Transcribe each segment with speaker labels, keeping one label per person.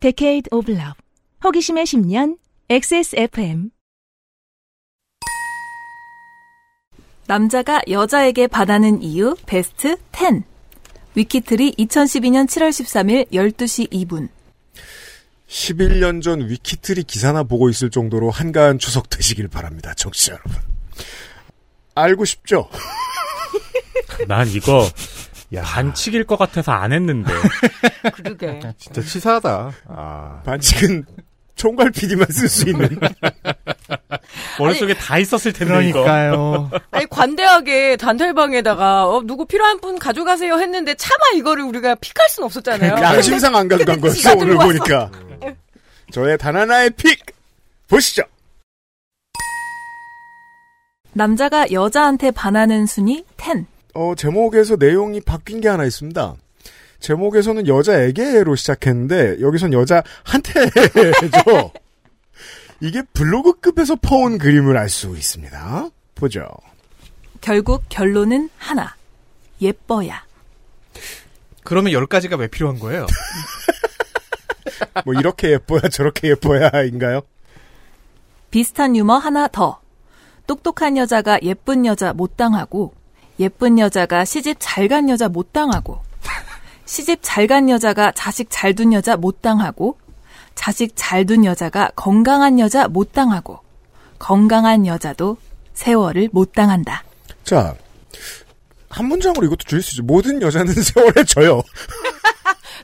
Speaker 1: Decade of Love. 호기심의 10년, XSFM.
Speaker 2: 남자가 여자에게 바라는 이유 베스트 10. 위키트리 2012년 7월 13일 12시 2분.
Speaker 3: 11년 전 위키트리 기사나 보고 있을 정도로 한가한 추석 되시길 바랍니다. 정치 여러분. 알고 싶죠?
Speaker 4: 난 이거
Speaker 5: 야,
Speaker 4: 반칙일 것 같아서 안 했는데.
Speaker 6: 그러게.
Speaker 5: 진짜 치사하다. 아,
Speaker 3: 반칙은 총괄 PD만 쓸 수 있는.
Speaker 4: 머릿속에 다 있었을 텐데, 이거.
Speaker 5: 그러니까요.
Speaker 6: 아니 관대하게 단텔방에다가 어, 누구 필요한 분 가져가세요 했는데 차마 이거를 우리가 픽할 순 없었잖아요.
Speaker 3: 그러니까 양심상 안 갖고 간 거였어,
Speaker 6: 지가
Speaker 3: 오늘
Speaker 6: 들고 와서.
Speaker 3: 보니까. 저의 단 하나의 픽! 보시죠!
Speaker 2: 남자가 여자한테 반하는 순위 10.
Speaker 3: 어, 제목에서 내용이 바뀐 게 하나 있습니다. 제목에서는 여자에게로 시작했는데, 여기선 여자한테죠. 이게 블로그급에서 퍼온 그림을 알 수 있습니다. 보죠.
Speaker 2: 결국 결론은 하나. 예뻐야.
Speaker 7: 그러면 열 가지가 왜 필요한 거예요?
Speaker 3: 뭐, 이렇게 예뻐야, 저렇게 예뻐야인가요?
Speaker 2: 비슷한 유머 하나 더. 똑똑한 여자가 예쁜 여자 못 당하고, 예쁜 여자가 시집 잘 간 여자 못 당하고, 시집 잘 간 여자가 자식 잘 둔 여자 못 당하고, 자식 잘 둔 여자가 건강한 여자 못 당하고, 건강한 여자도 세월을 못 당한다.
Speaker 3: 자, 한 문장으로 이것도 줄일 수 있죠. 모든 여자는 세월에 져요.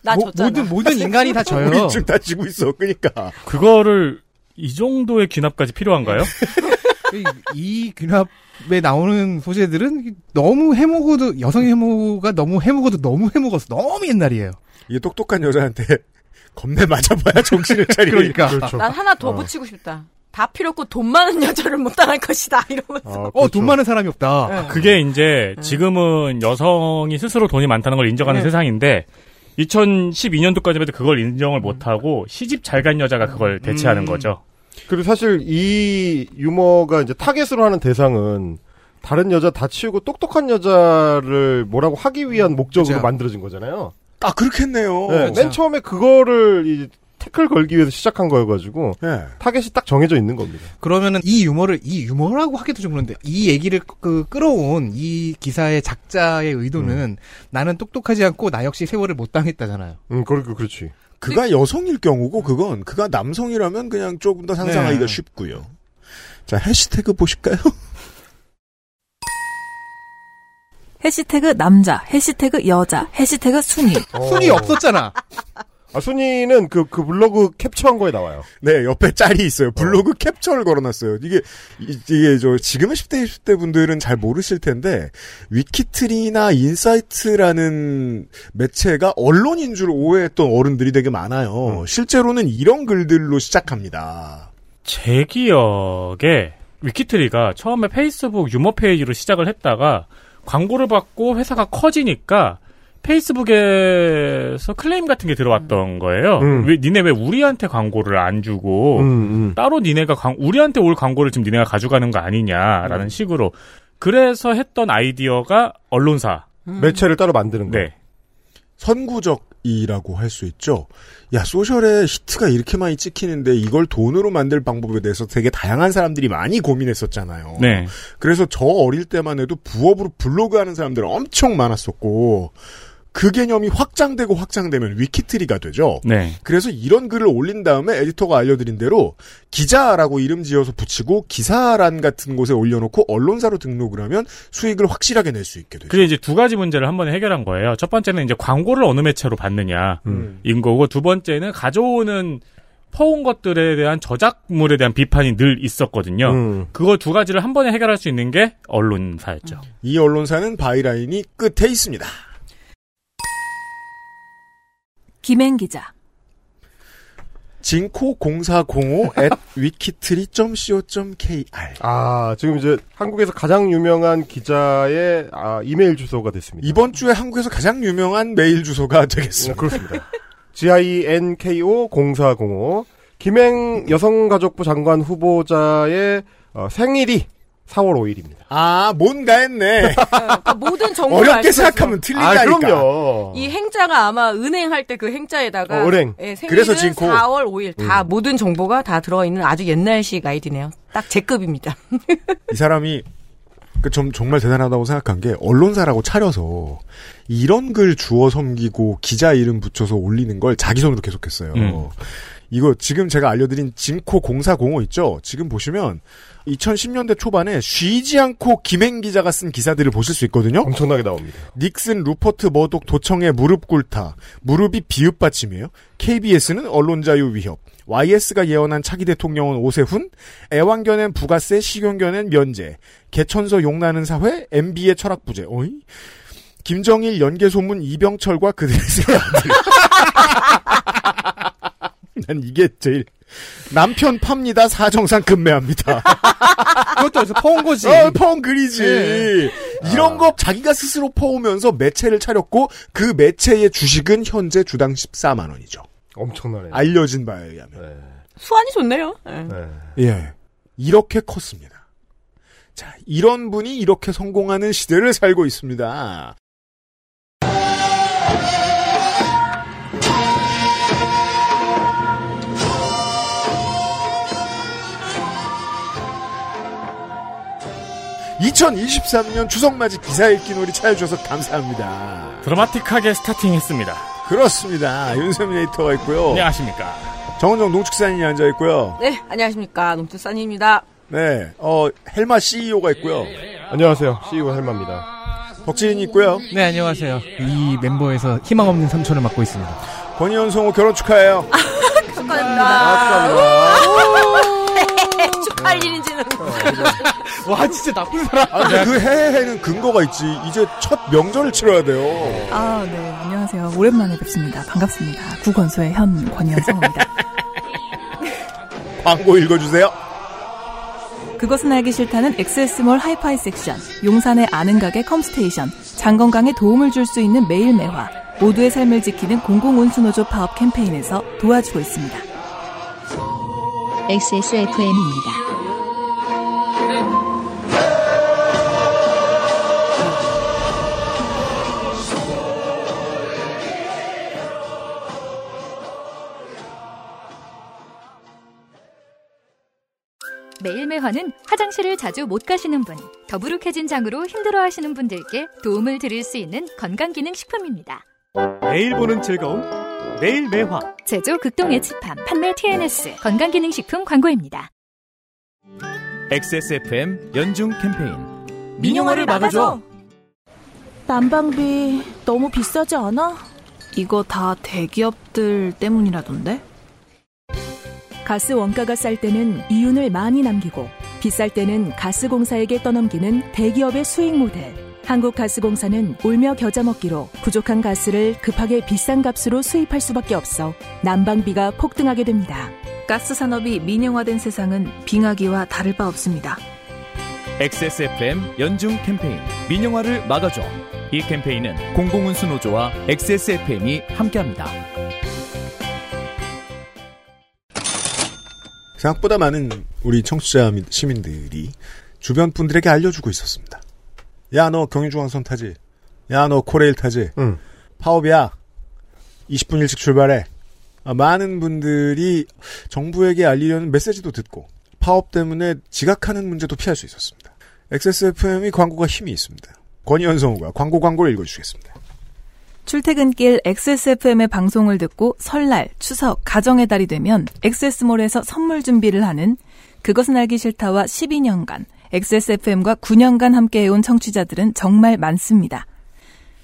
Speaker 6: 나
Speaker 7: 모,
Speaker 6: 졌잖아.
Speaker 7: 모든 모든 인간이 다 져요.
Speaker 3: 우리 지금 다 지고 있어. 그러니까.
Speaker 4: 그거를 이 정도의 귀납까지 필요한가요?
Speaker 5: 네. 이, 이 귀납에 나오는 소재들은 너무 해먹어도 여성 해모가 너무 해먹어도 너무 해먹어서 너무 옛날이에요.
Speaker 3: 이게 똑똑한 여자한테 겁내 맞아봐야 정신을 차리니까. 아,
Speaker 5: 그러니까
Speaker 2: 그렇죠.
Speaker 6: 난 하나
Speaker 3: 어.
Speaker 6: 더 붙이고 싶다. 다 필요 없고 돈 많은 여자를 못 당할 것이다.
Speaker 3: 아,
Speaker 6: 이러면서.
Speaker 5: 어
Speaker 3: 그렇죠.
Speaker 5: 돈 많은 사람이 없다.
Speaker 6: 네.
Speaker 4: 그게 이제 지금은 여성이 스스로 돈이 많다는 걸 인정하는
Speaker 6: 네.
Speaker 4: 세상인데 2012년도까지만 해도 그걸 인정을 못하고 시집 잘 간 여자가 그걸
Speaker 5: 음.
Speaker 4: 대체하는 거죠.
Speaker 8: 그리고 사실 이 유머가 이제 타겟으로 하는 대상은 다른 여자 다 치우고 똑똑한 여자를 뭐라고 하기 위한 목적으로
Speaker 5: 그죠.
Speaker 8: 만들어진 거잖아요.
Speaker 3: 아, 그렇겠네요.
Speaker 8: 네,
Speaker 3: 네.
Speaker 8: 맨 처음에 그거를 이 태클 걸기 위해서 시작한 거여가지고
Speaker 3: 네.
Speaker 8: 타겟이 딱 정해져 있는 겁니다.
Speaker 5: 그러면은 이 유머를 이 유머라고 하기도 좀 그런데 이 얘기를 그 끌어온 이 기사의 작자의 의도는 나는 똑똑하지 않고 나 역시 세월을 못 당했다잖아요.
Speaker 8: 음, 그렇고 그렇지.
Speaker 3: 그가 여성일 경우고 그건 그가 남성이라면 그냥 조금 더 상상하기가
Speaker 5: 네.
Speaker 3: 쉽고요. 자, 해시태그 보실까요?
Speaker 2: 해시태그 남자, 해시태그 여자, 해시태그 순위.
Speaker 5: 순위 없었잖아.
Speaker 8: 아, 순위는 그, 그 블로그 캡처한 거에 나와요.
Speaker 3: 네, 옆에 짤이 있어요. 블로그 캡처를 걸어놨어요. 이게, 이- 이게 저, 지금의 10대, 20대 분들은 잘 모르실 텐데, 위키트리나 인사이트라는 매체가 언론인 줄 오해했던 어른들이 되게 많아요. 실제로는 이런 글들로 시작합니다.
Speaker 4: 제 기억에 위키트리가 처음에 페이스북 유머 페이지로 시작을 했다가 광고를 받고 회사가 커지니까 페이스북에서 클레임 같은 게 들어왔던 거예요.
Speaker 8: 음.
Speaker 4: 왜 니네 왜 우리한테 광고를 안 주고
Speaker 8: 음,
Speaker 4: 따로 니네가 광- 우리한테 올 광고를 지금 니네가 가져가는 거
Speaker 8: 음.
Speaker 4: 아니냐라는 식으로 그래서 했던 아이디어가 언론사
Speaker 8: 음. 매체를 따로 만드는 거.
Speaker 4: 네
Speaker 3: 선구적이라고 할 수 있죠. 야, 소셜에 히트가 이렇게 많이 찍히는데 이걸 돈으로 만들 방법에 대해서 되게 다양한 사람들이 많이
Speaker 8: 음.
Speaker 3: 고민했었잖아요.
Speaker 8: 어.
Speaker 4: 네.
Speaker 3: 그래서 저 어릴 때만 해도 부업으로 블로그 하는 사람들 엄청 많았었고 그 개념이 확장되고 확장되면 위키트리가 되죠.
Speaker 4: 네.
Speaker 3: 그래서 이런 글을 올린 다음에 에디터가 알려드린 대로 기자라고 이름 지어서 붙이고 기사란 같은 곳에 올려놓고 언론사로 등록을 하면 수익을 확실하게 낼 수 있게 되죠.
Speaker 4: 그게 이제 두 가지 문제를 한 번에 해결한 거예요. 첫 번째는 이제 광고를 어느 매체로 받느냐
Speaker 8: 음.
Speaker 4: 인 거고 두 번째는 가져오는 퍼온 것들에 대한 저작물에 대한 비판이 늘 있었거든요.
Speaker 8: 음.
Speaker 4: 그거 두 가지를 한 번에 해결할 수 있는 게 언론사였죠.
Speaker 3: 이 언론사는 바이라인이 끝에 있습니다.
Speaker 2: 김행 기자.
Speaker 3: 진코 0405 at wikitree.co.kr
Speaker 8: 아, 지금 이제 한국에서 가장 유명한 기자의 아, 이메일 주소가 됐습니다.
Speaker 3: 이번 주에 한국에서 가장 유명한 메일 주소가
Speaker 8: 음,
Speaker 3: 되겠습니다.
Speaker 8: 그렇습니다. GINKO0405 김행 여성가족부 장관 후보자의 어, 생일이 4월 5일입니다.
Speaker 3: 아, 뭔가 했네.
Speaker 6: 그러니까 모든 정보를
Speaker 3: 어렵게
Speaker 6: 알 수가
Speaker 3: 생각하면
Speaker 8: 아,
Speaker 3: 틀린다니까.
Speaker 8: 그럼요.
Speaker 6: 있어요. 이 행자가 아마 은행할 때 그 행자에다가
Speaker 8: 어, 은행.
Speaker 6: 예, 생일은
Speaker 3: 그래서 음. 진코.
Speaker 6: 4월 5일 다 모든 정보가 다 들어있는 아주 옛날식 아이디네요. 딱 제 급입니다.
Speaker 3: 이 사람이 그 좀 정말 대단하다고 생각한 게 언론사라고 차려서 이런 글 주워 섬기고 기자 이름 붙여서 올리는 걸 자기 손으로 계속했어요.
Speaker 4: 음.
Speaker 3: 이거 지금 제가 알려드린 진코 공사공호 있죠? 지금 보시면 2010년대 초반에 쉬지 않고 김행 기자가 쓴 기사들을 보실 수 있거든요.
Speaker 8: 엄청나게 나옵니다.
Speaker 3: 닉슨, 루퍼트, 머독, 도청의 무릎 꿇다. 무릎이 비읍 받침이에요. KBS는 언론 자유 위협. YS가 예언한 차기 대통령은 오세훈. 애완견엔 부가세, 식용견엔 면제. 개천서 용나는 사회, MB의 철학 부재. 어이? 김정일 연계 소문 이병철과 그들의 세 아들. 난 이게 제일 남편 팝니다 사정상 금매합니다.
Speaker 5: 그것도 어디서 퍼온 거지.
Speaker 3: 어, 펑 그리지. 아.
Speaker 5: 예.
Speaker 3: 이런 거 자기가 스스로 퍼오면서 매체를 차렸고 그 매체의 주식은 현재 주당 14만 원이죠.
Speaker 8: 엄청나네.
Speaker 3: 알려진 바에 의하면.
Speaker 8: 네.
Speaker 6: 수완이 좋네요. 예.
Speaker 8: 네.
Speaker 3: 예. 이렇게 컸습니다. 자, 이런 분이 이렇게 성공하는 시대를 살고 있습니다. (2023년) 추석맞이 기사 읽기 놀이 찾아주셔서 감사합니다
Speaker 4: 드라마틱하게 스타팅했습니다.
Speaker 3: 그렇습니다 윤세민 에이터가 있고요
Speaker 4: 네. 안녕하십니까.
Speaker 3: 정은정 농축산인이 앉아 있고요
Speaker 6: 네, 안녕하십니까. 농축산입니다.
Speaker 3: 네어 헬마 CEO가 있고요
Speaker 8: 안녕하세요. E CEO 할마입니다.
Speaker 3: 덕진이 있고요
Speaker 5: 네, 안녕하세요. 이 멤버에서 희망 없는 삼촌을 맡고 있습니다.
Speaker 3: 권희연 성우 결혼 아, 축하해요. 네,
Speaker 6: 축하합니다.
Speaker 3: 아,
Speaker 6: 축하할 일인지는.
Speaker 5: 와, 진짜 나쁜 사람.
Speaker 3: 아, 근데 그 해해는 근거가 있지. 이제 첫 명절을 치러야 돼요.
Speaker 2: 아, 네. 안녕하세요. 오랜만에 뵙습니다. 반갑습니다. 구건소의 현 권현성입니다.
Speaker 3: 광고 읽어주세요.
Speaker 2: 그것은 알기 싫다는 XS몰 하이파이 섹션, 용산의 아는 가게 컴스테이션, 장건강에 도움을 줄 수 있는 매일 매화, 모두의 삶을 지키는 공공온수노조 파업 캠페인에서 도와주고 있습니다.
Speaker 9: XSFM입니다. 매일매화는 화장실을 자주 못 가시는 분, 더부룩해진 장으로 힘들어하시는 분들께 도움을 드릴 수 있는 건강기능식품입니다.
Speaker 10: 매일 보는 즐거움 매일 매화
Speaker 9: 제조 극동 예치팜, 판매 TNS, 건강기능식품 광고입니다.
Speaker 10: XSFM 연중 캠페인
Speaker 2: 민영화를 막아줘. 난방비 너무 비싸지 않아? 이거 다 대기업들 때문이라던데? 가스 원가가 쌀 때는 이윤을 많이 남기고 비쌀 때는 가스공사에게 떠넘기는 대기업의 수익 모델. 한국가스공사는 울며 겨자 먹기로 부족한 가스를 급하게 비싼 값으로 수입할 수밖에 없어 난방비가 폭등하게 됩니다. 가스 산업이 민영화된 세상은 빙하기와 다를 바 없습니다.
Speaker 10: XSFM 연중 캠페인 민영화를 막아줘 이 캠페인은 공공운수노조와 XSFM이 함께합니다
Speaker 3: 생각보다 많은 우리 청취자 민- 시민들이 주변 분들에게 알려주고 있었습니다. 야, 너 경의중앙선 타지? 야, 너 코레일 타지?
Speaker 8: 응.
Speaker 3: 파업이야. 20분 일찍 출발해. 아, 많은 분들이 정부에게 알리려는 메시지도 듣고 파업 때문에 지각하는 문제도 피할 수 있었습니다. XSFM이 광고가 힘이 있습니다. 권희연 성우가 광고 광고를 읽어주시겠습니다.
Speaker 2: 출퇴근길 XSFM의 방송을 듣고 설날, 추석, 가정의 달이 되면 XS몰에서 선물 준비를 하는 그것은 알기 싫다와 12년간 XSFM과 9년간 함께해온 청취자들은 정말 많습니다.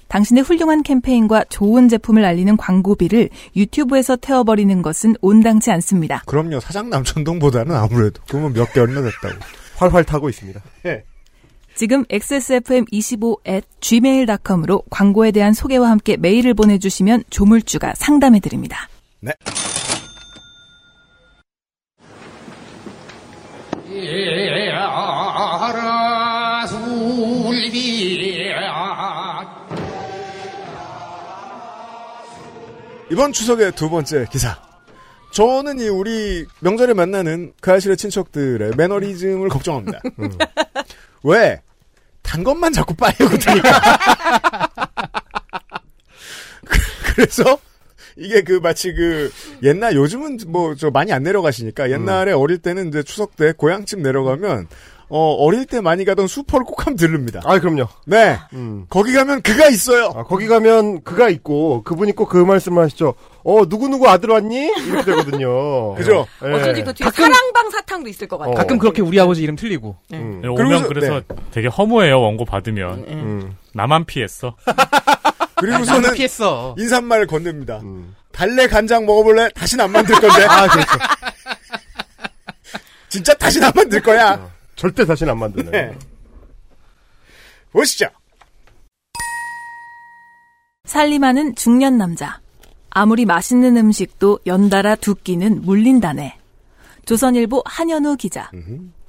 Speaker 2: 당신의 훌륭한 캠페인과 좋은 제품을 알리는 광고비를 유튜브에서 태워버리는 것은 온당치 않습니다.
Speaker 3: 그럼요, 사장 남천동보다는 아무래도 그러면 몇 개월이나 됐다고.
Speaker 8: 활활 타고 있습니다.
Speaker 3: 예.
Speaker 2: 지금 xsfm25 at gmail.com으로 광고에 대한 소개와 함께 메일을 보내주시면 조물주가 상담해드립니다.
Speaker 3: 네. 이번 추석의 두 번째 기사. 저는 이 우리 명절에 만나는 그 아실의 친척들의 매너리즘을 걱정합니다.
Speaker 8: 음.
Speaker 3: 음. 왜? 단 것만 자꾸 빠이고 드니까. 그- 그래서 이게 그 마치 그 옛날 요즘은 뭐 저 많이 안 내려가시니까 옛날에
Speaker 8: 음.
Speaker 3: 어릴 때는 이제 추석 때 고향집 내려가면 어 어릴 때 많이 가던 슈퍼를 꼭 한번 들릅니다.
Speaker 8: 아 그럼요.
Speaker 3: 네.
Speaker 8: 음.
Speaker 3: 거기 가면 그가 있어요.
Speaker 8: 아, 거기 가면 그가 있고 그분이 꼭 그 말씀을 하시죠. 어 누구 누구 아들 왔니? 이렇게 되거든요.
Speaker 3: 그죠?
Speaker 8: 예.
Speaker 6: 어쩐지 그 뒤에 사랑방 사탕도 있을 것 같아요.
Speaker 8: 어.
Speaker 5: 가끔 그렇게 우리 아버지 이름 틀리고.
Speaker 8: 음.
Speaker 3: 그러고서-
Speaker 4: 네, 오면 그래서 되게 허무해요 원고 받으면
Speaker 8: 음.
Speaker 4: 나만 피했어
Speaker 8: 아,
Speaker 3: 그리고서는
Speaker 5: 아, 피했어.
Speaker 3: 인사말 건넵니다.
Speaker 8: 음.
Speaker 3: 달래 간장 먹어볼래? 다시 안 만들 건데. 아, 그렇죠. 진짜 다시 안 만들 거야.
Speaker 8: 절대 다시는 안 만드네.
Speaker 3: 네. 보시죠.
Speaker 2: 살림하는 중년 남자. 아무리 맛있는 음식도 연달아 두 끼는 물린다네. 조선일보 한현우 기자.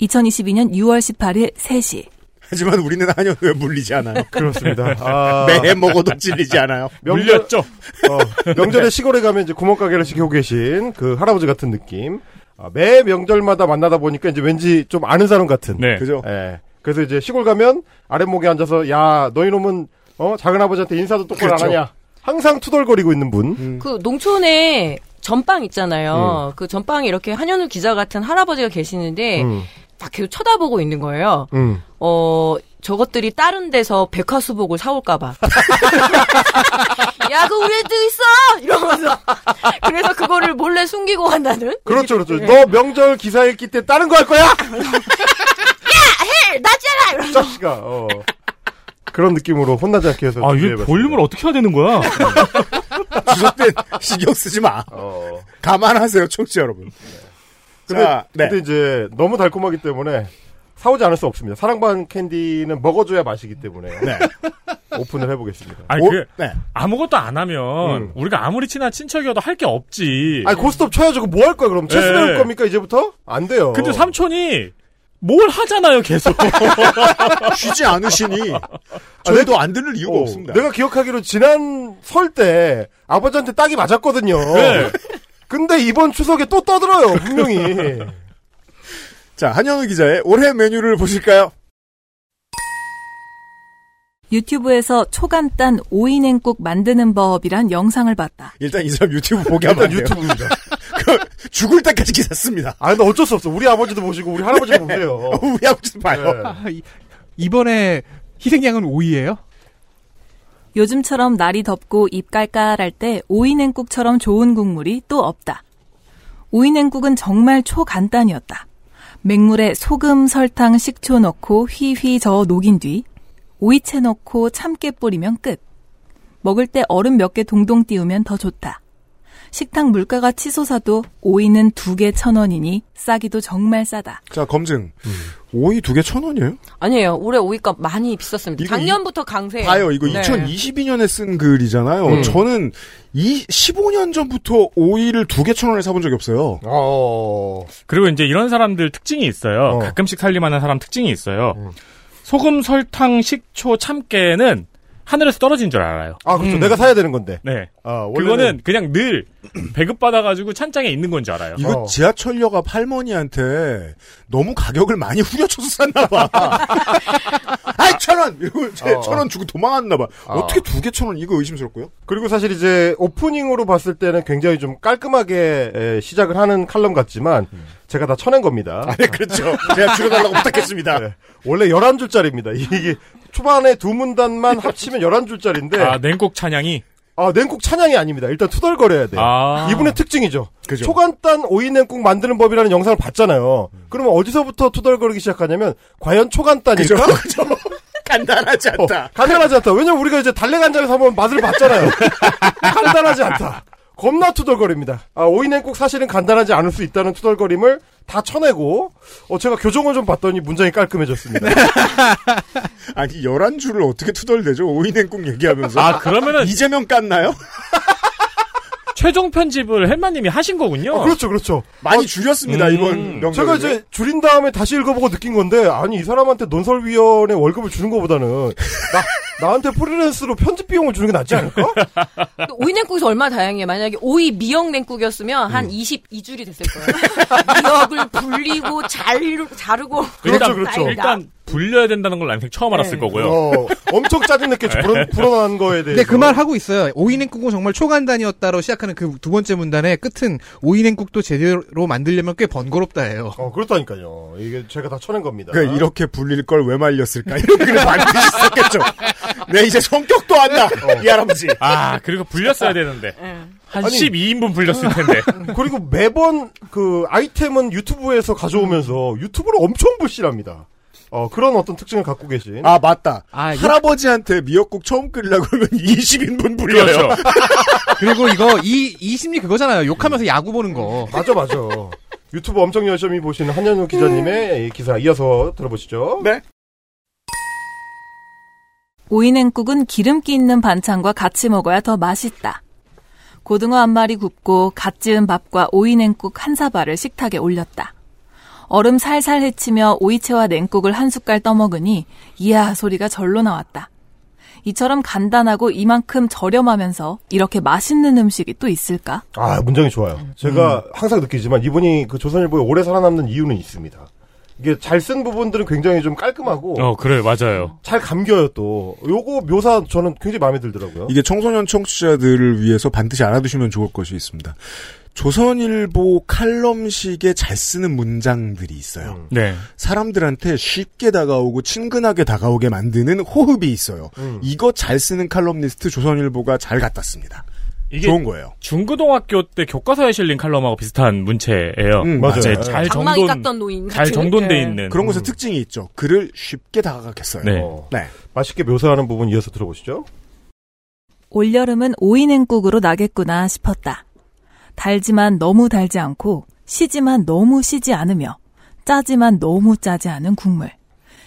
Speaker 2: 2022년 6월 18일 3시.
Speaker 3: 하지만 우리는 한여도에 물리지 않아요.
Speaker 8: 그렇습니다. 아,
Speaker 3: 매해 먹어도 찔리지 않아요.
Speaker 8: 명절,
Speaker 4: 물렸죠
Speaker 8: 어, 명절에 시골에 가면 이제 구멍가게를 시키고 계신 그 할아버지 같은 느낌. 아, 매 명절마다 만나다 보니까 이제 왠지 좀 아는 사람 같은.
Speaker 4: 네
Speaker 3: 그죠?
Speaker 8: 예. 그래서 이제 시골 가면 아랫목에 앉아서 야 너희 놈은 어 작은 아버지한테 인사도 똑바로
Speaker 3: 그렇죠.
Speaker 8: 안 하냐. 항상 투덜거리고 있는 분.
Speaker 4: 음.
Speaker 3: 어.
Speaker 6: 그 농촌에 전빵
Speaker 3: 음.
Speaker 6: 있잖아요. 그 전빵에 이렇게 한현우 기자 같은 할아버지가 계시는데
Speaker 8: 음.
Speaker 6: 막 계속 쳐다보고 있는 거예요.
Speaker 8: 음.
Speaker 6: 어, 저것들이 다른 데서 백화수복을 사올까봐. 야, 그 우리 애도 있어! 이러면서. 그래서 그거를 몰래 숨기고 간다는?
Speaker 8: 그렇죠, 그렇죠.
Speaker 4: 네.
Speaker 8: 너 명절 기사 읽기 때 다른 거 할 거야?
Speaker 6: 에, 낮잖아! 이러면서.
Speaker 8: 자식아. 어. 그런 느낌으로 혼나지 않게 해서.
Speaker 4: 아 이게
Speaker 8: 네, 준비해봤습니다.
Speaker 4: 볼륨을 어떻게 해야 되는 거야
Speaker 3: 추석 때 신경 쓰지 마.
Speaker 8: 어.
Speaker 3: 감안하세요, 청취자 여러분.
Speaker 8: 근데,
Speaker 3: 자, 네.
Speaker 8: 근데 이제 너무 달콤하기 때문에 사오지 않을 수 없습니다. 사랑반 캔디는 먹어줘야 마시기 때문에
Speaker 3: 네.
Speaker 8: 오픈을 해보겠습니다.
Speaker 4: 아니
Speaker 3: 오-
Speaker 4: 그
Speaker 3: 네.
Speaker 4: 아무것도 안 하면
Speaker 8: 음.
Speaker 4: 우리가 아무리 친한 친척이어도 할 게 없지
Speaker 8: 아니 고스톱 쳐야죠. 뭐 할 거야 그럼? 체스
Speaker 4: 예.
Speaker 8: 배울 겁니까 이제부터? 안 돼요.
Speaker 4: 근데 삼촌이 뭘 하잖아요 계속
Speaker 3: 쉬지 않으시니 저희도 안 들을 이유가
Speaker 8: 어,
Speaker 3: 없습니다.
Speaker 8: 내가 기억하기로 지난 설 때 아버지한테 딱이 맞았거든요.
Speaker 4: 네.
Speaker 8: 근데 이번 추석에 또 떠들어요 분명히.
Speaker 3: 자, 한현우 기자의 올해 메뉴를 보실까요?
Speaker 2: 유튜브에서 초간단 오이냉국 만드는 법이란 영상을 봤다.
Speaker 3: 일단 이 사람 유튜브 보게 하면 안 돼요.
Speaker 8: 유튜브입니다.
Speaker 3: 그, 죽을 때까지 기사 씁니다.
Speaker 8: 아 근데 어쩔 수 없어. 우리 아버지도 보시고 우리 할아버지도 보세요.
Speaker 3: 우리 아버지 봐요.
Speaker 8: 어. 네.
Speaker 5: 아, 이, 이번에 희생양은 오이예요?
Speaker 2: 요즘처럼 날이 덥고 입 깔깔할 때 오이냉국처럼 좋은 국물이 또 없다. 오이냉국은 정말 초간단이었다. 맹물에 소금, 설탕, 식초 넣고 휘휘 저어 녹인 뒤 오이채 넣고 참깨 뿌리면 끝. 먹을 때 얼음 몇 개 동동 띄우면 더 좋다. 식당 물가가 치솟아도 오이는 두 개 천 원이니 싸기도 정말 싸다.
Speaker 3: 자, 검증. 오이 두 개 천 원이에요?
Speaker 6: 아니에요. 올해 오이값 많이 비쌌습니다.
Speaker 3: 이거
Speaker 6: 작년부터 네. 강세.
Speaker 3: 봐요. 이거 2022년에 쓴 글이잖아요. 저는 이 15년 전부터 오이를 두 개 천 원에 사본 적이 없어요.
Speaker 8: 어.
Speaker 4: 그리고 이제 이런 사람들 특징이 있어요.
Speaker 8: 어. 음.
Speaker 4: 가끔씩 살림하는 사람 특징이 있어요. 소금, 설탕, 식초, 참깨는 하늘에서 떨어진 줄 알아요.
Speaker 8: 아 그렇죠. 내가 사야 되는 건데.
Speaker 4: 네.
Speaker 8: 아, 원래는-
Speaker 4: 그거는 그냥 늘 배급받아가지고 찬장에 있는 건 줄 알아요.
Speaker 3: 이거
Speaker 8: 어.
Speaker 3: 지하철역 앞 할머니한테 너무 가격을 많이 후려쳐서 샀나봐. 아이, 천 원! 이거
Speaker 8: 어.
Speaker 3: 천원 주고 도망갔나봐.
Speaker 8: 아.
Speaker 3: 어떻게 두 개 천 원, 이거 의심스럽고요?
Speaker 8: 그리고 사실 이제 오프닝으로 봤을 때는 굉장히 좀 깔끔하게 에, 시작을 하는 칼럼 같지만 제가 다 쳐낸 겁니다.
Speaker 3: 음. 네, 그렇죠. 제가 줄여달라고 부탁했습니다.
Speaker 8: 네. 원래 11줄짜리입니다. 이게 초반에 두 문단만 합치면 11줄짜리인데
Speaker 4: 아,
Speaker 8: 아,
Speaker 4: 냉국 찬양이?
Speaker 8: 냉국 찬양이 아닙니다. 일단 투덜거려야 돼요.
Speaker 4: 아.
Speaker 8: 네. 이분의 특징이죠.
Speaker 3: 그죠.
Speaker 8: 초간단 오이 냉국 만드는 법이라는 영상을 봤잖아요.
Speaker 3: 음.
Speaker 8: 그러면 어디서부터 투덜거리기 시작하냐면 과연
Speaker 3: 그죠?
Speaker 8: 초간단일까?
Speaker 3: 그죠? 간단하지 않다.
Speaker 8: 어, 간단하지 않다. 왜냐면 우리가 이제 달래간장에서 한번 맛을 봤잖아요. 간단하지 않다. 겁나 투덜거립니다. 아, 오이냉국 사실은 간단하지 않을 수 있다는 투덜거림을 다 쳐내고, 어, 제가 교정을 좀 봤더니 문장이 깔끔해졌습니다.
Speaker 3: 아니, 11줄을 어떻게 투덜대죠? 오이냉국 얘기하면서.
Speaker 4: 아, 그러면은
Speaker 3: 이재명 깠나요?
Speaker 4: 최종 편집을 헬마님이 하신 거군요.
Speaker 8: 아, 그렇죠, 그렇죠.
Speaker 3: 많이 줄였습니다
Speaker 4: 음.
Speaker 3: 어, 이번 명절.
Speaker 8: 제가 이제 줄인 다음에 다시 읽어보고 느낀 건데 아니 이 사람한테 논설위원회 월급을 주는 것보다는 나 나한테 프리랜서로 편집 비용을 주는 게 낫지 않을까?
Speaker 6: 오이 냉국에서 얼마나 다양해. 만약에 오이 미역 냉국이었으면
Speaker 3: 음.
Speaker 6: 한 22줄이 됐을 거예요. 미역을 불리고 자르, 자르고.
Speaker 4: 일단,
Speaker 8: 그렇죠, 그렇죠.
Speaker 4: 일단 불려야 된다는 걸 난생 처음 알았을 거고요.
Speaker 8: 어, 엄청 짜증냈겠죠. 불안, 불안한 거에 대해서.
Speaker 5: 근데 그 말 하고 있어요. 오이냉국은 정말 초간단이었다로 시작하는 그 두 번째 문단의 끝은 오이냉국도 제대로 만들려면 꽤 번거롭다예요.
Speaker 8: 어, 그렇다니까요. 이게 제가 다 쳐낸 겁니다.
Speaker 3: 그러니까 이렇게 불릴 걸 왜 말렸을까 이런 글을 만드셨겠죠. 내 이제 성격도 안 나. 이 할아버지.
Speaker 4: 아, 그리고 불렸어야 되는데. 한
Speaker 8: 아니.
Speaker 4: 12인분 불렸을 텐데.
Speaker 8: 그리고 매번 그 아이템은 유튜브에서 가져오면서 유튜브를 엄청 불씨랍니다. 어, 그런 어떤 특징을 갖고 계신.
Speaker 3: 아 맞다.
Speaker 5: 아, 이거-
Speaker 3: 할아버지한테 미역국 처음 끓이려고 그러면 20인분 불려요.
Speaker 4: 그렇죠.
Speaker 5: 그리고 이거 이, 이 심리 그거잖아요. 욕하면서 야구 보는 거.
Speaker 8: 맞아, 맞아. 유튜브 엄청 열심히 보시는 한현우 기자님의 이 기사 이어서 들어보시죠.
Speaker 3: 네.
Speaker 2: 오이냉국은 기름기 있는 반찬과 같이 먹어야 더 맛있다. 고등어 한 마리 굽고 갓 지은 밥과 오이냉국 한 사발을 식탁에 올렸다. 얼음 살살 헤치며 오이채와 냉국을 한 숟갈 떠먹으니 이야 소리가 절로 나왔다. 이처럼 간단하고 이만큼 저렴하면서 이렇게 맛있는 음식이 또 있을까?
Speaker 8: 아, 문장이 좋아요. 제가 항상 느끼지만 이분이 그 조선일보에 오래 살아남는 이유는 있습니다. 이게 잘 쓴 부분들은 굉장히 좀 깔끔하고
Speaker 4: 어, 그래, 맞아요.
Speaker 8: 잘 감겨요 또. 요거 묘사 저는 굉장히 마음에 들더라고요.
Speaker 3: 이게 청소년 청취자들을 위해서 반드시 알아두시면 좋을 것이 있습니다. 조선일보 칼럼식에 잘 쓰는 문장들이 있어요.
Speaker 4: 네.
Speaker 3: 사람들한테 쉽게 다가오고 친근하게 다가오게 만드는 호흡이 있어요. 이거 잘 쓰는 칼럼니스트 조선일보가 잘 갖다 씁니다.
Speaker 4: 이게
Speaker 3: 좋은 거예요.
Speaker 4: 중고등학교 때 교과서에 실린 칼럼하고 비슷한 문체예요.
Speaker 3: 음,
Speaker 8: 맞아요.
Speaker 4: 이제 잘
Speaker 6: 장망이
Speaker 4: 정돈,
Speaker 6: 깎던 노인.
Speaker 4: 잘
Speaker 6: 같은.
Speaker 4: 정돈돼
Speaker 6: 예.
Speaker 4: 있는.
Speaker 3: 그런 것의 특징이 있죠. 글을 쉽게 다가가겠어요.
Speaker 4: 네.
Speaker 8: 어, 맛있게 묘사하는 부분 이어서 들어보시죠.
Speaker 2: 올여름은 오이냉국으로 나겠구나 싶었다. 달지만 너무 달지 않고 시지만 너무 시지 않으며 짜지만 너무 짜지 않은 국물.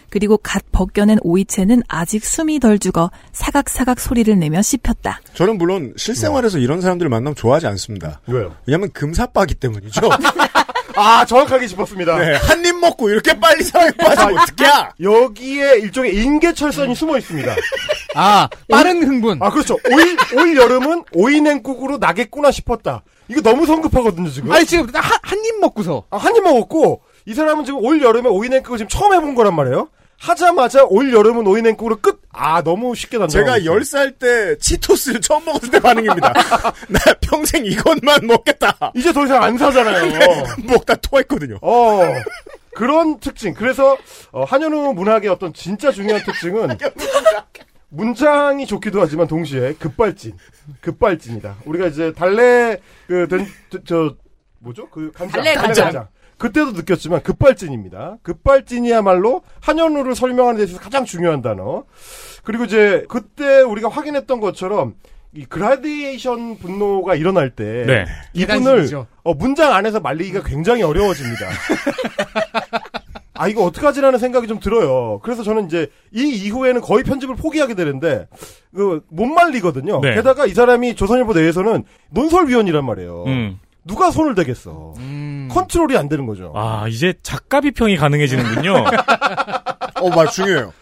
Speaker 2: 그리고 갓 벗겨낸 오이채는 아직 숨이 덜 죽어 사각사각 소리를 내며 씹혔다.
Speaker 3: 저는 물론 실생활에서 이런 사람들 을 만나면 좋아하지 않습니다.
Speaker 8: 왜요?
Speaker 3: 왜냐하면 금사빠기 때문이죠.
Speaker 8: 아 정확하게 짚었습니다.
Speaker 3: 네, 한입 먹고 이렇게 빨리 사랑에 빠지면 어떡해!
Speaker 8: 아, 여기에 일종의 인계철선이 숨어 있습니다.
Speaker 5: 아, 빠른 흥분.
Speaker 8: 아 그렇죠. 올, 올 여름은 오이냉국으로 나겠구나 싶었다. 이거 너무 성급하거든요 지금.
Speaker 5: 아니, 지금 한, 한입 먹고서.
Speaker 8: 아, 한입 먹었고 이 사람은 지금 올 여름에 오이냉국을 지금 처음 해본 거란 말이에요. 하자마자 올 여름은 오이냉국으로 끝. 아 너무 쉽게 단정.
Speaker 3: 제가 10살 때 치토스를 처음 먹었을 때 반응입니다. 나 평생 이것만 먹겠다.
Speaker 8: 이제 더 이상 안 사잖아요.
Speaker 3: 네. 먹다 토했거든요.
Speaker 8: 어. 그런 특징. 그래서 어, 한현우 문학의 어떤 진짜 중요한 특징은 문장이 좋기도 하지만 동시에 급발진, 급발진이다. 우리가 이제 달래 그저 뭐죠 그 간장,
Speaker 6: 달래 간장.
Speaker 8: 그때도 느꼈지만 급발진입니다. 급발진이야말로 한현우를 설명하는 데 있어서 가장 중요한 단어. 그리고 이제 그때 우리가 확인했던 것처럼 이 그라데이션 분노가 일어날 때
Speaker 4: 네.
Speaker 8: 이분을
Speaker 5: 계단식이죠.
Speaker 8: 어, 문장 안에서 말리기가 굉장히 어려워집니다. 아 이거 어떡하지라는 생각이 좀 들어요. 그래서 저는 이제 이 이후에는 거의 편집을 포기하게 되는데 그 못 말리거든요.
Speaker 4: 네.
Speaker 8: 게다가 이 사람이 조선일보 내에서는 논설위원이란 말이에요.
Speaker 4: 음.
Speaker 8: 누가 손을 대겠어. 컨트롤이 안 되는 거죠.
Speaker 4: 아, 이제 작가 비평이 가능해지는군요.
Speaker 3: 어, 말 중요해요.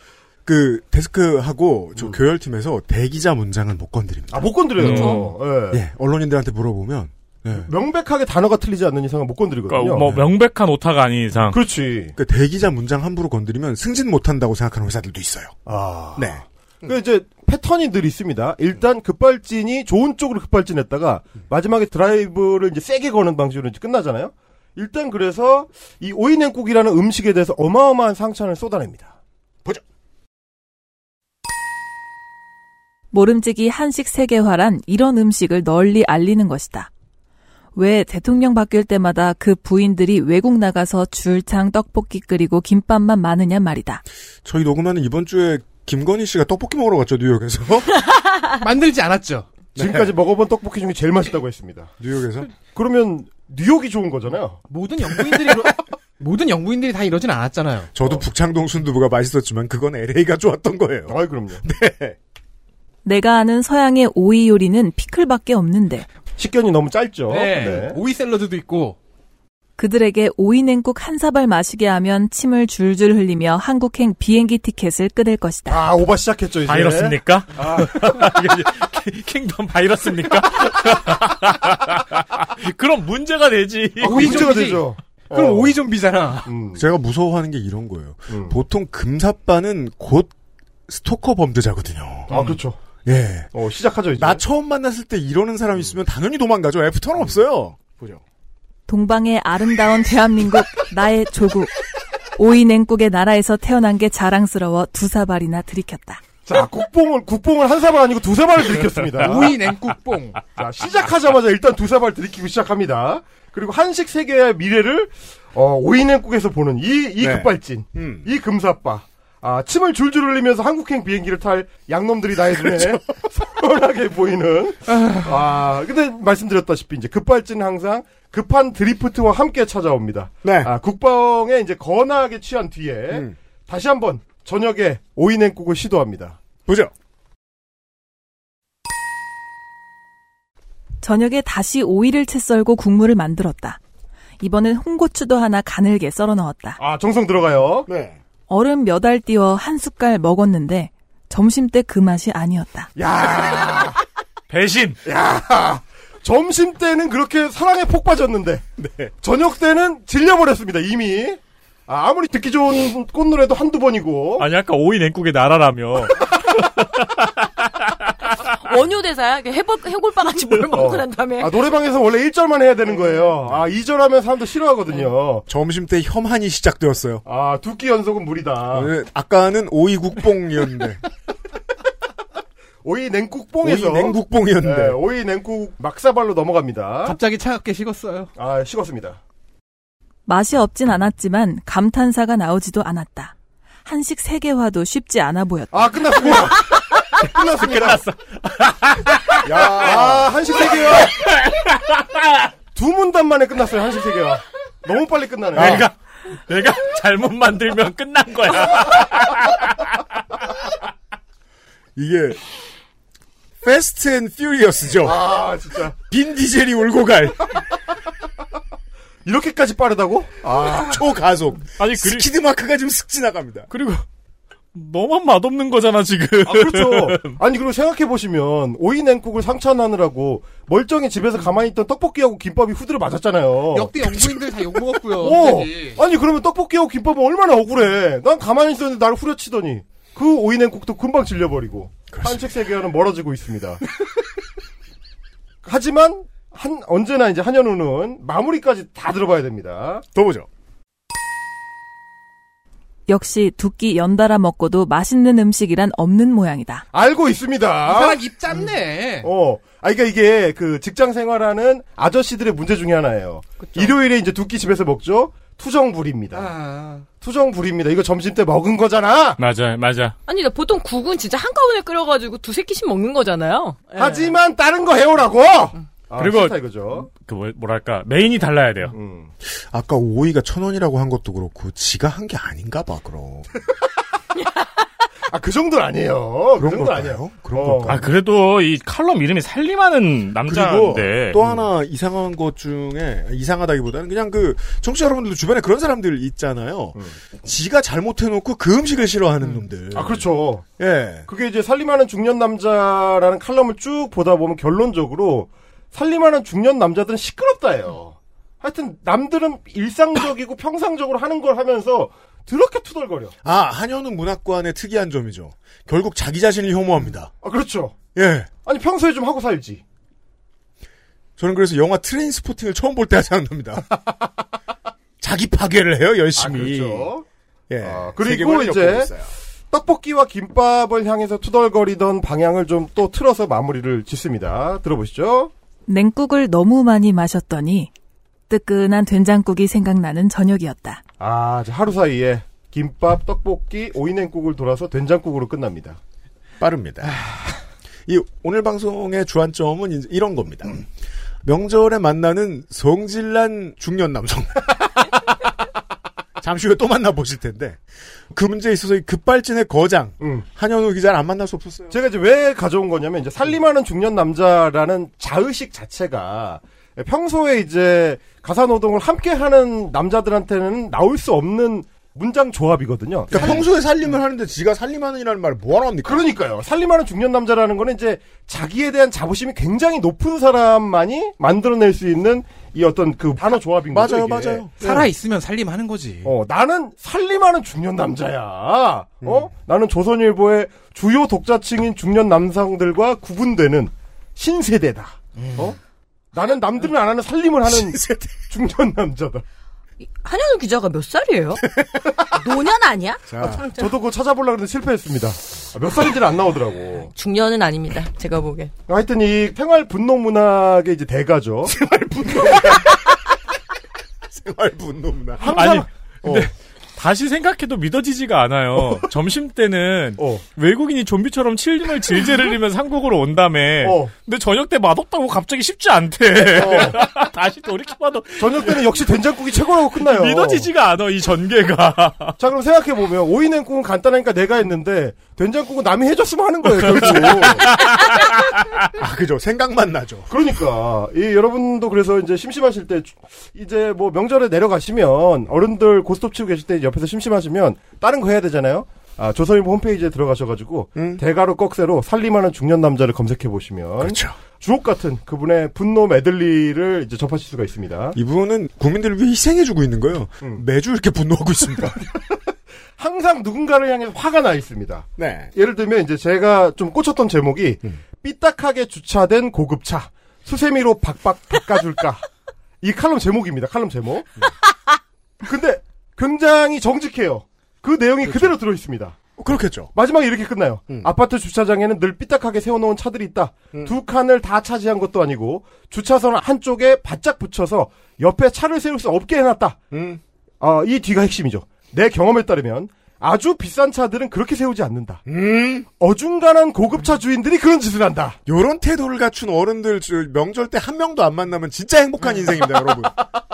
Speaker 3: 그 데스크하고 저 교열팀에서 대기자 문장은 못 건드립니다.
Speaker 8: 아, 못 건드려요.
Speaker 4: 그렇죠.
Speaker 8: 예.
Speaker 3: 예, 언론인들한테 물어보면 예.
Speaker 8: 명백하게 단어가 틀리지 않는 이상은 못 건드리거든요. 네.
Speaker 4: 그러니까 뭐 명백한 오타가 아닌 이상.
Speaker 8: 그렇지.
Speaker 3: 그 대기자 문장 함부로 건드리면 승진 못한다고 생각하는 회사들도 있어요.
Speaker 8: 아.
Speaker 3: 네.
Speaker 8: 그 이제 패턴이 늘 있습니다. 일단 급발진이 좋은 쪽으로 급발진했다가 마지막에 드라이브를 이제 세게 거는 방식으로 이제 끝나잖아요. 일단 그래서 이 오이냉국이라는 음식에 대해서 어마어마한 상찬을 쏟아냅니다.
Speaker 2: 모름지기 한식 세계화란 이런 음식을 널리 알리는 것이다. 왜 대통령 바뀔 때마다 그 부인들이 외국 나가서 줄창 떡볶이 끓이고 김밥만 많으냐 말이다.
Speaker 3: 저희 녹음하는 이번 주에 김건희 씨가 떡볶이 먹으러 갔죠, 뉴욕에서.
Speaker 5: 만들지 않았죠.
Speaker 8: 지금까지 먹어본 떡볶이 중에 제일 맛있다고 했습니다.
Speaker 3: 뉴욕에서.
Speaker 8: 그러면 뉴욕이 좋은 거잖아요.
Speaker 5: 모든 영부인들이, 이러- 모든 영부인들이 다 이러진 않았잖아요.
Speaker 8: 어.
Speaker 3: 저도 북창동 순두부가 맛있었지만 그건 LA가 좋았던 거예요.
Speaker 8: 아이 그럼요.
Speaker 2: 내가 아는 서양의 오이 요리는 피클밖에 없는데
Speaker 8: 식견이 너무
Speaker 11: 어,
Speaker 8: 짧죠.
Speaker 5: 네.
Speaker 8: 네.
Speaker 5: 오이 샐러드도 있고.
Speaker 2: 그들에게 오이냉국 한 사발 마시게 하면 침을 줄줄 흘리며 한국행 비행기 티켓을 끊을 것이다.
Speaker 8: 아 오바 시작했죠 이제.
Speaker 4: 바이러스입니까?
Speaker 8: 아,
Speaker 4: 킹- 킹덤 바이러스입니까? 그럼 문제가 되지.
Speaker 8: 아, 그 오이 문제가
Speaker 5: 좀비지.
Speaker 8: 되죠.
Speaker 5: 그럼
Speaker 8: 어.
Speaker 5: 오이 좀비잖아.
Speaker 8: 음.
Speaker 3: 제가 무서워하는 게 이런 거예요.
Speaker 8: 음.
Speaker 3: 보통 금사빠는 곧 스토커 범죄자거든요.
Speaker 8: 아 그렇죠.
Speaker 3: 예.
Speaker 8: 어 시작하죠 이제.
Speaker 3: 나 처음 만났을 때 이러는 사람 있으면 당연히 도망가죠. 애프터는 없어요.
Speaker 2: 동방의 아름다운 대한민국, 나의 조국. 오이냉국의 나라에서 태어난 게 자랑스러워 두 사발이나 들이켰다.
Speaker 8: 자 국뽕을 국뽕을 한 사발 아니고 두세 발을 들이켰습니다.
Speaker 5: 오이 냉국뽕.
Speaker 8: 자, 시작하자마자 일단 두세 발 들이키고 시작합니다. 그리고 한식 세계의 미래를 어, 오이냉국에서 보는 이, 이
Speaker 3: 네.
Speaker 8: 급발진,
Speaker 3: 음.
Speaker 8: 이 금사빠. 아, 침을 줄줄 흘리면서 한국행 비행기를 탈 양놈들이 나의 눈에 선하게 보이는. 아, 근데 말씀드렸다시피 이제 급발진은 항상 급한 드리프트와 함께 찾아옵니다.
Speaker 3: 네.
Speaker 8: 아, 국방에 이제 거나하게 취한 뒤에
Speaker 3: 음.
Speaker 8: 다시 한번 저녁에 오이냉국을 시도합니다.
Speaker 3: 보죠.
Speaker 2: 저녁에 다시 오이를 채 썰고 국물을 만들었다. 이번엔 홍고추도 하나 가늘게 썰어 넣었다.
Speaker 8: 아, 정성 들어가요.
Speaker 3: 네.
Speaker 2: 얼음 몇 알 띄워 한 숟갈 먹었는데 점심 때 그 맛이 아니었다.
Speaker 4: 배신.
Speaker 8: 점심 때는 그렇게 사랑에 폭 빠졌는데 저녁 때는 질려버렸습니다 이미 아, 무리 듣기 좋은 꽃노래도 한두 번이고 어.
Speaker 4: 아니 아까 오이 냉국의 나라라며.
Speaker 6: 원효 대사야. 해골 해골빵같이 뭘 먹고
Speaker 8: 어.
Speaker 6: 난 다음에
Speaker 8: 아, 노래방에서 원래 1절만 해야 되는 거예요 아 2절 하면 사람들 싫어하거든요
Speaker 3: 점심 때 혐한이 시작되었어요.
Speaker 8: 아 두 끼 연속은 무리다
Speaker 3: 오늘 아까는 오이국뽕이었는데
Speaker 8: 오이
Speaker 3: 오이
Speaker 8: 냉국뽕에서
Speaker 3: 냉국뽕이었는데
Speaker 8: 네, 오이 냉국 막사발로 넘어갑니다
Speaker 5: 갑자기 차갑게 식었어요.
Speaker 8: 아 식었습니다
Speaker 2: 맛이 없진 않았지만 감탄사가 나오지도 않았다. 한식 세계화도 쉽지 않아 보였다.
Speaker 8: 아 끝났습니다 끝났습니다 끝났어 야 아, 한식 세계화 두 문단 만에 끝났어요 한식 세계화 너무 빨리 끝나네
Speaker 4: 내가 내가 잘못 만들면 끝난 거야.
Speaker 3: 이게 패스트 앤 퓨리어스죠.
Speaker 8: 아 진짜
Speaker 3: 빈 디젤이 울고 갈
Speaker 8: 이렇게까지 빠르다고? 아,
Speaker 3: 초가속.
Speaker 4: 아니 그리,
Speaker 3: 스키드 마크가 지금 슥 지나갑니다.
Speaker 4: 그리고 너만 맛없는 거잖아 지금.
Speaker 8: 아 그렇죠. 아니 그리고 생각해 보시면 오이 냉국을 상찬하느라고 멀쩡히 집에서 가만히 있던 떡볶이하고 김밥이 후드를 맞았잖아요.
Speaker 5: 어. 역대 영부인들 다 욕먹었고요.
Speaker 8: 오,
Speaker 5: 갑자기.
Speaker 8: 어. 아니 그러면 떡볶이하고 김밥은 얼마나 억울해. 난 가만히 있었는데 나를 후려치더니 그 오이 냉국도 금방 질려버리고 한책 세계와는 멀어지고 있습니다. 하지만 한 언제나 이제 한현우는 마무리까지 다 들어봐야 됩니다.
Speaker 3: 더 보죠.
Speaker 2: 역시 두 끼 연달아 먹고도 맛있는 음식이란 없는 모양이다.
Speaker 8: 알고
Speaker 11: 아.
Speaker 5: 이
Speaker 8: 있습니다.
Speaker 5: 사람 입 짧네.
Speaker 8: 어. 아, 그러니까 이게 그 직장 생활하는 아저씨들의 문제 중에 하나예요. 일요일에 이제 두 끼 집에서 먹죠? 투정불입니다.
Speaker 5: 아.
Speaker 8: 투정불입니다. 이거 점심 때 먹은 거잖아!
Speaker 4: 맞아 맞아.
Speaker 6: 아니 나 보통 국은 진짜 한꺼번에 끓여가지고 두세 끼씩 먹는 거잖아요. 예.
Speaker 8: 하지만 다른 거 해오라고! 아,
Speaker 4: 그리고-
Speaker 8: 싫다 이거죠.
Speaker 4: 그 뭐- 뭐랄까 메인이 달라야 돼요.
Speaker 8: 음.
Speaker 3: 아까 오이가 천 원이라고 한 것도 그렇고 지가 한 게 아닌가 봐 그럼.
Speaker 8: 아, 그 정도는 아니에요.
Speaker 3: 그런
Speaker 8: 그 정도는
Speaker 3: 걸까요?
Speaker 8: 아니에요.
Speaker 3: 그런
Speaker 8: 어.
Speaker 3: 걸까요?
Speaker 4: 아 그래도 이 칼럼 이름이
Speaker 3: 그리고
Speaker 4: 살림하는 남자인데.
Speaker 3: 또 하나 이상한 것 중에 이상하다기보다는 그냥 그 청취자 여러분들도 주변에 그런 사람들 있잖아요. 지가 잘못해놓고 그 음식을 싫어하는 놈들.
Speaker 8: 아, 그렇죠.
Speaker 3: 예.
Speaker 8: 그게 이제 살림하는 중년 남자라는 칼럼을 쭉 보다 보면 결론적으로 살림하는 중년 남자들은 시끄럽다예요. 하여튼 남들은 일상적이고 평상적으로 하는 걸 하면서 드럽게 투덜거려.
Speaker 3: 아 한현우 문학관의 특이한 점이죠. 결국 자기 자신을 혐오합니다.
Speaker 8: 아, 그렇죠.
Speaker 3: 예.
Speaker 8: 아니 평소에 좀 하고 살지.
Speaker 3: 저는 그래서 영화 트레인스포팅을 처음 볼 때 하지 않습니다. 자기 파괴를 해요 열심히. 예.
Speaker 8: 그렇죠. 아, 그리고
Speaker 3: 세계관을
Speaker 8: 이제
Speaker 3: 엿보고 있어요.
Speaker 8: 떡볶이와 김밥을 향해서 투덜거리던 방향을 좀 또 틀어서 마무리를 짓습니다. 들어보시죠.
Speaker 2: 냉국을 너무 많이 마셨더니 뜨끈한 된장국이 생각나는 저녁이었다.
Speaker 8: 아, 이제 하루 사이에 김밥, 떡볶이, 오이냉국을 돌아서 된장국으로 끝납니다. 아.
Speaker 3: 빠릅니다. 이 오늘 방송의 주안점은 이제 이런 겁니다. 명절에 만나는 성질난 중년 남성. 잠시 후에 또 만나보실 텐데 그 문제에 있어서 이 급발진의 거장
Speaker 8: 음.
Speaker 3: 한현우 기자를 안 만날 수 없었어요.
Speaker 8: 제가 이제 왜 가져온 거냐면 이제 살림하는 중년 남자라는 자의식 자체가 평소에 이제 가사 노동을 함께 하는 남자들한테는 나올 수 없는 문장 조합이거든요.
Speaker 3: 그러니까 평소에 살림을 하는데 지가 살림하는 이라는 말을 뭐하러 합니까?
Speaker 8: 그러니까요. 살림하는 중년 남자라는 거는 이제 자기에 대한 자부심이 굉장히 높은 사람만이 만들어낼 수 있는 이 어떤 그 단어 조합인 거죠.
Speaker 3: 맞아요,
Speaker 8: 이게.
Speaker 3: 맞아요.
Speaker 5: 살아 있으면 살림하는
Speaker 4: 예.
Speaker 5: 거지.
Speaker 8: 어, 나는 살림하는 중년 남자야. 어?
Speaker 4: 음.
Speaker 8: 나는 조선일보의 주요 독자층인 중년 남성들과 구분되는 신세대다.
Speaker 4: 음.
Speaker 8: 어? 나는 남들은 안 하는 살림을 하는 중년 남자다.
Speaker 6: 한현우 기자가 몇 살이에요? 노년 아니야?
Speaker 3: 자,
Speaker 8: 저도 그거 찾아보려고 했는데 실패했습니다. 아, 몇 살인지는 안 나오더라고.
Speaker 6: 중년은 아닙니다. 제가 보기엔.
Speaker 8: 하여튼 이 생활 분노 문학의 이제 대가죠.
Speaker 3: 네, 생활 분노구나.
Speaker 8: 항상
Speaker 4: 아니, 근데 다시 생각해도 어. 믿어지지가 않아요. 점심 때는
Speaker 8: 어.
Speaker 4: 외국인이 좀비처럼 침을 질질 흘리면서 한국으로 온다며.
Speaker 8: 어.
Speaker 4: 근데 저녁 때 맛없다고 갑자기 쉽지 않대. 다시 돌이켜봐도
Speaker 8: 저녁 때는 역시 된장국이 최고라고 끝나요.
Speaker 4: 믿어지지가 않아, 이 전개가.
Speaker 8: 자 그럼 생각해 보면 오이냉국은 간단하니까 내가 했는데 된장국은 남이 해줬으면 하는 거예요 결국.
Speaker 3: 아, 그죠. 생각만 나죠.
Speaker 8: 그러니까 이 여러분도 그래서 이제 심심하실 때 주- 이제 뭐 명절에 내려가시면 어른들 고스톱 치고 계실 때 옆에서 심심하시면 다른 거 해야 되잖아요. 아 조선일보 홈페이지에 들어가셔가지고
Speaker 3: 음.
Speaker 8: 대가로 꺽쇠로 살림하는 중년 남자를 검색해 보시면 주옥 같은 그분의 분노 메들리를 이제 접하실 수가 있습니다.
Speaker 3: 이분은 국민들을 위해 희생해주고 있는 거예요. 매주 이렇게 분노하고 있습니다.
Speaker 8: 항상 누군가를 향해서 화가 나 있습니다.
Speaker 3: 네.
Speaker 8: 예를 들면 이제 제가 좀 꽂혔던 제목이 삐딱하게 주차된 고급차 수세미로 박박 닦아줄까 이 칼럼 제목입니다. 칼럼 제목. 근데 굉장히 정직해요. 그 내용이 그대로 들어 있습니다.
Speaker 3: 그렇겠죠.
Speaker 8: 마지막에 이렇게 끝나요. 아파트 주차장에는 늘 삐딱하게 세워놓은 차들이 있다. 두 칸을 다 차지한 것도 아니고 주차선 한쪽에 바짝 붙여서 옆에 차를 세울 수 없게 해놨다. 아, 이 뒤가 핵심이죠. 내 경험에 따르면 아주 비싼 차들은 그렇게 세우지 않는다. 어중간한 고급차 주인들이 그런 짓을 한다.
Speaker 3: 요런 태도를 갖춘 어른들 저 명절 때 한 명도 안 만나면 진짜 행복한 인생입니다, 여러분.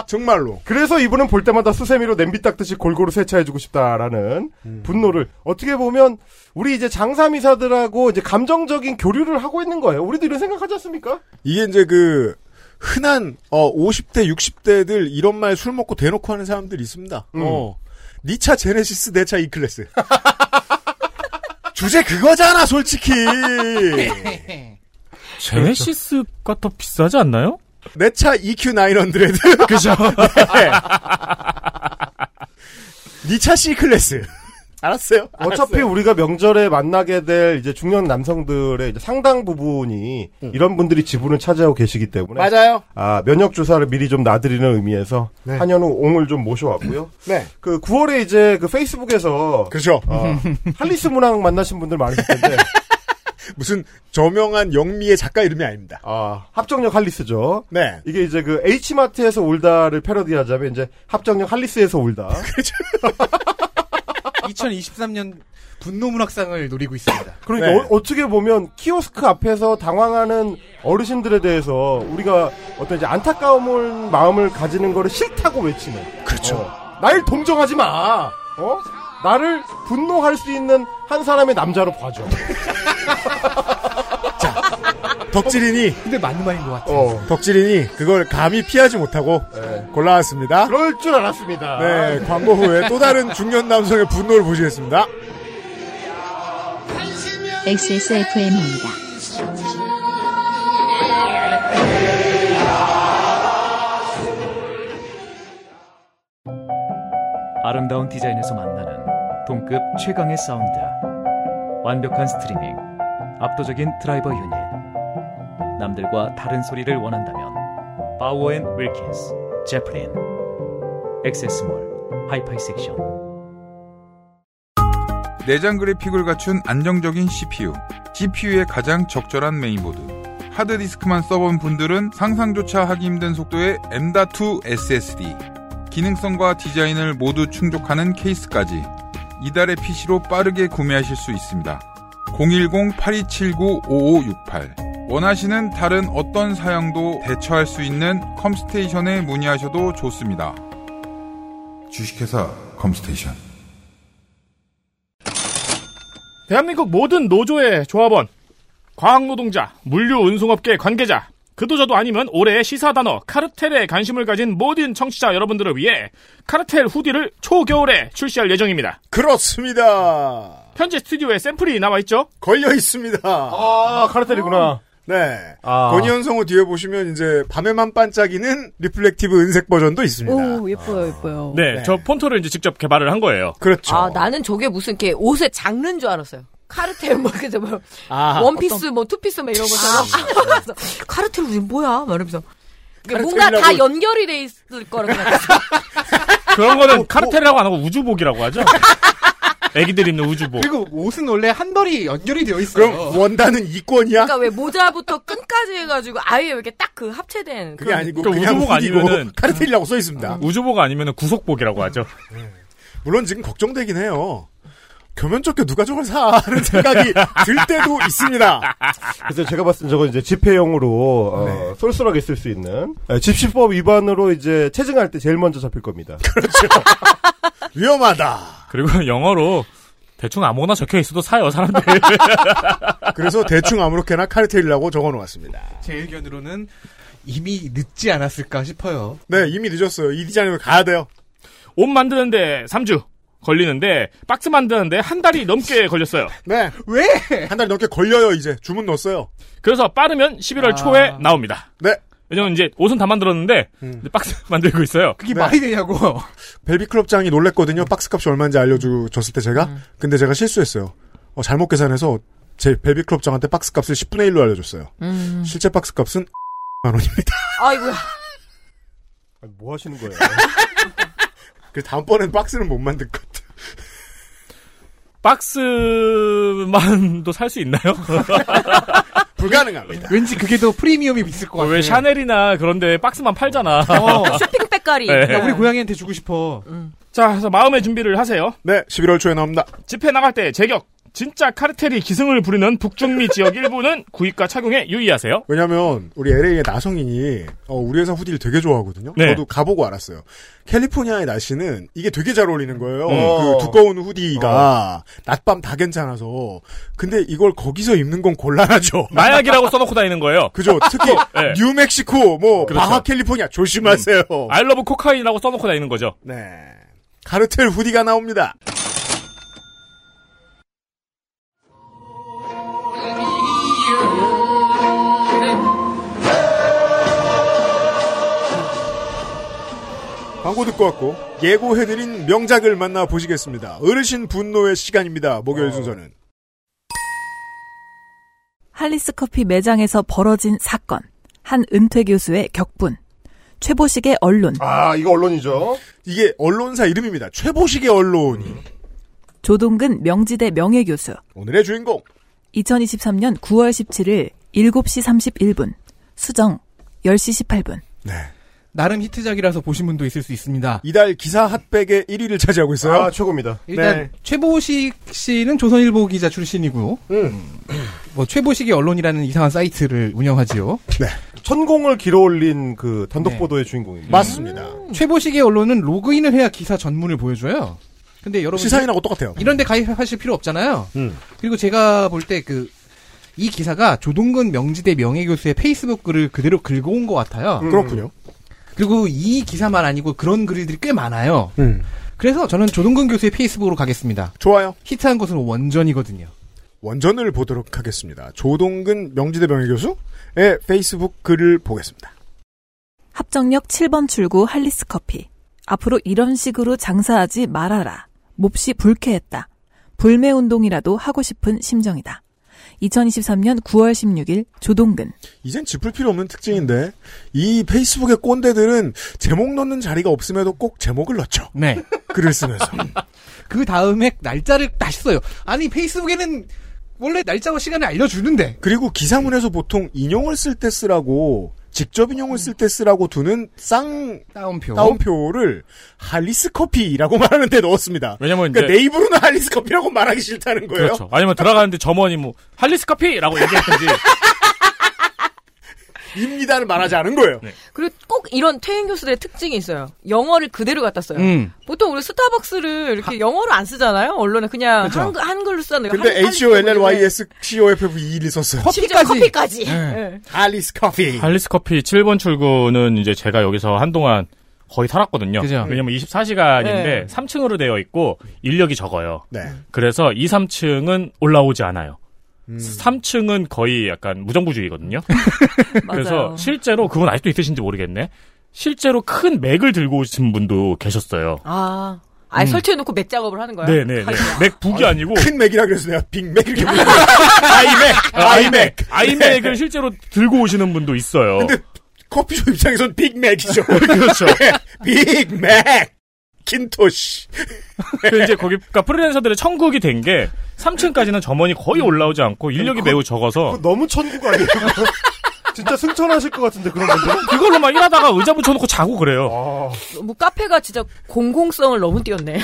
Speaker 3: 정말로.
Speaker 8: 그래서 이분은 볼 때마다 수세미로 냄비 닦듯이 골고루 세차해주고 싶다라는 분노를 어떻게 보면 우리 이제 장사미사들하고 이제 감정적인 교류를 하고 있는 거예요. 우리도 이런 생각하지 않습니까?
Speaker 3: 이게 이제 그 흔한 어 50대 60대들 이런 말 술 먹고 대놓고 하는 사람들 있습니다. 어. 니차 제네시스 내 차 이클래스. 주제 그거잖아 솔직히
Speaker 4: 제네시스가 더 비싸지 않나요?
Speaker 3: 내 차 E EQ 900 그죠? 네. 니차 C 클래스 알았어요.
Speaker 8: 어차피 우리가 명절에 만나게 될 이제 중년 남성들의 이제 상당 부분이 이런 분들이 지분을 차지하고 계시기 때문에
Speaker 3: 맞아요.
Speaker 8: 아, 면역 주사를 미리 좀 놔드리는 의미에서
Speaker 3: 네.
Speaker 8: 한현우 옹을 좀 모셔왔고요.
Speaker 3: 네
Speaker 8: 그 9월에 이제 그 페이스북에서
Speaker 3: 그죠. 어.
Speaker 8: 아, 할리스 문학 만나신 분들 많으실 텐데
Speaker 3: 무슨 저명한 영미의 작가 이름이 아닙니다.
Speaker 8: 아, 합정역 할리스죠.
Speaker 3: 네.
Speaker 8: 이게 이제 그 H마트에서 올다를 패러디하자면 이제 합정역 할리스에서 올다.
Speaker 5: 2023년 분노 문학상을 노리고 있습니다.
Speaker 8: 그러니까
Speaker 3: 네.
Speaker 8: 어, 어떻게 보면 키오스크 앞에서 당황하는 어르신들에 대해서 우리가 어떤 이제 안타까운 마음을 가지는 거를 싫다고 외치는.
Speaker 3: 그렇죠.
Speaker 8: 어, 날 동정하지 마. 어? 나를 분노할 수 있는 한 사람의 남자로 봐줘.
Speaker 3: 덕질이니
Speaker 5: 근데 맞는 말인 것 같아.
Speaker 8: 어.
Speaker 3: 덕질이니 그걸 감히 피하지 못하고
Speaker 6: 네.
Speaker 3: 골라왔습니다.
Speaker 8: 그럴 줄 알았습니다.
Speaker 3: 네, 광고 후에 또 다른 중년 남성의 분노를 보시겠습니다.
Speaker 9: XSFM입니다.
Speaker 10: 아름다운 디자인에서 만나는 동급 최강의 사운드 완벽한 스트리밍 압도적인 드라이버 유닛 남들과 다른 소리를 원한다면 바우어 앤 윌킨스 제프린 엑세스몰 하이파이 섹션
Speaker 11: 내장 그래픽을 갖춘 안정적인 CPU, GPU의 가장 적절한 메인보드. 하드디스크만 써본 분들은 상상조차 하기 힘든 속도의 M.2 SSD. 기능성과 디자인을 모두 충족하는 케이스까지 이달의 PC로 빠르게 구매하실 수 있습니다. 010-8279-5568. 원하시는 다른 어떤 사양도 대처할 수 있는 컴스테이션에 문의하셔도 좋습니다. 주식회사 컴스테이션
Speaker 12: 대한민국 모든 노조의 조합원, 과학노동자, 물류운송업계 관계자, 그도저도 아니면 올해의 시사 단어 카르텔에 관심을 가진 모든 청취자 여러분들을 위해 카르텔 후디를 초겨울에 출시할 예정입니다.
Speaker 3: 그렇습니다.
Speaker 12: 현재 스튜디오에 샘플이 나와 있죠?
Speaker 3: 걸려 있습니다. 아,
Speaker 8: 카르텔이구나.
Speaker 3: 네. 권희연성우 뒤에 보시면 이제 밤에만 반짝이는 리플렉티브 은색 버전도 있습니다.
Speaker 6: 오 예뻐요 예뻐요.
Speaker 12: 네, 저 폰토를 이제 직접 개발을 한 거예요.
Speaker 3: 그렇죠.
Speaker 6: 아 나는 저게 무슨 이렇게 옷의 장르인 줄 알았어요. 카르텔 뭐 이렇게 뭐
Speaker 12: 아하.
Speaker 6: 원피스 뭐 투피스 뭐 이런 거처럼 그래서 카르텔 우리 뭐야? 말하면서 그러니까 뭔가 다
Speaker 4: 카르텔이라고-
Speaker 6: 연결이 돼 있을 거라고 생각했어요.
Speaker 4: 그런 거는 카르텔이라고 안 하고 우주복이라고 하죠. 애기들 입는 우주복.
Speaker 5: 그리고 옷은 원래 한 벌이 연결이 되어 있어요.
Speaker 3: 그럼 원단은 이권이야?
Speaker 6: 그러니까 왜 모자부터 끈까지 해가지고 아예 이렇게 딱 그 합체된
Speaker 3: 그게
Speaker 6: 그런
Speaker 3: 아니고
Speaker 6: 느낌.
Speaker 3: 그냥
Speaker 4: 그러니까 우주복
Speaker 3: 후디고
Speaker 4: 아니면은- 음.
Speaker 3: 카르텔이라고 써 있습니다.
Speaker 4: 우주복 아니면 구속복이라고 하죠.
Speaker 3: 물론 지금 걱정되긴 해요. 교면 쫓겨 누가 저걸 사? 하는 생각이 들 때도 있습니다.
Speaker 8: 그래서 제가 봤을 때 저건 이제 집회용으로 어, 쏠쏠하게 쓸 수 있는 예, 집시법 위반으로 이제 체증할 때 제일 먼저 잡힐 겁니다.
Speaker 3: 위험하다.
Speaker 4: 그리고 영어로 대충 아무거나 적혀 있어도 사요 사람들.
Speaker 3: 그래서 대충 아무렇게나 카르텔이라고 적어 놓았습니다.
Speaker 5: 제 의견으로는 이미 늦지 않았을까 싶어요.
Speaker 3: 네, 이미 늦었어요. 이 디자인으로 가야 돼요.
Speaker 12: 옷 만드는데 3주 걸리는데 박스 만드는데 한 달이 넘게 걸렸어요.
Speaker 3: 네.
Speaker 5: 왜?
Speaker 3: 한 달 넘게 걸려요, 이제. 주문 넣었어요.
Speaker 12: 그래서 빠르면 11월 초에 나옵니다.
Speaker 3: 네.
Speaker 12: 왜냐면 이제 옷은 다 만들었는데 이제 박스 만들고 있어요.
Speaker 5: 그게 말이 되냐고.
Speaker 3: 벨비클럽장이 놀랬거든요. 박스값이 얼마인지 알려줬을 때 제가. 근데 제가 실수했어요. 어, 잘못 계산해서 제 벨비클럽장한테 박스값을 10분의 1로 알려줬어요.
Speaker 6: 음.
Speaker 3: 실제 박스값은 만 원입니다.
Speaker 6: 아이고야.
Speaker 8: 뭐 하시는 거예요?
Speaker 3: 그 다음번엔 박스는 못 만들 것 같아요.
Speaker 4: 박스만도 살 수 있나요?
Speaker 3: 불가능합니다.
Speaker 5: 왠지 그게 더 프리미엄이 있을 것 같아.
Speaker 4: 어, 왜 샤넬이나 그런데 박스만 팔잖아.
Speaker 6: 쇼핑백가리.
Speaker 4: 네.
Speaker 5: 야, 우리 고양이한테 주고 싶어.
Speaker 12: 자, 그래서 마음의 준비를 하세요.
Speaker 3: 네, 11월 초에 나옵니다.
Speaker 12: 집회 나갈 때 제격. 진짜 카르텔이 기승을 부리는 북중미 지역 일부는 구입과 착용에 유의하세요.
Speaker 3: 왜냐면 우리 LA의 나성인이 어, 우리 회사 후디를 되게 좋아하거든요.
Speaker 12: 네.
Speaker 3: 저도 가보고 알았어요. 캘리포니아의 날씨는 이게 되게 잘 어울리는 거예요.
Speaker 8: 음.
Speaker 3: 그 두꺼운 후디가 낮밤 다 괜찮아서 근데 이걸 거기서 입는 건 곤란하죠.
Speaker 12: 마약이라고 써놓고 다니는 거예요.
Speaker 3: 그죠. 특히
Speaker 12: 네.
Speaker 3: 뉴멕시코, 뭐
Speaker 12: 그렇죠. 음.
Speaker 3: 바하 캘리포니아 조심하세요.
Speaker 12: 알러브 코카인이라고 써놓고 다니는 거죠.
Speaker 3: 네. 카르텔 후디가 나옵니다. 광고 듣고 왔고 예고해드린 명작을 만나 보시겠습니다. 어르신 분노의 시간입니다. 목요일 순서는
Speaker 2: 할리스 커피 매장에서 벌어진 사건. 한 은퇴 교수의 격분. 최보식의 언론.
Speaker 8: 아 이거 언론이죠.
Speaker 3: 이게 언론사 이름입니다. 최보식의 언론이
Speaker 2: 조동근 명지대 명예교수.
Speaker 3: 오늘의 주인공
Speaker 2: 2023년 9월 17일 7시 31분. 수정 10시 18분.
Speaker 3: 네.
Speaker 5: 나름 히트작이라서 보신 분도 있을 수 있습니다.
Speaker 3: 이달 기사 핫백의 1위를 차지하고 있어요.
Speaker 8: 아 최고입니다.
Speaker 5: 일단
Speaker 3: 네.
Speaker 5: 최보식 씨는 조선일보 기자 출신이고 뭐 최보식이 언론이라는 이상한 사이트를 운영하지요.
Speaker 3: 네.
Speaker 8: 천공을 길어올린 그 단독 보도의 주인공입니다.
Speaker 3: 맞습니다.
Speaker 5: 음. 최보식의 언론은 로그인을 해야 기사 전문을 보여줘요. 근데 여러분
Speaker 3: 시사인하고 똑같아요.
Speaker 5: 이런데 가입하실 필요 없잖아요.
Speaker 3: 음.
Speaker 5: 그리고 제가 볼 때 그 이 기사가 조동근 명지대 명예교수의 페이스북 글을 그대로 긁어온 것 같아요.
Speaker 3: 음.
Speaker 4: 음.
Speaker 3: 그렇군요.
Speaker 5: 그리고 이 기사만 아니고 그런 글들이 꽤 많아요.
Speaker 3: 음.
Speaker 5: 그래서 저는 조동근 교수의 페이스북으로 가겠습니다.
Speaker 3: 좋아요.
Speaker 5: 히트한 것은 원전이거든요.
Speaker 3: 원전을 보도록 하겠습니다. 조동근 명지대 명예교수의 페이스북 글을 보겠습니다.
Speaker 2: 합정역 7번 출구 할리스 커피. 앞으로 이런 식으로 장사하지 말아라. 몹시 불쾌했다. 불매 운동이라도 하고 싶은 심정이다. 2023년 9월 16일 조동근.
Speaker 3: 이젠 짚을 필요 없는 특징인데 이 페이스북의 꼰대들은 제목 넣는 자리가 없음에도 꼭 제목을 넣죠.
Speaker 5: 네.
Speaker 3: 글을 쓰면서
Speaker 5: 그 다음에 날짜를 다시 써요. 아니 페이스북에는 원래 날짜와 시간을 알려주는데
Speaker 3: 그리고 기사문에서 보통 인용을 쓸 때 쓰라고 직접 인용을 쓸 때 쓰라고 두는 쌍
Speaker 5: 다운표.
Speaker 3: 다운표를 할리스 커피라고 말하는데 넣었습니다.
Speaker 12: 왜냐면 이제
Speaker 3: 그러니까 내 입으로는 할리스 커피라고 말하기 싫다는 거예요.
Speaker 4: 그렇죠.
Speaker 12: 그렇죠. 아니면 들어가는데 점원이 뭐 할리스 커피라고 얘기했든지
Speaker 3: 입니다를 말하지 않은 거예요.
Speaker 6: 그리고 꼭 이런 퇴임 교수들의 특징이 있어요. 영어를 그대로 갖다 써요.
Speaker 3: 음.
Speaker 6: 보통 우리 스타벅스를 이렇게 영어로 안 쓰잖아요. 언론에 그냥
Speaker 3: 그쵸.
Speaker 6: 한글, 한글로 쓰는 거.
Speaker 3: 근데
Speaker 6: 그러니까 한-
Speaker 3: H O L L Y E S C O F F 2 1이 썼어요.
Speaker 6: 심지어 커피까지. 예.
Speaker 3: 할리스 커피.
Speaker 4: 할리스 커피 7번 출구는 이제 제가 여기서 한동안 거의 살았거든요.
Speaker 13: 그죠.
Speaker 4: 왜냐면 24시간인데
Speaker 13: 네.
Speaker 4: 3층으로 되어 있고 인력이 적어요.
Speaker 3: 네.
Speaker 4: 그래서 2, 3층은 올라오지 않아요. 3층은 거의 약간 무정부주의거든요. 그래서 실제로 그건 아직도 있으신지 모르겠네. 실제로 큰 맥을 들고 오신 분도 계셨어요.
Speaker 6: 아, 아예
Speaker 4: 음.
Speaker 6: 설치해놓고 맥 작업을 하는 거예요.
Speaker 4: 네네네. 맥북이 아니고
Speaker 3: 큰 맥이라 그래서 내가 빅맥 이렇게 부르는
Speaker 4: 아이맥, 아이맥,
Speaker 3: 아이맥.
Speaker 4: 아이맥을 실제로 들고 오시는 분도 있어요.
Speaker 3: 근데 커피숍 입장에선 빅맥이죠. 네.
Speaker 4: 그렇죠.
Speaker 3: 빅맥. 킨토시.
Speaker 4: 그 이제 거기 그러니까 프리랜서들의 천국이 된 게 3층까지는 점원이 거의 올라오지 않고 인력이 매우 적어서
Speaker 8: 너무 천국 아니에요? 진짜 승천하실 것 같은데 그런 분들?
Speaker 4: 그걸로 막 일하다가 의자 붙여놓고 자고 그래요.
Speaker 6: 뭐 카페가 진짜 공공성을 너무 뛰었네.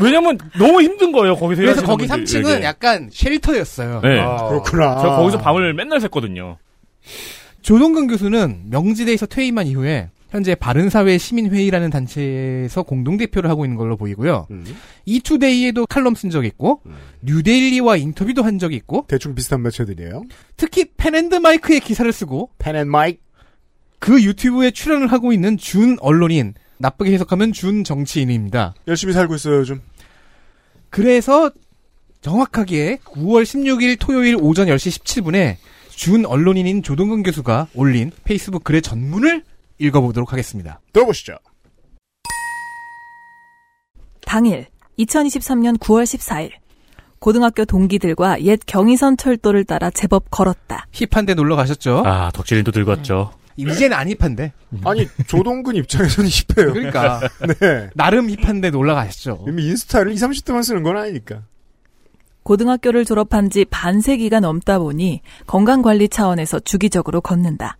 Speaker 4: 왜냐면 너무 힘든 거예요 거기서.
Speaker 5: 그래서
Speaker 4: 일하시는
Speaker 5: 거기
Speaker 4: 분들에게.
Speaker 5: 3층은 약간 쉘터였어요.
Speaker 4: 네.
Speaker 3: 아, 그렇구나.
Speaker 4: 저 거기서 밤을 맨날 샜거든요.
Speaker 5: 조동근 교수는 명지대에서 퇴임한 이후에 현재 바른사회 시민회의라는 단체에서 공동대표를 하고 있는 걸로 보이고요. 이투데이에도 칼럼 쓴 적이 있고 뉴데일리와 인터뷰도 한 적이 있고
Speaker 3: 대충 비슷한 매체들이에요.
Speaker 5: 특히 펜앤드마이크의 기사를 쓰고
Speaker 3: 펜앤마이크
Speaker 5: 그 유튜브에 출연을 하고 있는 준 언론인 나쁘게 해석하면 준 정치인입니다.
Speaker 3: 열심히 살고 있어요 요즘.
Speaker 5: 그래서 정확하게 9월 16일 토요일 오전 10시 17분에 준 언론인인 조동근 교수가 올린 페이스북 글의 전문을 읽어보도록 하겠습니다.
Speaker 3: 들어보시죠.
Speaker 2: 당일 2023년 9월 14일 고등학교 동기들과 옛 경의선 철도를 따라 제법 걸었다.
Speaker 5: 힙한데 놀러 가셨죠?
Speaker 4: 아 덕질인도 들고 왔죠.
Speaker 5: 이제는 안 힙한데.
Speaker 3: 아니 조동근 입장에서는 힙해요.
Speaker 5: 그러니까.
Speaker 3: 네. 어,
Speaker 5: 나름 힙한데 놀러 가셨죠.
Speaker 3: 이미 인스타를 20, 30대만 쓰는 건 아니니까.
Speaker 2: 고등학교를 졸업한 지 반세기가 넘다 보니 건강관리 차원에서 주기적으로 걷는다.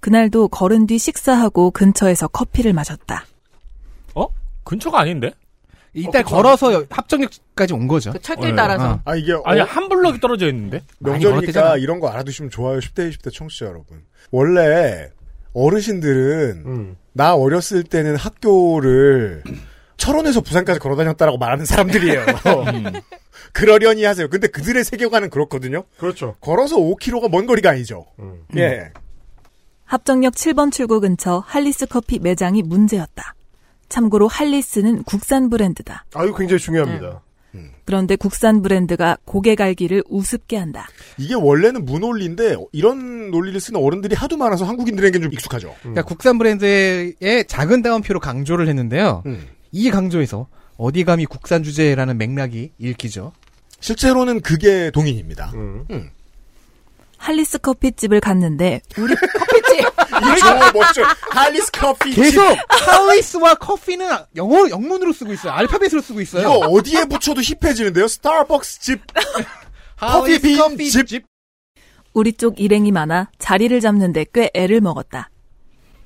Speaker 2: 그날도 걸은 뒤 식사하고 근처에서 커피를 마셨다.
Speaker 4: 어? 근처가 아닌데?
Speaker 5: 이따 걸어서 합정역까지 온 거죠.
Speaker 4: 철길 따라서.
Speaker 3: 아 이게
Speaker 4: 아니 한 블럭이 떨어져 있는데
Speaker 3: 명절이니까 이런 거 알아두시면 좋아요. 10대, 20대 청취자 여러분. 원래 어르신들은 나 어렸을 때는 학교를 철원에서 부산까지 걸어 다녔다라고 말하는 사람들이에요. 그러려니 하세요. 근데 그들의 세계관은 그렇거든요.
Speaker 8: 그렇죠.
Speaker 3: 걸어서 5km가 먼 거리가 아니죠. 예.
Speaker 2: 합정역 7번 출구 근처 할리스 커피 매장이 문제였다. 참고로 할리스는 국산 브랜드다.
Speaker 8: 아유 굉장히 중요합니다.
Speaker 2: 그런데 국산 브랜드가 고개 갈기를 우습게 한다.
Speaker 3: 이게 원래는 무논리인데 이런 논리를 쓰는 어른들이 하도 많아서 한국인들에게는 좀 익숙하죠.
Speaker 5: 그러니까 국산 브랜드의 작은 따옴표로 강조를 했는데요.
Speaker 3: 음.
Speaker 5: 이 강조에서 어디 감히 국산 주제라는 맥락이 읽히죠.
Speaker 3: 실제로는 그게 동인입니다.
Speaker 2: 할리스 커피집을 갔는데 우리
Speaker 3: 이거 멋져. 할리스 커피.
Speaker 5: 계속 할리스와 커피는 영어 영문으로 쓰고 있어요. 알파벳으로 쓰고 있어요.
Speaker 3: 이거 어디에 붙여도 힙해지는데요? 스타벅스 집. 아, 커피빈 집.
Speaker 2: 우리 쪽 일행이 많아 자리를 잡는데 꽤 애를 먹었다.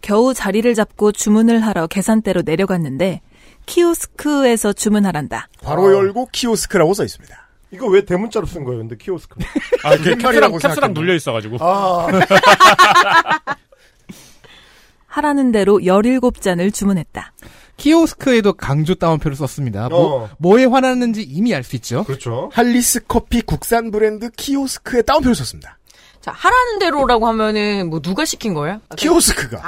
Speaker 2: 겨우 자리를 잡고 주문을 하러 계산대로 내려갔는데 키오스크에서 주문하란다.
Speaker 3: 괄호 열고 키오스크라고 써 있습니다.
Speaker 8: 이거 왜 대문자로 쓴 거예요? 근데 키오스크.
Speaker 4: 아, 그 캡슐랑,
Speaker 8: 캡슐이라고
Speaker 4: 캡슐랑
Speaker 8: 생각했네.
Speaker 4: 눌려 있어가지고.
Speaker 8: 아.
Speaker 2: 하라는 대로 17잔을 주문했다.
Speaker 5: 키오스크에도 강조 따옴표를 썼습니다. 뭐,
Speaker 3: 어.
Speaker 5: 뭐에 화났는지 이미 알 수 있죠.
Speaker 8: 그렇죠.
Speaker 3: 할리스 커피 국산 브랜드 키오스크에 다운표를 썼습니다.
Speaker 6: 자, 하라는 대로라고 하면은 뭐 누가 시킨 거예요?
Speaker 3: 아, 그 키오스크가.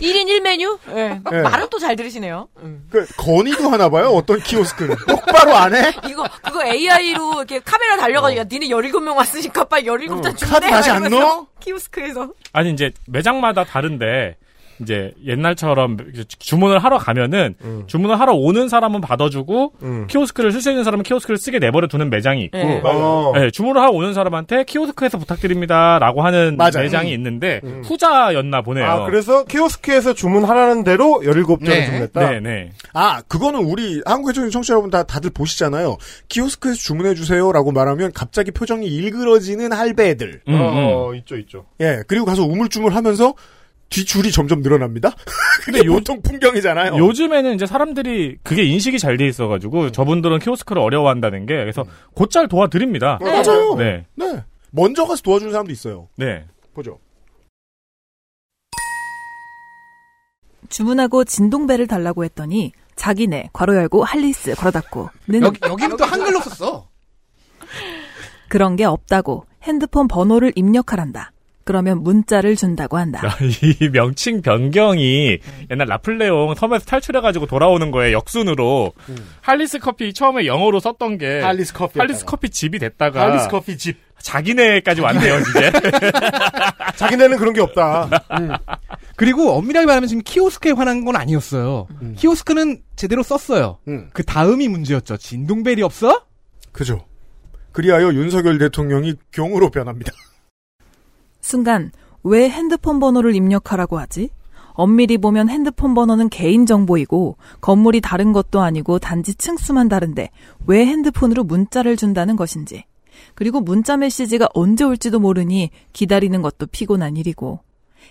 Speaker 6: 1인 1메뉴? 예.
Speaker 3: 예.
Speaker 6: 말은 또 잘 들으시네요. 음.
Speaker 3: 그 건의도 하나 봐요. 어떤 키오스크는 똑바로 안 해.
Speaker 6: 이거, 그거 AI로 이렇게 카메라 달려가지고, 야, 니네 17명 왔으니까 빨리 17잔 주문해.
Speaker 3: 어. 카드 다시 안
Speaker 6: 이러면서
Speaker 3: 넣어?
Speaker 6: 키오스크에서.
Speaker 4: 아니 이제 매장마다 다른데 이제 옛날처럼 이제 주문을 하러 가면은
Speaker 8: 음.
Speaker 4: 주문을 하러 오는 사람은 받아주고 키오스크를 쓸 수 있는 사람은 키오스크를 쓰게 내버려 두는 매장이 있고
Speaker 8: 네.
Speaker 13: 예.
Speaker 8: 어, 맞아요.
Speaker 4: 예, 주문을 하러 오는 사람한테 키오스크에서 부탁드립니다라고 하는
Speaker 8: 맞아요.
Speaker 4: 매장이
Speaker 8: 음.
Speaker 4: 있는데 후자였나 보네요.
Speaker 8: 아, 그래서 키오스크에서 주문하라는 대로 17잔을
Speaker 4: 네.
Speaker 8: 주문했다?
Speaker 4: 네, 네.
Speaker 3: 아, 그거는 우리 한국의 전 청취자 여러분 다 다들 보시잖아요. 키오스크에서 주문해 주세요라고 말하면 갑자기 표정이 일그러지는 할배들.
Speaker 8: 음, 어, 있죠, 있죠.
Speaker 3: 예, 그리고 가서 우물쭈물하면서 뒤줄이 점점 늘어납니다. 근데 보통
Speaker 8: 어.
Speaker 3: 풍경이잖아요.
Speaker 4: 요즘에는 이제 사람들이 그게 인식이 잘 돼
Speaker 8: 음.
Speaker 4: 있어가지고 저분들은 키오스크를 어려워한다는 게 그래서 곧잘 도와드립니다.
Speaker 8: 어.
Speaker 3: 맞아요.
Speaker 4: 네.
Speaker 3: 네. 먼저 가서 도와주는 사람도 있어요.
Speaker 4: 네.
Speaker 3: 보죠.
Speaker 2: 주문하고 진동배를 달라고 했더니 자기네 괄호 열고 할리스 걸어 닫고 는
Speaker 5: 여기, 여기는 또 한글로 썼어.
Speaker 2: 그런 게 없다고 핸드폰 번호를 입력하란다. 그러면 문자를 준다고 한다.
Speaker 4: 이 명칭 변경이 옛날 나플레옹 섬에서 탈출해가지고 돌아오는 거에 역순으로 할리스 커피 처음에 영어로 썼던 게 네. 할리스 아. 커피 집이 됐다가
Speaker 8: 할리스 커피
Speaker 4: 집 자기네까지 왔네요 이제
Speaker 8: 자기네는 그런 게 없다.
Speaker 5: 그리고 엄밀하게 말하면 지금 키오스크에 화난 건 아니었어요.
Speaker 4: 음.
Speaker 5: 키오스크는 제대로 썼어요. 그 다음이 문제였죠. 진동벨이 없어?
Speaker 3: 그죠. 그리하여 윤석열 대통령이 경으로 변합니다.
Speaker 2: 순간 왜 핸드폰 번호를 입력하라고 하지? 엄밀히 보면 핸드폰 번호는 개인정보이고 건물이 다른 것도 아니고 단지 층수만 다른데 왜 핸드폰으로 문자를 준다는 것인지 그리고 문자 메시지가 언제 올지도 모르니 기다리는 것도 피곤한 일이고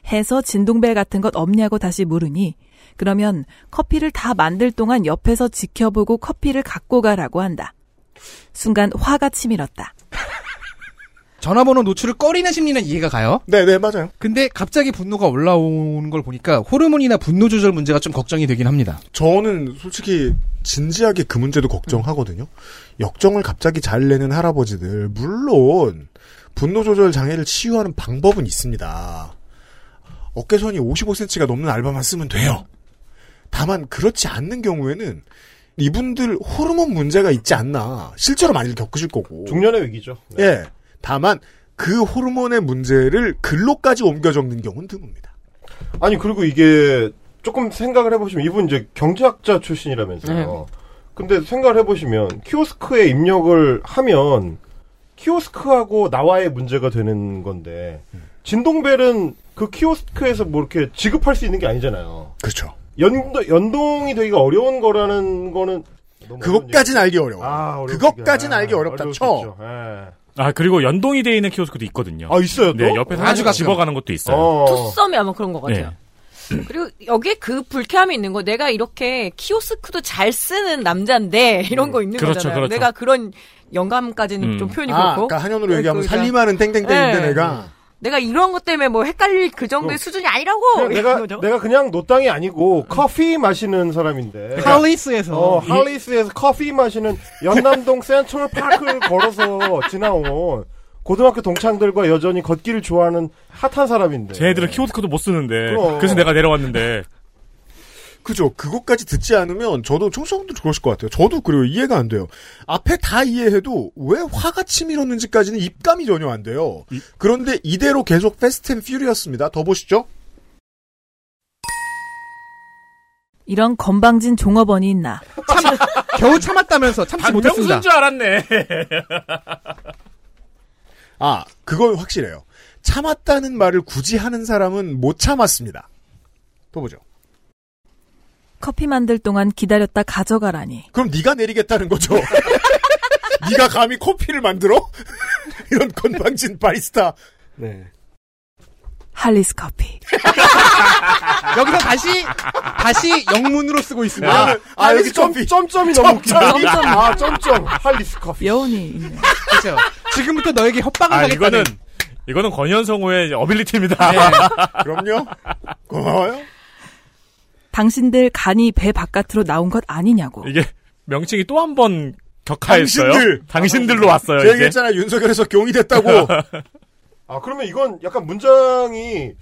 Speaker 2: 해서 진동벨 같은 것 없냐고 다시 물으니 그러면 커피를 다 만들 동안 옆에서 지켜보고 커피를 갖고 가라고 한다. 순간 화가 치밀었다.
Speaker 5: 전화번호 노출을 꺼리는 심리는 이해가 가요.
Speaker 3: 네, 네, 맞아요.
Speaker 5: 근데 갑자기 분노가 올라오는 걸 보니까 호르몬이나 분노 조절 문제가 좀 걱정이 되긴 합니다.
Speaker 3: 저는 솔직히 진지하게 그 문제도 걱정하거든요. 역정을 갑자기 잘 내는 할아버지들 물론 분노 조절 장애를 치유하는 방법은 있습니다. 어깨선이 55cm가 넘는 알바만 쓰면 돼요. 다만 그렇지 않는 경우에는 이분들 호르몬 문제가 있지 않나 실제로 많이 겪으실 거고
Speaker 8: 중년의 위기죠.
Speaker 3: 예. 다만 그 호르몬의 문제를 글로까지 옮겨 적는 경우는 드뭅니다.
Speaker 8: 아니 그리고 이게 조금 생각을 해보시면 이분 이제 경제학자 출신이라면서요.
Speaker 6: 네.
Speaker 8: 근데 생각을 해보시면 키오스크에 입력을 하면 키오스크하고 나와의 문제가 되는 건데 진동벨은 그 키오스크에서 뭐 이렇게 지급할 수 있는 게 아니잖아요.
Speaker 3: 그렇죠.
Speaker 8: 연 연동이 되기가 어려운 거라는 거는
Speaker 3: 그것까진 알기 아, 어려워.
Speaker 8: 요 아,
Speaker 3: 그것까진 알기 어렵다. 쳐.
Speaker 8: 예.
Speaker 4: 아 그리고 연동이 돼 있는 키오스크도 있거든요.
Speaker 8: 아 있어요.
Speaker 4: 네 옆에서
Speaker 6: 아주 어,
Speaker 4: 하나씩
Speaker 6: 가끔.
Speaker 4: 집어가는 것도 있어요.
Speaker 6: 투썸이 아마 그런 것 같아요.
Speaker 4: 네.
Speaker 3: 예.
Speaker 6: 그리고 여기에 그 불쾌함이 있는 거 내가 이렇게 키오스크도 잘 쓰는 남자인데 이런 거 있는
Speaker 3: 그렇죠,
Speaker 6: 거잖아요.
Speaker 3: 그렇죠.
Speaker 6: 내가 그런 영감까지는
Speaker 3: 음.
Speaker 6: 좀 표현이
Speaker 3: 아,
Speaker 6: 그렇고.
Speaker 3: 아까 한현으로 얘기하면
Speaker 6: 그러니까
Speaker 3: 살림하는 땡땡땡인데
Speaker 6: 네.
Speaker 3: 내가.
Speaker 6: 내가 이런 것 때문에 뭐 헷갈릴 그
Speaker 3: 어.
Speaker 6: 정도의 어,
Speaker 8: 그럼.
Speaker 6: 수준이 아니라고.
Speaker 8: 그냥 내가 내가 그냥 노땅이 아니고 커피 마시는 사람인데
Speaker 4: 그러니까
Speaker 5: 할리스에서.
Speaker 8: 어, 할리스에서 커피 마시는 연남동 센트럴 파크를 걸어서 지나온 고등학교 동창들과 여전히 걷기를 좋아하는 핫한 사람인데
Speaker 4: 쟤네들은 키오스크도 못 쓰는데
Speaker 8: 그럼.
Speaker 4: 그래서 내가 내려왔는데
Speaker 3: 그죠. 그것까지 듣지 않으면 저도 청소년들 그러실 것 같아요. 저도 그래요. 이해가 안 돼요. 앞에 다 이해해도 왜 화가 치밀었는지까지는 입감이 전혀 안 돼요. 그런데 이대로 계속 패스트 앤 퓨리였습니다. 더 보시죠.
Speaker 2: 이런 건방진 종업원이 있나.
Speaker 5: 겨우 참았다면서 참지
Speaker 4: 명수인 줄 알았네.
Speaker 3: 아, 그건 확실해요. 참았다는 말을 굳이 하는 사람은 못 참았습니다. 더 보죠.
Speaker 2: 커피 만들 동안 기다렸다 가져가라니.
Speaker 3: 그럼 네가 내리겠다는 거죠. 네가 감히 커피를 만들어? 이런 건방진 바리스타. 네.
Speaker 2: 할리스 커피.
Speaker 5: 여기서 다시 다시 영문으로 쓰고 있습니다.
Speaker 8: 아, 아, 여기 점, 점점이 너무 웃기다.
Speaker 5: 점점이.
Speaker 8: 아, 점점. 할리스 커피.
Speaker 2: 여운이
Speaker 5: 그렇죠. 지금부터 너에게 협박을
Speaker 4: 아
Speaker 5: 하겠다는
Speaker 4: 이거는 이거는 권현성우의 어빌리티입니다.
Speaker 3: 그럼요. 고마워요.
Speaker 2: 당신들 간이 배 바깥으로 나온 것 아니냐고.
Speaker 4: 이게 명칭이 또 한 번 격하했어요.
Speaker 3: 당신들.
Speaker 4: 당신들로 왔어요.
Speaker 3: 제가
Speaker 4: 이게.
Speaker 3: 얘기했잖아. 윤석열에서 경이 됐다고.
Speaker 8: 아, 그러면 이건 약간 문장이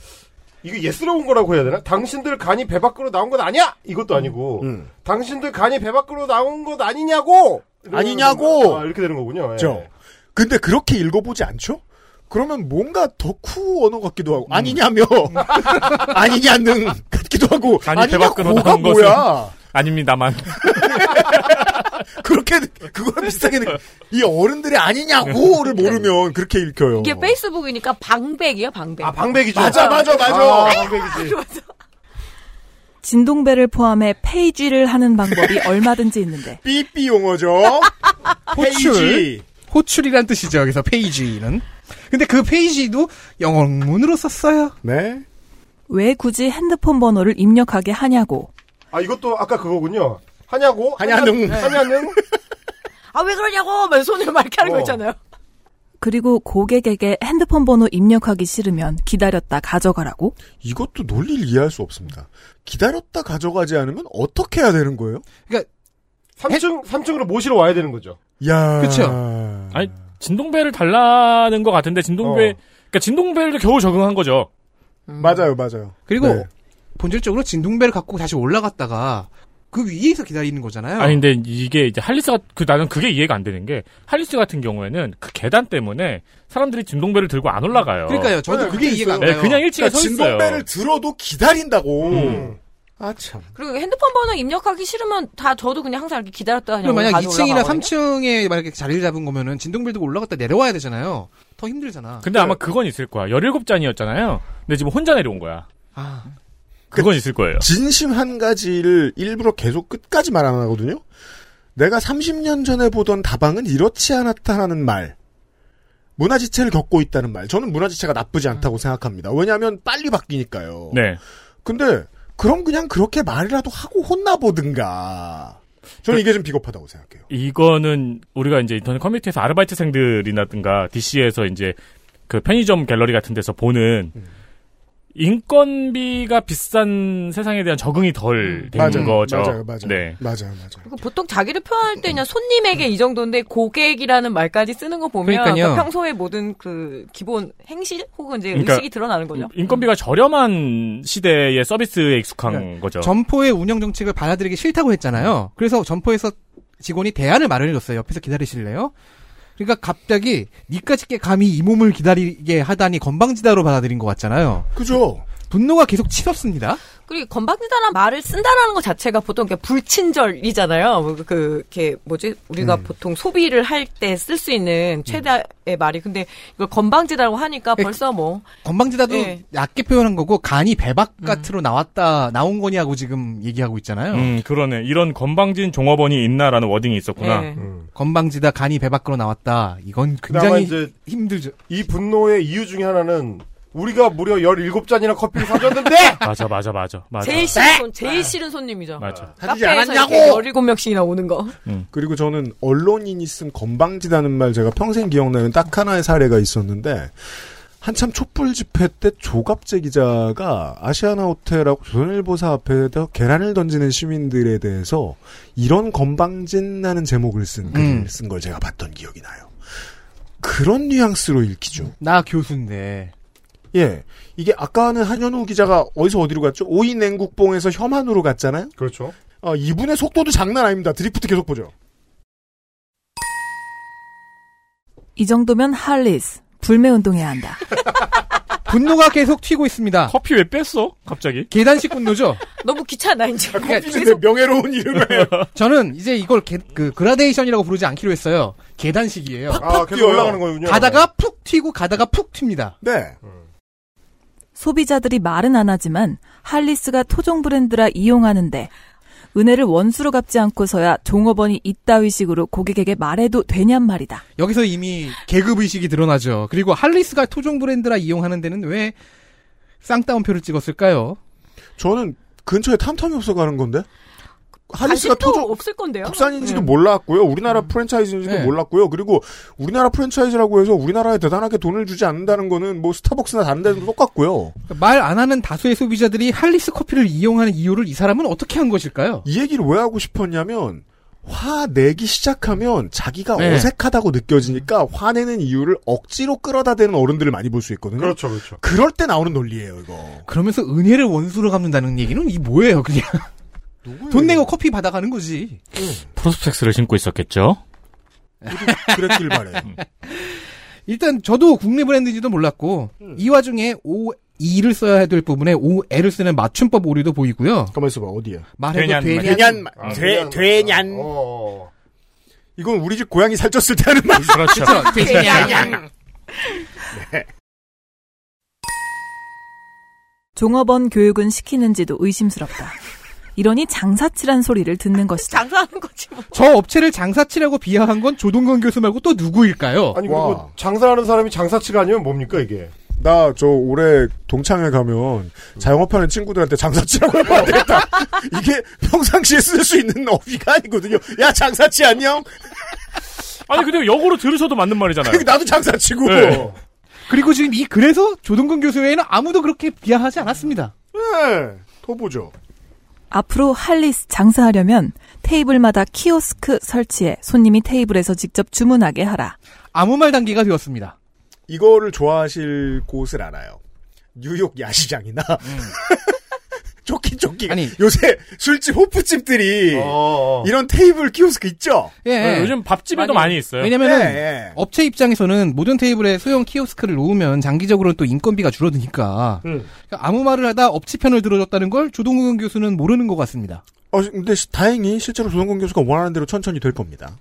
Speaker 8: 이게 예스러운 거라고 해야 되나? 당신들 간이 배 밖으로 나온 건 아니야! 이것도 아니고,
Speaker 3: 음.
Speaker 8: 당신들 간이 배 밖으로 나온 것 아니냐고! 이러는
Speaker 3: 아니냐고!
Speaker 8: 건가? 아, 이렇게 되는 거군요. 예.
Speaker 3: 죠 근데 그렇게 읽어보지 않죠? 그러면 뭔가 덕후 언어 같기도 하고 아니냐며 아니냐는 같기도 하고
Speaker 4: 간이 배 밖으로
Speaker 3: 아니냐고가
Speaker 4: 나온 것은
Speaker 3: 뭐야?
Speaker 4: 아닙니다만.
Speaker 3: 그렇게 그거랑 비슷하게 느- 이 어른들의 아니냐고를 모르면 그렇게 읽혀요.
Speaker 6: 이게 페이스북이니까 방백이야 방백. 아
Speaker 8: 방백이죠.
Speaker 3: 어. 맞아, 맞아, 맞아.
Speaker 8: 아,
Speaker 6: 방백이지.
Speaker 2: 진동배를 포함해 페이쥐를 하는 방법이 얼마든지 있는데.
Speaker 3: 삐삐 용어죠.
Speaker 5: 호출. 호출이란 뜻이죠. 여기서 페이지는. 근데 그 페이지도 영어문으로 썼어요.
Speaker 3: 네.
Speaker 2: 왜 굳이 핸드폰 번호를 입력하게 하냐고.
Speaker 8: 아, 이것도 아까 그거군요. 하냐고? 하냐는? 하냐는?
Speaker 6: 아 왜 그러냐고 막 손을 막 이렇게 하는
Speaker 8: 어.
Speaker 6: 거 있잖아요.
Speaker 2: 그리고 고객에게 핸드폰 번호 입력하기 싫으면 기다렸다 가져가라고?
Speaker 3: 이것도 논리를 이해할 수 없습니다. 기다렸다 가져가지 않으면 어떻게 해야 되는 거예요?
Speaker 5: 그러니까
Speaker 8: 3층 3층으로 모시러 와야 되는 거죠.
Speaker 3: 야.
Speaker 12: 그쵸? 아니, 진동벨을 달라는 것 같은데,
Speaker 4: 어.
Speaker 12: 진동벨, 그니까 진동벨도 겨우 적응한 거죠.
Speaker 3: 맞아요, 맞아요.
Speaker 5: 그리고 본질적으로 진동벨 갖고 다시 올라갔다가 그 위에서 기다리는
Speaker 4: 네.
Speaker 5: 거잖아요.
Speaker 12: 아니, 근데 이게 이제 할리스가, 그, 나는 그게 이해가 안 되는 게, 할리스 같은 경우에는 그 계단 때문에 사람들이 진동벨을 들고 안 올라가요.
Speaker 5: 그러니까요. 저도
Speaker 12: 네,
Speaker 5: 그게 이해가 안
Speaker 12: 네,
Speaker 5: 가요.
Speaker 12: 그냥 일찍에 서 있어요.
Speaker 3: 그러니까
Speaker 12: 음.
Speaker 3: 진동벨을 들어도 기다린다고.
Speaker 5: 아 참.
Speaker 6: 그리고 핸드폰 번호 입력하기 싫으면 다 저도 그냥 항상 이렇게 기다렸다 그냥
Speaker 5: 그럼 만약
Speaker 6: 가지고
Speaker 5: 2층이나
Speaker 6: 올라가거든요.
Speaker 5: 3층에 만약에 자리를 잡은 거면은 진동벨 들고 올라갔다 내려와야 되잖아요. 더 힘들잖아.
Speaker 12: 근데 아마 그건 있을 거야. 17잔이었잖아요. 근데 지금 혼자 내려온 거야.
Speaker 5: 아.
Speaker 12: 그건 있을 거예요.
Speaker 3: 진심 한 가지를 일부러 계속 끝까지 말 안 하거든요. 내가 30년 전에 보던 다방은 이렇지 않았다라는 말. 문화지체를 겪고 있다는 말. 저는 문화지체가 나쁘지 않다고 생각합니다. 왜냐하면 빨리 바뀌니까요.
Speaker 4: 그
Speaker 12: 네.
Speaker 3: 근데 그럼 그냥 그렇게 말이라도 하고 혼나보든가.
Speaker 12: 그
Speaker 3: 저는 이게 좀 비겁하다고 생각해요.
Speaker 12: 이거는 우리가 이제 인터넷 커뮤니티에서 아르바이트생들이라든가 DC에서 이제 그 편의점 갤러리 같은 데서 보는 인건비가 비싼 세상에 대한 적응이 덜 되는
Speaker 3: 맞아요,
Speaker 12: 거죠.
Speaker 3: 맞아요, 맞아요.
Speaker 12: 네.
Speaker 3: 맞아요, 맞아요.
Speaker 6: 그리고 보통 자기를 표현할 때 그냥 손님에게 이 정도인데 고객이라는 말까지 쓰는 거 보면
Speaker 12: 그러니까요.
Speaker 6: 그러니까 평소의 모든 그 기본 행실 혹은 이제
Speaker 12: 그러니까
Speaker 6: 의식이 드러나는 거죠. 음.
Speaker 12: 인건비가 저렴한 시대의 서비스에 익숙한 거죠.
Speaker 5: 점포의 운영 정책을 받아들이기 싫다고 했잖아요. 그래서 점포에서 직원이 대안을 마련해줬어요. 옆에서 기다리실래요? 그러니까 갑자기 니까짓게 감히 이 몸을 기다리게 하다니 건방지다로 받아들인 것 같잖아요.
Speaker 3: 그죠?
Speaker 5: 분노가 계속 치솟습니다.
Speaker 6: 그리고 건방지다란 말을 쓴다라는 것 자체가 보통 그냥 불친절이잖아요. 뭐 그, 이렇게, 뭐지, 우리가 보통 소비를 할 때 쓸 수 있는 최대의 말이. 근데 이걸 건방지다라고 하니까 벌써 뭐.
Speaker 5: 건방지다도
Speaker 6: 예.
Speaker 5: 낮게 표현한 거고 간이 배 바깥으로 나왔다 나온 거냐고 지금 얘기하고 있잖아요.
Speaker 12: 음, 그러네. 이런 건방진 종업원이 있나라는 워딩이 있었구나.
Speaker 6: 예.
Speaker 12: 음.
Speaker 5: 네. 건방지다 간이 배 밖으로 나왔다. 이건
Speaker 8: 음. 그나마
Speaker 5: 굉장히
Speaker 8: 이제
Speaker 5: 힘들죠.
Speaker 8: 이 분노의 이유 중에 하나는 우리가 무려 17잔이나 커피를 사줬는데
Speaker 12: 맞아, 맞아, 맞아, 맞아.
Speaker 6: 제일 싫은 손, 제일 싫은 손님이죠.
Speaker 12: 맞아.
Speaker 3: 하지
Speaker 6: 카페에서
Speaker 3: 않았냐고!
Speaker 6: 이렇게 17명씩이나 오는 거.
Speaker 3: 그리고 저는 언론인이 쓴 건방지다는 말 제가 평생 기억나는 딱 하나의 사례가 있었는데 한참 촛불 집회 때 조갑재 기자가 아시아나 호텔하고 조선일보사 앞에서 계란을 던지는 시민들에 대해서 이런 건방진다는 제목을 쓴 글을
Speaker 5: 음.
Speaker 3: 쓴 걸 제가 봤던 기억이 나요. 그런 뉘앙스로 읽히죠.
Speaker 5: 나 교수인데.
Speaker 3: 예. 이게 아까는 한현우 기자가 어디서 어디로 갔죠? 오인 냉국봉에서 혐한으로 갔잖아요?
Speaker 8: 그렇죠.
Speaker 3: 어, 이분의 속도도 장난 아닙니다. 드리프트 계속 보죠.
Speaker 2: 이 정도면 할리스. 불매운동해야 한다.
Speaker 5: 분노가 계속 튀고 있습니다.
Speaker 12: 아. 커피 왜 뺐어? 갑자기?
Speaker 5: 계단식 분노죠. 그러니까
Speaker 6: 너무 귀찮아, 이제. 그냥
Speaker 3: 근데 명예로운 이름을
Speaker 5: 저는 이제 이걸 게- 그 그라데이션이라고 부르지 않기로 했어요. 계단식이에요.
Speaker 8: 아, 계속 뛰어요. 올라가는 거군요.
Speaker 5: 가다가 푹 튀고 가다가 푹 튑니다.
Speaker 3: 네.
Speaker 2: 소비자들이 말은 안 하지만 할리스가 토종 브랜드라 이용하는데 은혜를 원수로 갚지 않고서야 종업원이 이따위 식으로 고객에게 말해도 되냔 말이다.
Speaker 5: 여기서 이미 계급 의식이 드러나죠. 그리고 할리스가 토종 브랜드라 이용하는 데는 왜 쌍따옴표를 찍었을까요?
Speaker 3: 저는 근처에 탐탐이 없어 가는 건데. 할리스가
Speaker 6: 관심도
Speaker 3: 토종
Speaker 6: 없을 건데요. 네. 음.
Speaker 3: 국산인지도 몰랐고요. 우리나라 프랜차이즈인지도
Speaker 5: 네.
Speaker 3: 몰랐고요. 그리고 우리나라 프랜차이즈라고 해서 우리나라에 대단하게 돈을 주지 않는다는 거는 뭐 스타벅스나 다른 데도 똑같고요.
Speaker 5: 그러니까 말 안 하는 다수의 소비자들이 할리스 커피를 이용하는 이유를 이 사람은 어떻게 한 것일까요?
Speaker 3: 이 얘기를 왜 하고 싶었냐면 화내기 시작하면 자기가
Speaker 5: 네.
Speaker 3: 어색하다고 느껴지니까 화내는 이유를 억지로 끌어다 대는 어른들을 많이 볼 수 있거든요.
Speaker 8: 그렇죠, 그렇죠.
Speaker 3: 그럴 때 나오는 논리예요, 이거.
Speaker 5: 그러면서 은혜를 원수로 갚는다는 얘기는 이 뭐예요, 그냥. 돈 내고 커피 받아가는 거지.
Speaker 12: 프로스펙스를 신고 있었겠죠?
Speaker 3: 그랬길 바래.
Speaker 5: 일단 저도 국내 브랜드인지도 몰랐고 이 와중에 O E를 써야 될 부분에 O L을 쓰는 맞춤법 오류도 보이고요.
Speaker 3: 가만 있어봐, 어디야?
Speaker 5: 말해도 되냐?
Speaker 3: 되냔 말-
Speaker 8: 아,
Speaker 3: 되-
Speaker 8: 되냔.
Speaker 3: 되냔.
Speaker 8: 어.
Speaker 3: 이건 우리 집 고양이 살쪘을 때 하는 말.
Speaker 12: 그렇죠.
Speaker 5: 되냐?
Speaker 2: 종업원 교육은 시키는지도 의심스럽다. 이러니 장사치란 소리를 듣는 것이다.
Speaker 6: 장사하는 거지 뭐.
Speaker 5: 저 업체를 장사치라고 비하한 건 조동건 교수 말고 또 누구일까요?
Speaker 8: 아니 그리고
Speaker 3: 와.
Speaker 8: 장사하는 사람이 장사치가 아니면 뭡니까 이게?
Speaker 3: 나 저 올해 동창회 가면 자영업하는 친구들한테 장사치라고 해봐야 되겠다. 이게 평상시에 쓸 수 있는 어휘가 아니거든요. 야 장사치 안녕.
Speaker 12: 아니 근데 역으로 들으셔도 맞는 말이잖아요.
Speaker 3: 나도 장사치고.
Speaker 12: 네.
Speaker 5: 그리고 지금 이 그래서 조동근 교수 외에는 아무도 그렇게 비하하지 않았습니다.
Speaker 8: 네, 더 보죠.
Speaker 2: 앞으로 할리스 장사하려면 테이블마다 키오스크 설치해 손님이 테이블에서 직접 주문하게 하라.
Speaker 5: 아무 말 단계가 되었습니다.
Speaker 3: 이거를 좋아하실 곳을 알아요. 뉴욕 야시장이나 조끼 조끼. 음. 아니 어. 요새 술집 호프집들이 예.
Speaker 8: 어,
Speaker 3: 이런 테이블 키오스크 있죠.
Speaker 5: 예.
Speaker 12: 네, 요즘 밥집에도 많이, 있어요.
Speaker 5: 왜냐면은
Speaker 3: 예, 예.
Speaker 5: 업체 입장에서는 모든 테이블에 소형 키오스크를 놓으면 장기적으로는 또 인건비가 줄어드니까
Speaker 12: 음.
Speaker 5: 그러니까 아무 말을 하다 업체 편을 들어줬다는 걸 조동근 교수는 모르는 것 같습니다.
Speaker 3: 어, 근데 시- 다행히 실제로 조동근 교수가 원하는 대로 천천히 될 겁니다.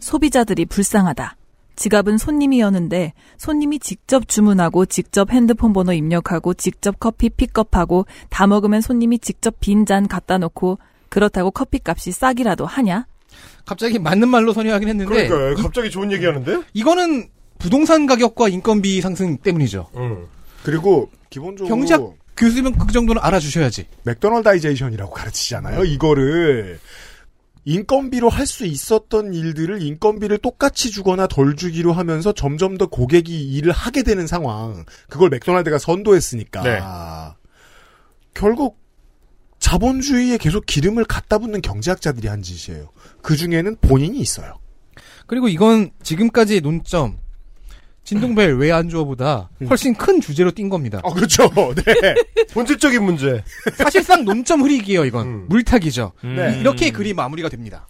Speaker 2: 소비자들이 불쌍하다. 지갑은 손님이 여는데 손님이 직접 주문하고 직접 핸드폰 번호 입력하고 직접 커피 픽업하고 다 먹으면 손님이 직접 빈잔 갖다 놓고 그렇다고 커피값이 싸기라도 하냐?
Speaker 5: 갑자기 맞는 말로 선회하긴 했는데
Speaker 8: 그러니까요. 갑자기 좋은 얘기하는데?
Speaker 5: 이거는 부동산 가격과 인건비 상승 때문이죠.
Speaker 3: 그리고 기본적으로
Speaker 5: 경제학 교수면 그 정도는 알아주셔야지.
Speaker 3: 맥도널다이제이션이라고 가르치잖아요. 이거를 인건비로 할 수 있었던 일들을 인건비를 똑같이 주거나 덜 주기로 하면서 점점 더 고객이 일을 하게 되는 상황. 그걸 맥도날드가 선도했으니까. 결국 자본주의에 계속 기름을 갖다 붓는 경제학자들이 한 짓이에요. 그 중에는 본인이 있어요.
Speaker 5: 그리고 이건 지금까지의 논점 진동벨 왜 안 좋아보다
Speaker 12: 음.
Speaker 5: 훨씬 큰 주제로 뛴 겁니다.
Speaker 3: 아 그렇죠. 네.
Speaker 8: 본질적인 문제.
Speaker 5: 사실상 논점 흐리기예요 이건
Speaker 8: 음.
Speaker 5: 물타기죠.
Speaker 12: 네.
Speaker 5: 이렇게 글이 마무리가 됩니다.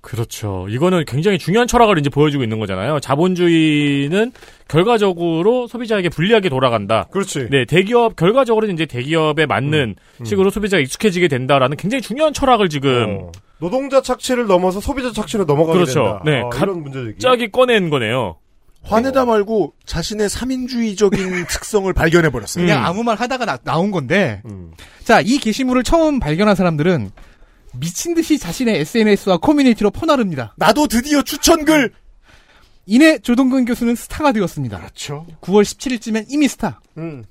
Speaker 12: 그렇죠. 이거는 굉장히 중요한 철학을 이제 보여주고 있는 거잖아요. 자본주의는 결과적으로 소비자에게 불리하게 돌아간다.
Speaker 8: 그렇지.
Speaker 12: 네, 대기업 결과적으로 이제 대기업에 맞는
Speaker 3: 음,
Speaker 12: 식으로 소비자가 익숙해지게 된다라는 굉장히 중요한 철학을
Speaker 4: 네.
Speaker 3: 어,
Speaker 12: 지금
Speaker 8: 어. 노동자 착취를 넘어서 소비자 착취로 넘어가게
Speaker 12: 그렇죠.
Speaker 8: 된다.
Speaker 12: 네,
Speaker 8: 아,
Speaker 12: 갑-
Speaker 8: 이런
Speaker 3: 예.
Speaker 8: 문제 제기.
Speaker 12: 갑자기 꺼낸 거네요.
Speaker 3: 화내다 말고 자신의 삼인주의적인 특성을 발견해 버렸어요.
Speaker 5: 그냥 아무 말 하다가 나, 나온 건데
Speaker 8: 음.
Speaker 5: 자 이 게시물을 처음 발견한 사람들은 미친 듯이 자신의 SNS와 커뮤니티로 퍼나릅니다.
Speaker 3: 나도 드디어 추천글.
Speaker 5: 이내 조동근 교수는 스타가 되었습니다.
Speaker 3: 그렇죠.
Speaker 5: 9월 17일쯤엔 이미 스타.
Speaker 3: 음.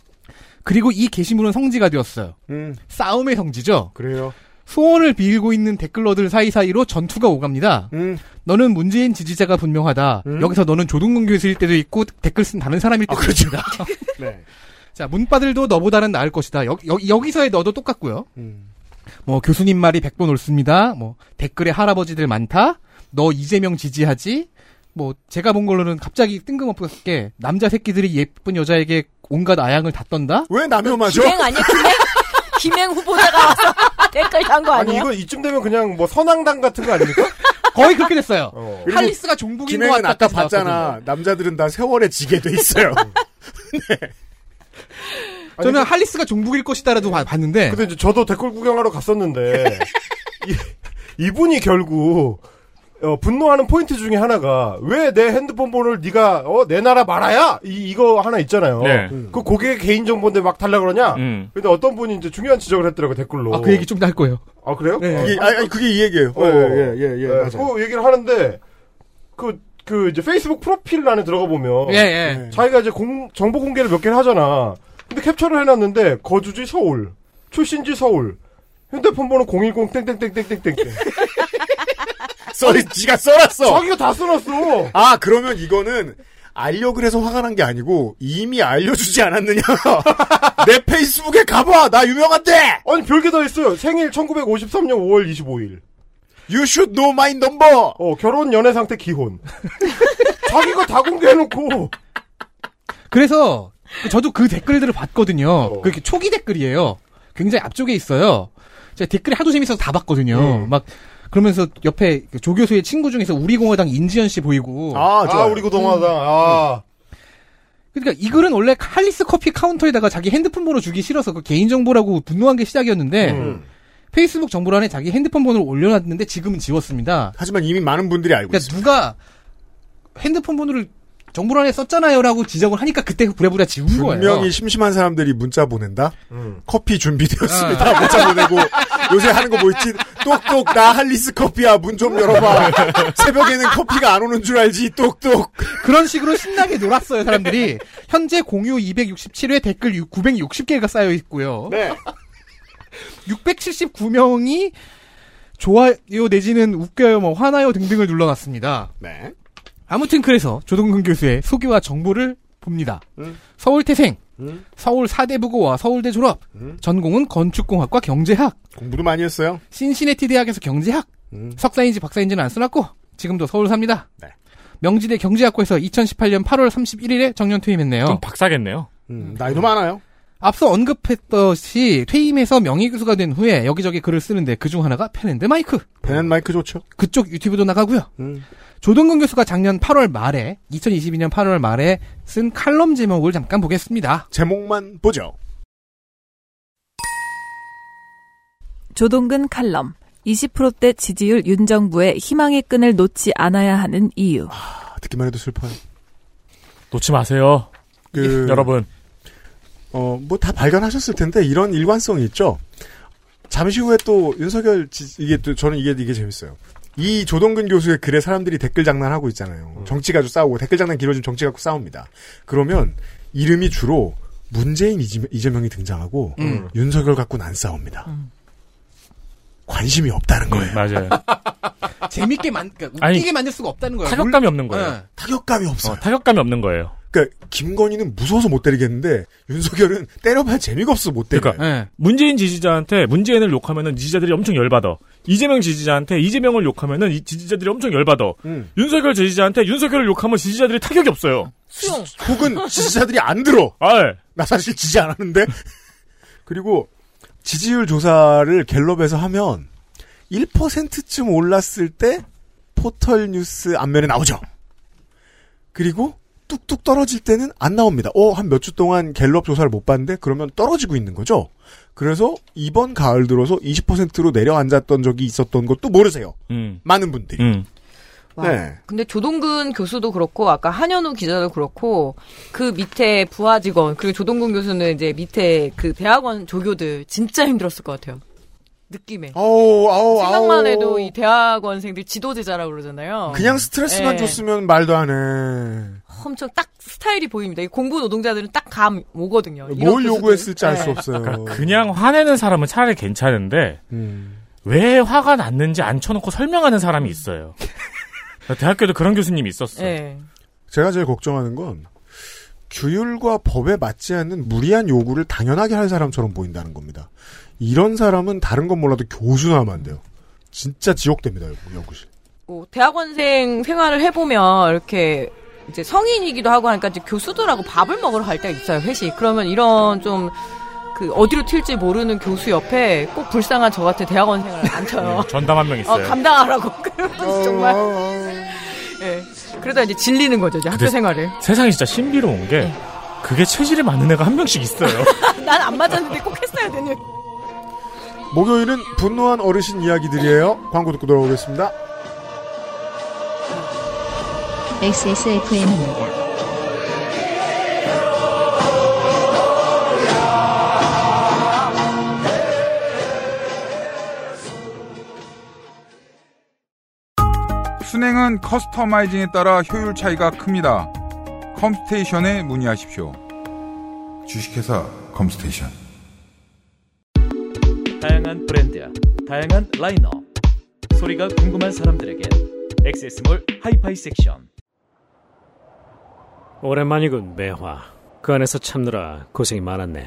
Speaker 5: 그리고 이 게시물은 성지가 되었어요.
Speaker 3: 음.
Speaker 5: 싸움의 성지죠.
Speaker 8: 그래요.
Speaker 5: 소원을 빌고 있는 댓글러들 사이사이로 전투가 오갑니다. 너는 문재인 지지자가 분명하다. 여기서 너는 조동근 교수일 때도 있고 댓글 쓴 다른 사람일 때도 있습니다.
Speaker 8: 네.
Speaker 5: 자 문바들도 너보다는 나을 것이다. 여, 기서의 너도 똑같고요. 뭐 교수님 말이 100번 옳습니다. 뭐 댓글에 할아버지들 많다. 너 이재명 지지하지. 뭐 제가 본 걸로는 갑자기 뜬금없게 남자 새끼들이 예쁜 여자에게 온갖 아양을 다 떤다.
Speaker 3: 왜 남의 맞아?
Speaker 6: 김행 아니야? 김행? 김행 후보자가 와서 댓글 단 거
Speaker 8: 아니
Speaker 6: 아니에요?
Speaker 8: 이거 이쯤 되면 그냥 뭐 선앙당 같은 거 아닙니까?
Speaker 5: 거의 그렇게 됐어요.
Speaker 3: 그리고
Speaker 5: 할리스가 종북인 것
Speaker 3: 김행은
Speaker 5: 같다.
Speaker 3: 아까 봤잖아. 남자들은 다 세월에 지게 돼 있어요.
Speaker 5: 저는 할리스가 종북일 것이다라도 봐- 봤는데
Speaker 8: 근데 이제 저도 댓글 구경하러 갔었는데 이, 분이 결국 어, 분노하는 포인트 중에 하나가 왜 내 핸드폰 번호를 네가 어, 내 나라 말아야 이, 이거 하나 있잖아요.
Speaker 12: 네.
Speaker 8: 그 고객의 개인 정보인데 막 달라
Speaker 3: 아.
Speaker 8: 그러냐?
Speaker 12: 음.
Speaker 8: 근데 어떤 분이 이제 중요한 지적을 했더라고 댓글로.
Speaker 5: 아, 그 얘기 좀 더 할 거예요.
Speaker 8: 아, 그래요?
Speaker 3: 그게, 네, 아니, 아니, 그게 이 얘기예요.
Speaker 8: 어,
Speaker 3: 예, 예, 예, 예,
Speaker 8: 예,
Speaker 3: 맞아요.
Speaker 8: 그 얘기를 하는데 그. 그 이제 페이스북 프로필 안에 들어가 보면
Speaker 5: 예,
Speaker 3: 네.
Speaker 5: 예.
Speaker 8: 자기가 이제 공- 정보 공개를 몇 개를 하잖아. 근데 캡처를 해놨는데 거주지 서울, 출신지 서울, 핸드폰 번호 010 땡땡땡땡땡땡.
Speaker 3: 써, 아, 지가 써놨어.
Speaker 8: 자기가 다 써놨어.
Speaker 3: 아, 그러면 이거는 알려 그래서 화가 난 게 아니고 이미 알려주지 않았느냐. 내 페이스북에 가봐. 나 유명한데.
Speaker 8: 아니 별게 다 있어요. 생일 1953년 5월 25일.
Speaker 3: You should know my number.
Speaker 8: 어 결혼 연애 상태 기혼. 자기가 다 공개해놓고.
Speaker 5: 그래서 저도 그 댓글들을 봤거든요. 그렇게 초기 댓글이에요. 굉장히 앞쪽에 있어요. 제가 댓글이 하도 재밌어서 다 봤거든요. 막 그러면서 옆에 그조 교수의 친구 중에서 우리 공화당 인지현 씨 보이고.
Speaker 3: 아, 음.
Speaker 8: 아
Speaker 3: 좋아.
Speaker 8: 우리 고동화다. 아
Speaker 5: 그러니까 이 글은 원래 할리스 커피 카운터에다가 자기 핸드폰 번호 주기 싫어서 그 개인 정보라고 분노한 게 시작이었는데 페이스북 정보란에 자기 핸드폰 번호를 올려놨는데 지금은 지웠습니다.
Speaker 3: 하지만 이미 많은 분들이 알고
Speaker 5: 그러니까
Speaker 3: 있어.
Speaker 5: 누가 핸드폰 번호를 정보란에 썼잖아요라고 지적을 하니까 그때 부랴부랴 지운 거예요.
Speaker 3: 분명히 심심한 사람들이 문자 보낸다. 커피 준비되었습니다. 문자 보내고 요새 하는 거 뭐 있지? 똑똑 나 할리스 커피야. 문 좀 열어봐. 새벽에는 커피가 안 오는 줄 알지. 똑똑.
Speaker 5: 그런 식으로 신나게 놀았어요, 사람들이. 현재 공유 267회 댓글 960개가 쌓여 있고요.
Speaker 8: 네.
Speaker 5: 679명이 좋아요 내지는 웃겨요, 뭐 화나요 등등을 눌러놨습니다.
Speaker 3: 네.
Speaker 5: 아무튼 그래서 조동근 교수의 소개와 정보를 봅니다.
Speaker 8: 음.
Speaker 5: 서울 태생,
Speaker 8: 음.
Speaker 5: 서울 사대부고와 서울대 졸업,
Speaker 8: 음.
Speaker 5: 전공은 건축공학과 경제학.
Speaker 3: 공부도 많이 했어요.
Speaker 5: 신시내티 대학에서 경제학. 석사인지 박사인지는 안 써놨고 지금도 서울 삽니다. 명지대 경제학과에서 2018년 8월 31일에 정년 퇴임했네요.
Speaker 4: 음.
Speaker 12: 그럼 박사겠네요.
Speaker 3: 음, 나이도 많아요.
Speaker 5: 앞서 언급했듯이 퇴임해서 명예 교수가 된 후에 여기저기 글을 쓰는데 그중 하나가 펜앤드 마이크.
Speaker 3: 펜앤 마이크 좋죠.
Speaker 5: 그쪽 유튜브도 나가고요.
Speaker 3: 음.
Speaker 5: 조동근 교수가 작년 8월 말에 2022년 8월 말에 쓴 칼럼 제목을 잠깐 보겠습니다.
Speaker 3: 제목만 보죠.
Speaker 2: 조동근 칼럼 20%대 지지율 윤정부의 희망의 끈을 놓지 않아야 하는 이유.
Speaker 3: 아, 듣기만 해도 슬퍼요.
Speaker 12: 놓지 마세요.
Speaker 4: 예,
Speaker 3: 그
Speaker 12: 여러분.
Speaker 3: 어, 뭐 다 발견하셨을 텐데 이런 일관성이 있죠. 잠시 후에 또 윤석열 지- 이게 또 저는 이게 이게 재밌어요. 이 조동근 교수의 글에 사람들이 댓글 장난하고 있잖아요.
Speaker 12: 음.
Speaker 3: 정치 가지고 싸우고 댓글 장난 길어지면 정치 갖고 싸웁니다. 그러면 이름이 주로 문재인 이재명- 이재명이 등장하고
Speaker 5: 음.
Speaker 3: 윤석열 갖고는 안 싸웁니다. 관심이 없다는
Speaker 12: 음.
Speaker 3: 거예요.
Speaker 12: 네, 맞아요.
Speaker 5: 재밌게 만 그러니까
Speaker 12: 아니,
Speaker 5: 웃기게 만들 수가 없다는 거예요.
Speaker 12: 타격감이 없는 거예요.
Speaker 3: 네. 타격감이 없어요.
Speaker 12: 타격감이 없는 거예요.
Speaker 3: 그러니까 김건희는 무서워서 못 때리겠는데 윤석열은 때려봐야 재미가 없어 못 때려.
Speaker 5: 네.
Speaker 12: 그러니까 문재인 지지자한테 문재인을 욕하면은 지지자들이 엄청 열받아. 이재명 지지자한테 이재명을 욕하면은 이 지지자들이 엄청 열받아. 윤석열 지지자한테 윤석열을 욕하면 지지자들이 타격이 없어요.
Speaker 6: 수용.
Speaker 3: 혹은 지지자들이 안 들어.
Speaker 12: 알.
Speaker 3: 나 사실 지지 안 하는데. 그리고 지지율 조사를 갤럽에서 하면 1%쯤 올랐을 때 포털 뉴스 앞면에 나오죠. 그리고 뚝뚝 떨어질 때는 안 나옵니다. 어, 한 몇 주 동안 갤럽 조사를 못 봤는데 그러면 떨어지고 있는 거죠. 그래서 이번 가을 들어서 20%로 내려앉았던 적이 있었던 것도 모르세요.
Speaker 12: 음.
Speaker 3: 많은 분들이.
Speaker 6: 와.
Speaker 3: 네.
Speaker 6: 근데 조동근 교수도 그렇고 아까 한현우 기자도 그렇고 그 밑에 부하 직원 그리고 조동근 교수는 이제 밑에 그 대학원 조교들 진짜 힘들었을 것 같아요. 느낌에.
Speaker 3: 아우, 어, 아우, 아우.
Speaker 6: 생각만 해도 이 대학원생들 지도제자라고 그러잖아요.
Speaker 3: 그냥 스트레스만
Speaker 6: 네.
Speaker 3: 줬으면 말도 안 해.
Speaker 6: 엄청 딱 스타일이 보입니다. 이 공부 노동자들은 딱 감 오거든요. 이런
Speaker 3: 뭘
Speaker 6: 교수들.
Speaker 3: 요구했을지 알 수
Speaker 6: 네.
Speaker 3: 없어요.
Speaker 12: 그러니까 그냥 화내는 사람은 차라리 괜찮은데 왜 화가 났는지 앉혀놓고 설명하는 사람이 있어요. 나 대학교도 그런 교수님이 있었어.
Speaker 6: 네.
Speaker 3: 제가 제일 걱정하는 건 규율과 법에 맞지 않는 무리한 요구를 당연하게 할 사람처럼 보인다는 겁니다. 이런 사람은 다른 건 몰라도 교수나 하면 안 돼요. 진짜 지옥됩니다, 여러분, 연구실.
Speaker 6: 뭐 대학원생 생활을 해보면 이렇게 이제 성인이기도 하고 하니까 이제 교수들하고 밥을 먹으러 갈 때가 있어요 회식 그러면 이런 좀 그 어디로 튈지 모르는 교수 옆에 꼭 불쌍한 저 같은 대학원생을 앉혀요
Speaker 12: 전담 한 명
Speaker 3: 네.
Speaker 6: 어,
Speaker 12: 있어요.
Speaker 6: 감당하라고
Speaker 3: 어.
Speaker 6: 그러면 정말 예 그러다 이제 질리는 거죠 이제 학교
Speaker 12: 근데
Speaker 6: 생활을
Speaker 12: 세상이 진짜 신비로운
Speaker 6: 네.
Speaker 12: 게 그게 체질이 맞는 애가 한 명씩 있어요.
Speaker 6: 난 안 맞았는데 꼭 했어야 되는
Speaker 3: 목요일은 분노한 어르신 이야기들이에요. 광고 듣고 돌아오겠습니다.
Speaker 14: XSFM입니다.
Speaker 11: 순행은 커스터마이징에 따라 효율 차이가 큽니다. 컴스테이션에 문의하십시오. 주식회사 컴스테이션.
Speaker 10: 다양한 브랜드, 다양한 라인업. 소리가 궁금한 사람들에게 엑세스몰 하이파이 섹션.
Speaker 15: 오랜만이군 매화 그 안에서 참느라 고생이 많았네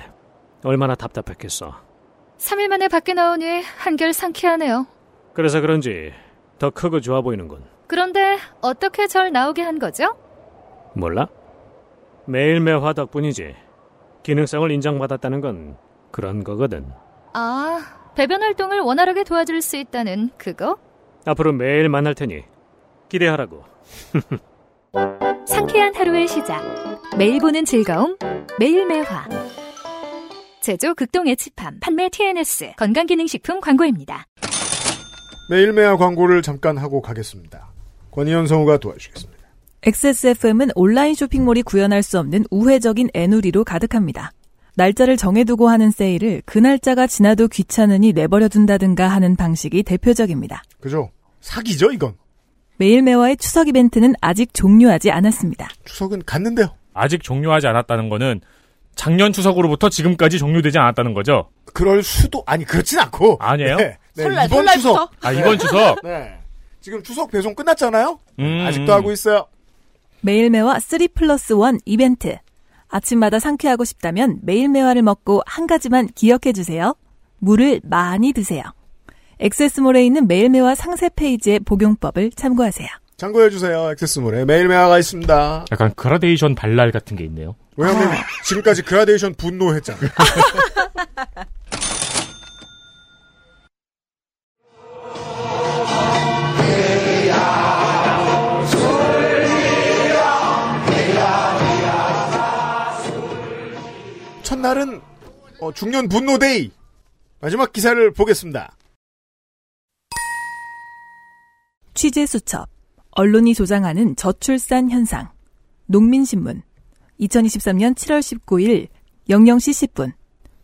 Speaker 15: 얼마나 답답했겠어
Speaker 9: 3일 만에 밖에 나오니 한결 상쾌하네요.
Speaker 15: 그래서 그런지 더 크고 좋아 보이는군
Speaker 9: 그런데 어떻게 절 나오게 한 거죠?
Speaker 15: 몰라? 매일 매화 덕분이지 기능성을 인정받았다는 건 그런 거거든
Speaker 9: 아, 배변 활동을 원활하게 도와줄 수 있다는 그거?
Speaker 15: 앞으로 매일 만날 테니 기대하라고
Speaker 9: 상쾌한 하루의 시작. 매일 보는 즐거움. 매일 매화. 제조 극동 애치팜. 판매 TNS. 건강기능식품 광고입니다.
Speaker 3: 매일매일 광고를 잠깐 하고 가겠습니다. 권희연 성우가 도와주겠습니다.
Speaker 2: XSFM은 온라인 쇼핑몰이 구현할 수 없는 우회적인 애누리로 가득합니다. 날짜를 정해두고 하는 세일을 그 날짜가 지나도 귀찮으니 내버려둔다든가 하는 방식이 대표적입니다.
Speaker 3: 그죠? 사기죠, 이건?
Speaker 2: 매일매화의 추석 이벤트는 아직 종료하지 않았습니다.
Speaker 3: 추석은 갔는데요.
Speaker 12: 아직 종료하지 않았다는 거는 작년 추석으로부터 지금까지 종료되지 않았다는 거죠.
Speaker 3: 그럴 수도 아니 그렇진 않고
Speaker 12: 아니에요.
Speaker 3: 네, 네,
Speaker 12: 설날,
Speaker 3: 이번
Speaker 12: 설날부터?
Speaker 3: 추석.
Speaker 12: 아, 이번 추석?
Speaker 3: 네. 지금 추석 배송 끝났잖아요.
Speaker 12: 음.
Speaker 3: 아직도 하고 있어요.
Speaker 2: 매일매화 3 플러스 1 이벤트. 아침마다 상쾌하고 싶다면 매일매화를 먹고 한 가지만 기억해 주세요. 물을 많이 드세요. 액세스몰에 있는 매일매화 상세 페이지의 복용법을 참고하세요.
Speaker 3: 참고해주세요. 액세스몰에 매일매화가 있습니다.
Speaker 4: 약간 그라데이션 발랄 같은 게 있네요.
Speaker 3: 왜냐면 지금까지 그라데이션 분노했잖아. 첫날은 어, 중년 분노데이 마지막 기사를 보겠습니다.
Speaker 2: 취재 수첩. 언론이 조장하는 저출산 현상. 농민신문. 2023년 7월 19일 00시 10분.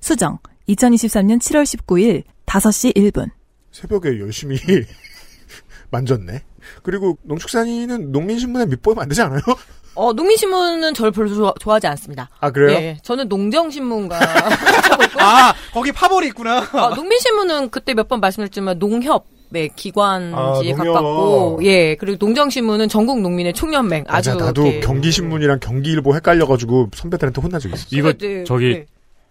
Speaker 2: 수정. 2023년 7월 19일 5시 1분.
Speaker 3: 새벽에 열심히 만졌네. 그리고 농축산인은 농민신문에 밑보면 안 되지 않아요?
Speaker 6: 어, 농민신문은 저를 별로 좋아, 하지 않습니다.
Speaker 3: 아, 그래요?
Speaker 6: 예, 저는 농정신문과.
Speaker 7: 아, 거기 파벌이 있구나.
Speaker 6: 아, 농민신문은 그때 몇 번 말씀드렸지만 농협. 의
Speaker 3: 아,
Speaker 6: 기관지에
Speaker 3: 농협.
Speaker 6: 가깝고 예 그리고 농정신문은 전국 농민의 총연맹 아주
Speaker 3: 맞아, 나도
Speaker 6: 이렇게
Speaker 3: 경기신문이랑 경기일보 헷갈려가지고 선배들한테 혼난 적이 있어.
Speaker 4: 이거
Speaker 6: 네,
Speaker 4: 저기
Speaker 6: 네.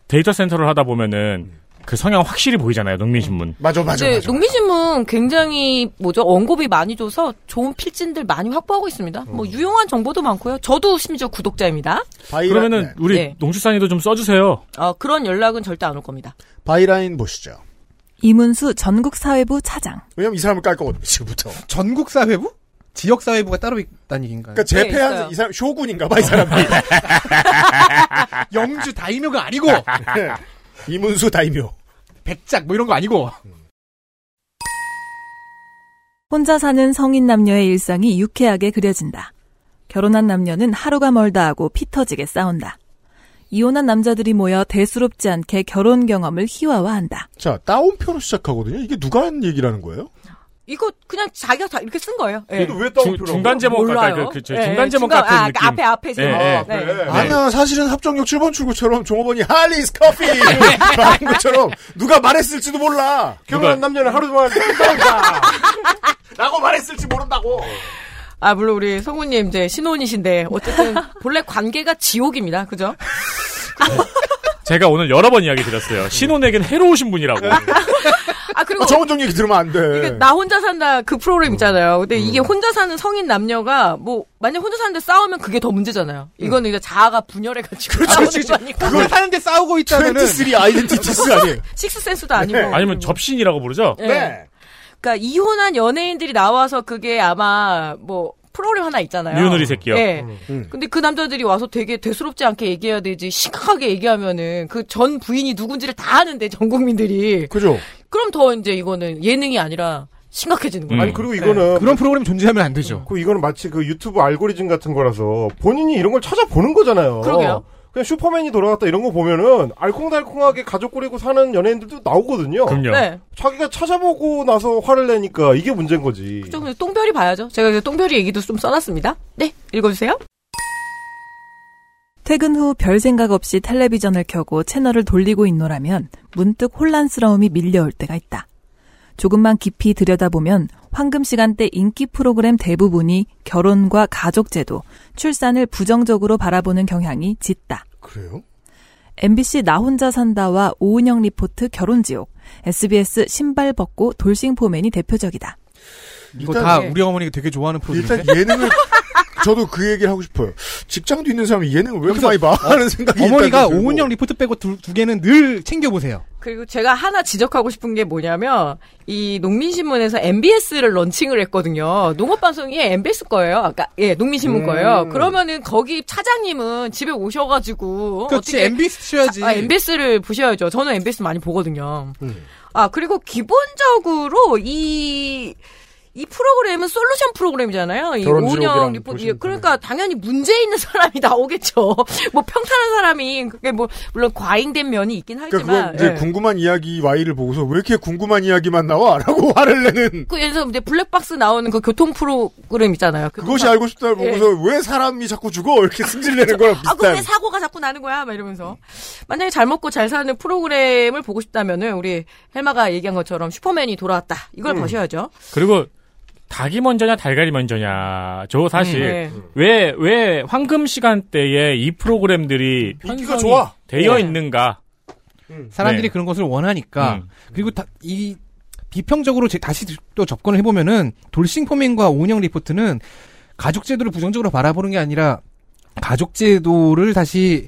Speaker 4: 데이터 센터를 하다 보면은 그 성향 확실히 보이잖아요. 농민신문.
Speaker 3: 맞아
Speaker 6: 이제 농민신문 굉장히 뭐죠 언급이 많이 줘서 좋은 필진들 많이 확보하고 있습니다. 뭐 유용한 정보도 많고요. 저도 심지어 구독자입니다.
Speaker 4: 그러면은 우리
Speaker 6: 네.
Speaker 4: 농축산이도 좀 써주세요.
Speaker 6: 어, 그런 연락은 절대 안 올 겁니다.
Speaker 3: 바이라인 보시죠.
Speaker 2: 이문수 전국사회부 차장.
Speaker 3: 왜냐면 이 사람을 깔 거거든요, 지금부터.
Speaker 5: 전국사회부? 지역사회부가 따로 있다는 얘기인가요?
Speaker 3: 그러니까 재패한 이 사람 쇼군인가 봐 이 사람이.
Speaker 5: 영주 다이묘가 아니고
Speaker 3: 이문수 다이묘.
Speaker 5: 백작 뭐 이런 거 아니고
Speaker 2: 혼자 사는 성인 남녀의 일상이 유쾌하게 그려진다. 결혼한 남녀는 하루가 멀다 하고 피 터지게 싸운다. 이혼한 남자들이 모여 대수롭지 않게 결혼 경험을 희화화한다.
Speaker 3: 자, 따옴표로 시작하거든요. 이게 누가 한 얘기라는 거예요?
Speaker 6: 이거 그냥 자기가 다 이렇게 쓴 거예요. 예.
Speaker 3: 그래도 왜 따옴표라고?
Speaker 4: 중- 중간 제목
Speaker 6: 몰라요.
Speaker 4: 같다. 그- 그- 저
Speaker 6: 예,
Speaker 4: 중간 제목
Speaker 6: 중간-
Speaker 4: 같은
Speaker 6: 아,
Speaker 4: 느낌.
Speaker 6: 그 앞에 앞에 제목.
Speaker 4: 예, 예.
Speaker 6: 네.
Speaker 3: 아니야, 사실은 합정역 7번 출구처럼 종업원이 할리스 커피! 말한 것처럼 누가 말했을지도 몰라!
Speaker 8: 결혼한 남녀는 하루 동안
Speaker 3: 라고 말했을지 모른다고!
Speaker 6: 아 물론 우리 성우님 이제 신혼이신데 어쨌든 본래 관계가 지옥입니다. 그죠?
Speaker 4: 제가 오늘 여러 번 이야기 드렸어요. 신혼에겐 해로우신 분이라고.
Speaker 6: 아 그리고
Speaker 3: 저번 종 얘기 들으면 안
Speaker 6: 이게
Speaker 3: 돼.
Speaker 4: 네.
Speaker 6: 그 나 혼자 산다 그
Speaker 4: 음.
Speaker 6: 프로그램 있잖아요. 근데 이게 혼자 사는 성인 남녀가 뭐 만약 혼자 사는데 싸우면 그게 더 문제잖아요.
Speaker 4: 음.
Speaker 6: 이거는 이제 자아가 분열해가지고
Speaker 4: 그렇죠,
Speaker 6: 싸우는 거 아니고
Speaker 7: 그걸 사는데 싸우고 있다면은
Speaker 3: 23 아이덴티티스 아니에요?
Speaker 6: 식스 센스도 아니고.
Speaker 4: 네. 아니면 접신이라고 부르죠?
Speaker 6: 네. 그러니까 이혼한 연예인들이 나와서 그게 아마 뭐 프로그램 하나 있잖아요.
Speaker 4: 뉴누리 새끼요.
Speaker 6: 네.
Speaker 4: 음.
Speaker 6: 근데 그 남자들이 와서 되게 대수롭지 않게 얘기해야 되지 심각하게 얘기하면은 그 전 부인이 누군지를 다 아는데 전 국민들이.
Speaker 3: 그죠.
Speaker 6: 그럼 더 이제 이거는 예능이 아니라 심각해지는 거예요.
Speaker 8: 아니 그리고 이거는
Speaker 6: 네.
Speaker 5: 그런 프로그램 존재하면 안
Speaker 3: 음.
Speaker 5: 되죠.
Speaker 8: 그 이거는 마치 그 유튜브 알고리즘 같은 거라서 본인이 이런 걸 찾아보는 거잖아요.
Speaker 6: 그러게요.
Speaker 8: 냥 슈퍼맨이 돌아왔다 이런 거 보면은 알콩달콩하게 가족 꾸리고 사는 연예인들도 나오거든요.
Speaker 4: 그럼요.
Speaker 6: 네.
Speaker 8: 자기가 찾아보고 나서 화를 내니까 이게 문제인 거지.
Speaker 6: 좀 이제 똥별이 봐야죠. 제가 이제 똥별이 얘기도 좀 써놨습니다. 네, 읽어주세요.
Speaker 2: 퇴근 후 별 생각 없이 텔레비전을 켜고 채널을 돌리고 있노라면 문득 혼란스러움이 밀려올 때가 있다. 조금만 깊이 들여다보면 황금 시간대 인기 프로그램 대부분이 결혼과 가족 제도, 출산을 부정적으로 바라보는 경향이 짙다.
Speaker 3: 그래요?
Speaker 2: MBC 나 혼자 산다와 오은영 리포트 결혼 지옥, SBS 신발 벗고 돌싱포맨이 대표적이다.
Speaker 5: 이거
Speaker 3: 일단-
Speaker 5: 다
Speaker 6: 네.
Speaker 3: 예.
Speaker 5: 우리 어머니가 되게 좋아하는
Speaker 3: 일단
Speaker 5: 프로그램.
Speaker 3: 예능을, 저도 그 얘기를 하고 싶어요. 직장도 있는 사람이 예능을 왜 이렇게 많이 봐?
Speaker 6: 어,
Speaker 3: 하는 생각이
Speaker 5: 어머니가
Speaker 3: 일단 들고.
Speaker 5: 오은영 리포트 빼고 두, 두 개는 늘 챙겨보세요.
Speaker 6: 그리고 제가 하나 지적하고 싶은 게 뭐냐면 이 농민신문에서 MBS를 런칭을 했거든요. 농업방송이 MBS 거예요. 아까 예, 농민신문 거예요. 그러면은 거기 차장님은 집에 오셔가지고
Speaker 5: 그렇지,
Speaker 6: 어떻게-
Speaker 5: MBS 쳐야지.
Speaker 6: 아, MBS를 보셔야죠. 저는 MBS 많이 보거든요.
Speaker 3: 네.
Speaker 6: 아 그리고 기본적으로 이. 이 프로그램은 솔루션 프로그램이잖아요. 이
Speaker 14: 결혼
Speaker 6: 오은영
Speaker 14: 지옥이랑
Speaker 6: 리포
Speaker 14: 보신
Speaker 3: 네.
Speaker 6: 예, 그러니까 당연히 문제 있는 사람이 나오겠죠. 뭐 평탄한 사람이 그게 뭐 물론 과잉된 면이 있긴 하지만
Speaker 3: 그러니까 그건 이제
Speaker 6: 예.
Speaker 3: 궁금한 이야기 Y를 보고서 왜 이렇게 궁금한 이야기만 나와? 라고 화를 내는.
Speaker 6: 그 예를 들어 이제 블랙박스 나오는 그 교통 프로그램 있잖아요. 그
Speaker 3: 그것이
Speaker 6: 교통-
Speaker 3: 알고 싶다를 보고서 왜 사람이 자꾸 죽어? 이렇게 승질내는 거랑
Speaker 6: 예. 아, 그럼 왜
Speaker 3: 비슷한.
Speaker 6: 사고가 자꾸 나는 거야? 막 이러면서. 만약에 잘 먹고 잘 사는 프로그램을 보고 싶다면은, 우리 헬마가 얘기한 것처럼 슈퍼맨이 돌아왔다. 이걸
Speaker 4: 음.
Speaker 6: 보셔야죠.
Speaker 4: 그리고 닭이 먼저냐 달걀이 먼저냐 저 사실
Speaker 12: 네.
Speaker 4: 왜 왜 황금 시간대에 이 프로그램들이
Speaker 8: 인기가
Speaker 4: 편성이
Speaker 8: 좋아.
Speaker 4: 되어
Speaker 5: 네.
Speaker 4: 있는가
Speaker 5: 사람들이
Speaker 4: 네.
Speaker 5: 그런 것을 원하니까 그리고 다, 이 비평적으로 제- 다시 또 접근을 해보면은 돌싱포맨과 오은영 리포트는 가족제도를 부정적으로 바라보는 게 아니라 가족제도를 다시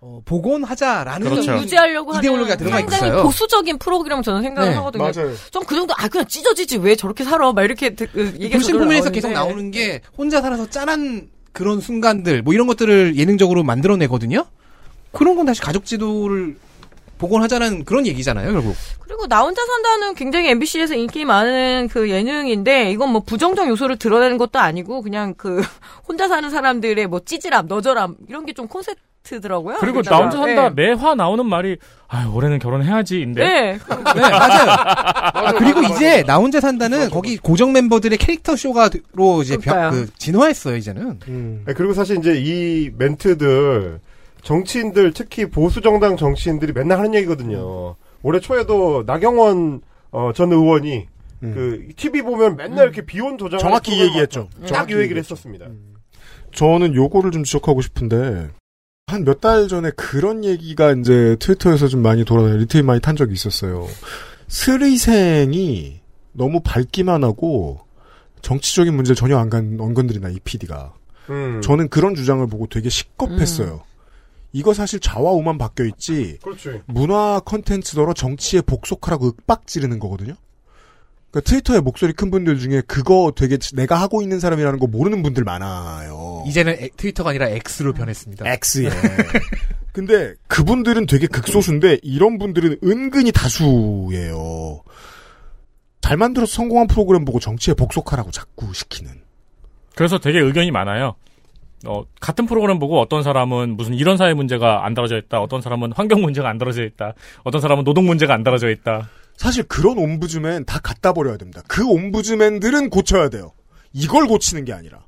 Speaker 5: 어, 복원하자라는
Speaker 4: 그러니까
Speaker 6: 유지하려고 하는
Speaker 5: 이데올로기가 들어가
Speaker 6: 상당히
Speaker 5: 있어요.
Speaker 6: 보수적인 프로그램 저는 생각을
Speaker 5: 네,
Speaker 6: 하거든요.
Speaker 5: 맞아요.
Speaker 6: 전 그 정도 아 그냥 찢어지지 왜 저렇게 살아 막 이렇게 드- 그 얘기가
Speaker 5: 돌싱
Speaker 6: 저절로
Speaker 5: 포맨에서
Speaker 6: 나오는데.
Speaker 5: 계속 나오는 게 혼자 살아서 짠한 그런 순간들 뭐 이런 것들을 예능적으로 만들어내거든요. 그런 건 다시 가족제도를 복원하자는 그런 얘기잖아요, 결국.
Speaker 6: 그리고 나 혼자 산다는 굉장히 MBC에서 인기 많은 그 예능인데 이건 뭐 부정적 요소를 드러내는 것도 아니고 그냥 그 혼자 사는 사람들의 뭐 찌질함, 너절함 이런 게 좀 콘셉트더라고요.
Speaker 4: 그리고 나
Speaker 6: 우리나라.
Speaker 4: 혼자 산다 매화 나오는 말이 아 올해는 결혼해야지인데
Speaker 6: 네.
Speaker 5: 네, 맞아요. 아, 그리고 이제 나 혼자 산다는 거기 고정 멤버들의 캐릭터 쇼가로 이제 변- 그 진화했어요, 이제는.
Speaker 3: 음.
Speaker 8: 아니, 네, 그리고 사실 이제 이 멘트들 정치인들 특히 보수 정당 정치인들이 맨날 하는 얘기거든요. 올해 초에도 나경원 어, 전 의원이 그 TV 보면 맨날 이렇게 비혼 조장
Speaker 14: 음. 정확히 얘기했죠.
Speaker 8: 딱이
Speaker 14: 정확히
Speaker 8: 얘기를
Speaker 14: 얘기했죠. 음.
Speaker 8: 했었습니다.
Speaker 3: 저는 요거를 좀 지적하고 싶은데 한 몇 달 전에 그런 얘기가 이제 트위터에서 좀 많이 돌아다니 리트윗 많이 탄 적이 있었어요. 스리생이 너무 밝기만 하고 정치적인 문제 전혀 안 간 언건들이나 이 PD가
Speaker 8: 음.
Speaker 3: 저는 그런 주장을 보고 되게 식겁했어요. 이거 사실 좌와우만 바뀌어 있지.
Speaker 8: 그렇지.
Speaker 3: 문화 컨텐츠더러 정치에 복속하라고 윽박 지르는 거거든요. 그러니까 트위터에 목소리 큰 분들 중에 그거 되게 지- 내가 하고 있는 사람이라는 거 모르는 분들 많아요.
Speaker 5: 이제는 에- 트위터가 아니라 어. X로 변했습니다.
Speaker 3: X예. 근데 그분들은 되게 극소수인데 이런 분들은 은근히 다수예요. 잘 만들어서 성공한 프로그램 보고 정치에 복속하라고 자꾸 시키는.
Speaker 4: 그래서 되게 의견이 많아요. 어, 같은 프로그램 보고 어떤 사람은 무슨 이런 사회 문제가 안 다뤄져 있다. 어떤 사람은 환경 문제가 안 다뤄져 있다. 어떤 사람은 노동 문제가 안 다뤄져 있다.
Speaker 3: 사실 그런 옴부즈맨 다 갖다 버려야 됩니다. 그 옴부즈맨들은 고쳐야 돼요. 이걸 고치는 게 아니라.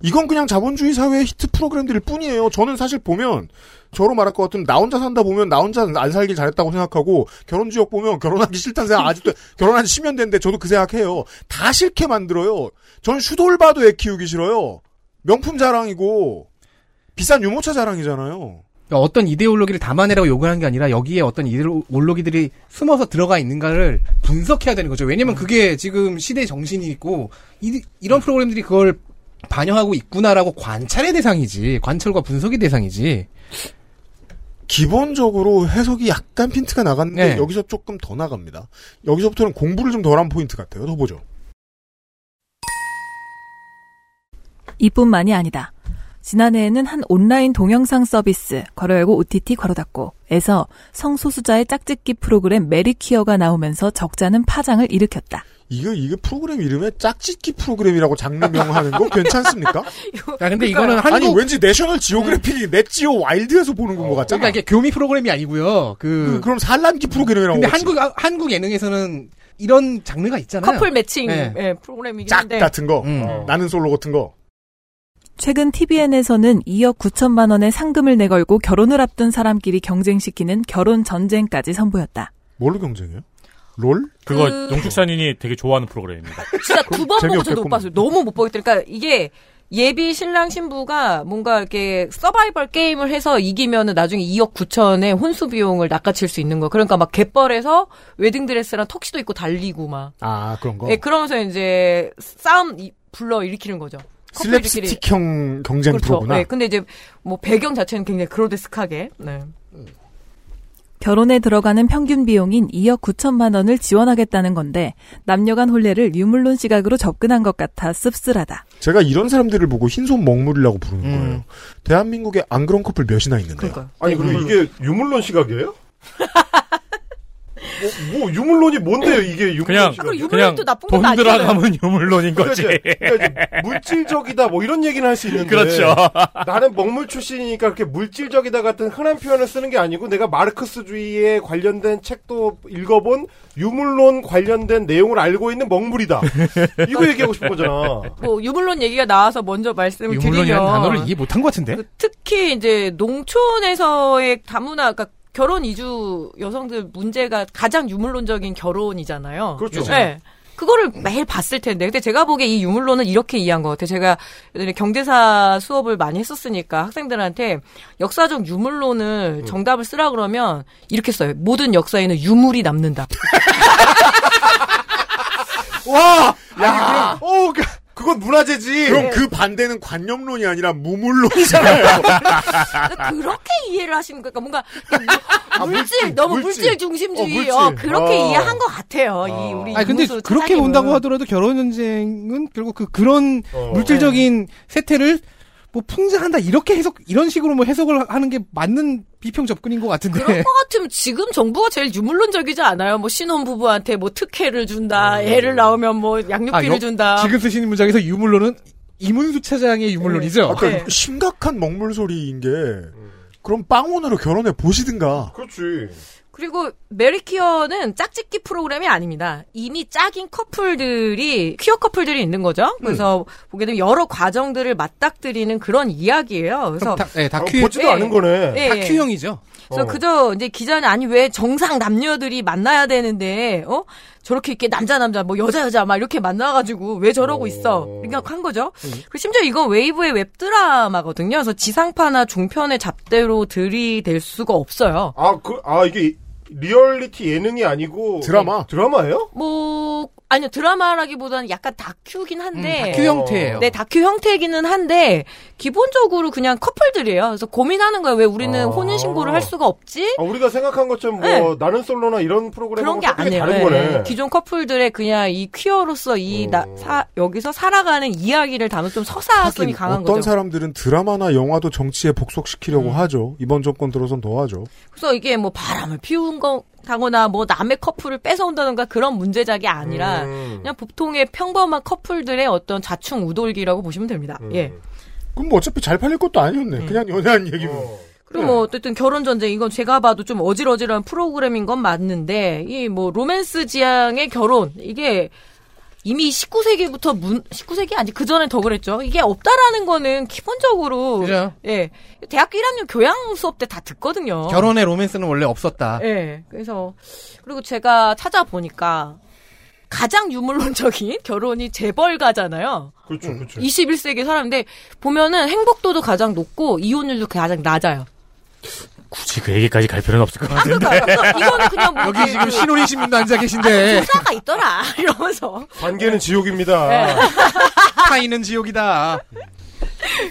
Speaker 3: 이건 그냥 자본주의 사회의 히트 프로그램들일 뿐이에요. 저는 사실 보면 저로 말할 것 같으면 나 혼자 산다 보면 나 혼자 안 살길 잘했다고 생각하고 결혼 지역 보면 결혼하기 싫다는 생각 아직도 결혼한 지 10년 됐는데 저도 그 생각해요. 다 싫게 만들어요. 전 슈돌 봐도 애 키우기 싫어요. 명품 자랑이고 비싼 유모차 자랑이잖아요.
Speaker 5: 그러니까 어떤 이데올로기를 담아내라고 요구하는 게 아니라 여기에 어떤 이데올로기들이 숨어서 들어가 있는가를 분석해야 되는 거죠. 왜냐면 그게 지금 시대 정신이 있고 이, 런 프로그램들이 그걸 반영하고 있구나라고 관찰의 대상이지 관찰과 분석의 대상이지.
Speaker 3: 기본적으로 해석이 약간 핀트가 나갔는데
Speaker 5: 네.
Speaker 3: 여기서 조금 더 나갑니다. 여기서부터는 공부를 좀 덜한 포인트 같아요. 더 보죠.
Speaker 2: 이뿐만이 아니다. 지난해에는 한 온라인 동영상 서비스 괄호 열고 OTT 괄호 닫고에서 성소수자의 짝짓기 프로그램 메리퀴어가 나오면서 적잖은 파장을 일으켰다.
Speaker 3: 이거 이게 프로그램 이름에 짝짓기 프로그램이라고 장르명 하는 거 괜찮습니까?
Speaker 5: 야, 근데 이거는 한국
Speaker 3: 아니 왠지 내셔널 지오그래픽이 넷지오 와일드에서 보는 건 것 같잖아.
Speaker 5: 그러니까 이게 교미 프로그램이 아니고요. 그,
Speaker 3: 그럼 산란기 프로그램이라고.
Speaker 5: 근데
Speaker 3: 그러지.
Speaker 5: 한국 아, 한국 예능에서는 이런 장르가 있잖아요.
Speaker 6: 커플 매칭
Speaker 5: 네.
Speaker 6: 예, 프로그램이긴
Speaker 3: 짝
Speaker 6: 한데
Speaker 3: 같은
Speaker 5: 음.
Speaker 3: 거,
Speaker 5: 어.
Speaker 3: 나는 솔로 같은 거.
Speaker 2: 최근 TVN에서는 2억 9천만 원의 상금을 내걸고 결혼을 앞둔 사람끼리 경쟁시키는 결혼 전쟁까지 선보였다.
Speaker 3: 뭘로 경쟁해요? 롤?
Speaker 4: 그거
Speaker 6: 그-
Speaker 4: 농축산인이 되게 좋아하는 프로그램입니다.
Speaker 6: 진짜 두 번 보고 저도 못
Speaker 4: 재미없겠구만.
Speaker 6: 봤어요. 너무 못 보겠다. 그러니까 이게 예비 신랑 신부가 뭔가 이렇게 서바이벌 게임을 해서 이기면은 나중에 2억 9천의 혼수 비용을 낚아챌 수 있는 거. 그러니까 막 갯벌에서 웨딩 드레스랑 턱시도 입고 달리고 막.
Speaker 3: 아 그런 거.
Speaker 6: 예, 그러면서 이제 싸움 이- 불러 일으키는 거죠. 커플들끼리.
Speaker 3: 슬랩스틱형 경쟁
Speaker 6: 그렇죠.
Speaker 3: 프로구나.
Speaker 6: 예, 근데 이제 뭐 배경 자체는 굉장히 그로데스크하게. 네.
Speaker 2: 결혼에 들어가는 평균 비용인 2억 9천만 원을 지원하겠다는 건데 남녀간 혼례를 유물론 시각으로 접근한 것 같아 씁쓸하다.
Speaker 3: 제가 이런 사람들을 보고 흰손 먹물이라고 부르는 거예요. 대한민국에 안 그런 커플 몇이나
Speaker 6: 그러니까.
Speaker 3: 있는데요.
Speaker 14: 네,
Speaker 4: 네.
Speaker 8: 아니
Speaker 4: 음.
Speaker 8: 그리고 이게 유물론 시각이에요? 뭐, 뭐 유물론이 뭔데요? 이게 유물론
Speaker 4: 그냥-
Speaker 6: 아,
Speaker 8: 시각.
Speaker 4: 그럼 유물론이 또 나쁜 건 그냥 돈 아니잖아요. 들어가면 유물론인 거지.
Speaker 8: 그러니까 물질적이다 뭐 이런 얘기는 할 수 있는데.
Speaker 4: 그렇죠.
Speaker 8: 나는 먹물 출신이니까 그렇게 물질적이다 같은 흔한 표현을 쓰는 게 아니고 내가 마르크스주의에 관련된 책도 읽어본 유물론 관련된 내용을 알고 있는 먹물이다. 이거 얘기하고 싶은 거잖아. 어,
Speaker 6: 뭐 유물론 얘기가 나와서 먼저 말씀을
Speaker 5: 유물론이라는
Speaker 6: 드리면
Speaker 5: 단어를 이해 못한 것 같은데.
Speaker 6: 그 특히 이제 농촌에서의 다문화, 그러니까 결혼 이주 여성들 문제가 가장 유물론적인 결혼이잖아요.
Speaker 8: 그렇죠.
Speaker 6: 네. 그거를 매일 봤을 텐데. 근데 제가 보기에 이 유물론은 이렇게 이해한 것 같아요. 제가 예전에 경제사 수업을 많이 했었으니까 학생들한테 역사적 유물론을 정답을 쓰라 그러면 이렇게 써요. 모든 역사에는 유물이 남는다.
Speaker 8: 와! 야! 어, 그, 그건 문화재지.
Speaker 6: 네.
Speaker 3: 그럼 그 반대는 관념론이 아니라 무물론이잖아요.
Speaker 6: 그렇게 이해를 하시는 거니까 뭔가 아, 물질 너무 물질, 중심주의
Speaker 5: 어, 물질.
Speaker 6: 어, 그렇게
Speaker 5: 어.
Speaker 6: 이해한 것 같아요. 이 우리
Speaker 5: 아니 근데
Speaker 6: 유문수
Speaker 5: 그렇게
Speaker 6: 차장님은.
Speaker 5: 본다고 하더라도 결혼 전쟁은 결국 그 그런 물질적인
Speaker 6: 네.
Speaker 5: 세태를 뭐 풍자한다 이렇게 해석 이런 식으로 뭐 해석을 하는 게 맞는 비평 접근인 것 같은데.
Speaker 6: 그런 것 같으면 지금 정부가 제일 유물론적이지 않아요? 뭐 신혼 부부한테 뭐 특혜를 준다, 애를 낳으면 뭐 양육비를
Speaker 5: 어. 아, 여-
Speaker 6: 준다.
Speaker 5: 지금 쓰시는 문장에서 유물론은 이문수 차장의 유물론이죠.
Speaker 6: 네.
Speaker 3: 아까 심각한 먹물 소리인 게 그럼 빵원으로 결혼해 보시든가.
Speaker 8: 그렇지.
Speaker 6: 그리고 메리퀴어는 짝짓기 프로그램이 아닙니다. 이미 짝인 커플들이 퀴어 커플들이 있는 거죠.
Speaker 5: 음.
Speaker 6: 그래서 보게 되면 여러 과정들을 맞닥뜨리는 그런 이야기예요. 그래서
Speaker 5: 다, 예,
Speaker 8: 아,
Speaker 5: 다 큐.
Speaker 6: 보지도 예. 않은 거네. 어, 예, 예.
Speaker 5: 다큐형이죠.
Speaker 8: 어.
Speaker 6: 그래서 그저 이제 기자는 아니 왜 정상 남녀들이 만나야 되는데 어 저렇게 이렇게 남자 남자 뭐 여자 여자 막 이렇게 만나가지고 왜 저러고 있어 그러니까 생각한 거죠.
Speaker 8: 음.
Speaker 6: 그리고 심지어 이건 웨이브의 웹 드라마거든요. 그래서 지상파나 종편의 잡대로 들이댈 수가 없어요.
Speaker 8: 아, 그, 아, 이게 리얼리티 예능이 아니고. 어,
Speaker 6: 드라마.
Speaker 8: 드라마예요?
Speaker 6: 뭐 아니요 드라마라기보다는 약간 다큐긴 한데
Speaker 8: 음, 다큐 형태예요.
Speaker 6: 네 다큐 형태이기는 한데 기본적으로 그냥 커플들이에요. 그래서 고민하는 거예요. 왜 우리는 혼인 신고를 할 수가 없지?
Speaker 8: 아, 우리가 생각한 것처럼 뭐,
Speaker 6: 네.
Speaker 8: 나는 솔로나
Speaker 6: 그런
Speaker 8: 이런 프로그램하고
Speaker 6: 게
Speaker 8: 조금
Speaker 6: 아니에요.
Speaker 8: 다른
Speaker 6: 네.
Speaker 8: 거네.
Speaker 6: 기존 커플들의 그냥 이 퀴어로서 이 나- 사- 여기서 살아가는 이야기를 담은 좀 서사성이 강한
Speaker 3: 어떤
Speaker 6: 거죠. 음.
Speaker 3: 사람들은 드라마나 영화도 정치에 복속시키려고 하죠. 이번 정권 들어선 더 하죠.
Speaker 6: 그래서 이게 뭐 바람을 피운 거다거나 뭐 남의 커플을 뺏어온다던가 그런 문제작이 아니라
Speaker 8: 음.
Speaker 6: 그냥 보통의 평범한 커플들의 어떤 자충 우돌기라고 보시면 됩니다. 예.
Speaker 3: 그럼 뭐 어차피 잘 팔릴 것도
Speaker 6: 음.
Speaker 3: 아니었네. 그냥 연애한 얘기면.
Speaker 6: 그리고
Speaker 5: 네.
Speaker 6: 뭐 어쨌든 결혼 전쟁 이건 제가 봐도 좀 어질어질한 프로그램인 건 맞는데 이 뭐 로맨스 지향의 결혼 이게 이미 19세기부터 문 19세기 아니 그 전에 더 그랬죠. 이게 없다라는 거는 기본적으로
Speaker 5: 그죠.
Speaker 6: 예 대학교 1학년 교양 수업 때 다 듣거든요.
Speaker 5: 결혼의 로맨스는 원래 없었다.
Speaker 6: 예. 그래서 그리고 제가 찾아보니까 가장 유물론적인 결혼이 재벌가잖아요.
Speaker 8: 그렇죠, 그렇죠.
Speaker 6: 21세기 사람인데 보면은 행복도도 가장 높고 이혼율도 가장 낮아요.
Speaker 4: 굳이 그 얘기까지 갈 필요는 없을 것 같은데.
Speaker 6: 아, 이거는 그냥 뭐
Speaker 5: 아, 여기 지금 신혼이신 분도 앉아
Speaker 6: 아,
Speaker 5: 계신데
Speaker 6: 조사가 있더라 이러면서
Speaker 8: 관계는 지옥입니다. 그렇죠.
Speaker 5: 타이는 지옥이다.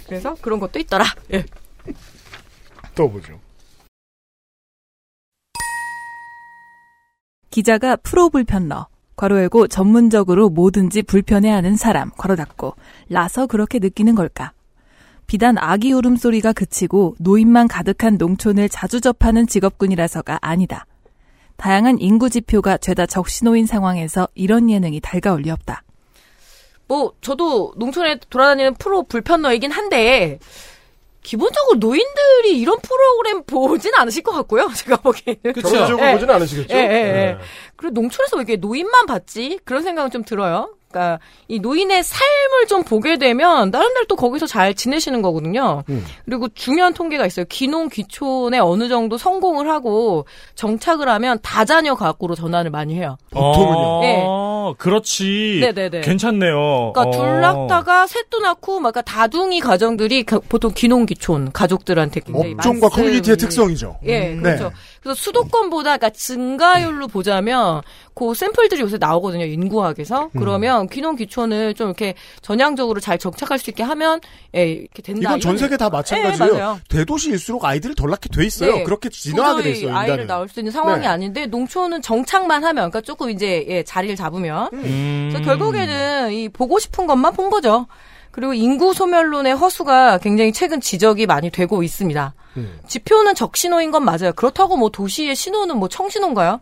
Speaker 6: 그래서 그런 것도 있더라. 예.
Speaker 3: 또 보죠.
Speaker 2: 기자가 프로 불편러 괄호 열고 전문적으로 뭐든지 불편해하는 사람 괄호 닫고 라서 그렇게 느끼는 걸까? 비단 아기 울음소리가 그치고 노인만 가득한 농촌을 자주 접하는 직업군이라서가 아니다. 다양한 인구 지표가 죄다 적신호인 상황에서 이런 예능이 달가올 리 없다.
Speaker 6: 뭐 저도 농촌에 돌아다니는 프로 불편러이긴 한데 기본적으로 노인들이 이런 프로그램 보진 않으실 것 같고요. 제가 보기에는
Speaker 8: 그쵸. 결혼적으로 보진 않으시겠죠?
Speaker 6: 예, 예, 예.
Speaker 8: 예.
Speaker 6: 그리고 농촌에서 왜 이게 노인만 봤지? 그런 생각은 좀 들어요. 그러니까 이 노인의 삶을 좀 보게 되면 나름대로 또 거기서 잘 지내시는 거거든요.
Speaker 3: 음.
Speaker 6: 그리고 중요한 통계가 있어요. 귀농 귀촌에 어느 정도 성공을 하고 정착을 하면 다자녀 가구로 전환을 많이 해요.
Speaker 4: 보통은요.
Speaker 6: 네.
Speaker 4: 그렇지.
Speaker 6: 네네네.
Speaker 4: 괜찮네요.
Speaker 6: 그러니까
Speaker 4: 어.
Speaker 6: 둘 낳다가 셋도 낳고 막 그러니까 다둥이 가정들이 겨- 보통 귀농귀촌 가족들한테 굉장히
Speaker 3: 업종과
Speaker 6: 많습니다.
Speaker 3: 커뮤니티의 특성이죠.
Speaker 6: 예,
Speaker 3: 음.
Speaker 6: 그렇죠.
Speaker 3: 네.
Speaker 6: 그래서 수도권보다 그러니까 증가율로 보자면 그 샘플들이 요새 나오거든요. 인구학에서.
Speaker 3: 음.
Speaker 6: 그러면 귀농귀촌을 좀 이렇게 전향적으로 잘 정착할 수 있게 하면 예, 이렇게 된다.
Speaker 3: 이건 전
Speaker 6: 이런-
Speaker 3: 세계 다
Speaker 6: 예,
Speaker 3: 마찬가지예요.
Speaker 6: 맞아요.
Speaker 3: 대도시일수록 아이들이 덜 낳게 돼 있어요.
Speaker 6: 네,
Speaker 3: 그렇게 진화하게 돼
Speaker 6: 도저히
Speaker 3: 있어요.
Speaker 6: 아이를
Speaker 3: 인간은.
Speaker 6: 낳을 수 있는 상황이
Speaker 3: 네.
Speaker 6: 아닌데 농촌은 정착만 하면 그러니까 조금 이제 예, 자리를
Speaker 4: 음.
Speaker 6: 잡으면
Speaker 3: 음.
Speaker 6: 그래서 결국에는 이 보고 싶은 것만 본 거죠. 그리고 인구 소멸론의 허수가 굉장히 최근 지적이 많이 되고 있습니다.
Speaker 3: 네.
Speaker 6: 지표는 적신호인 건 맞아요. 그렇다고 뭐 도시의 신호는 뭐 청신호인가요?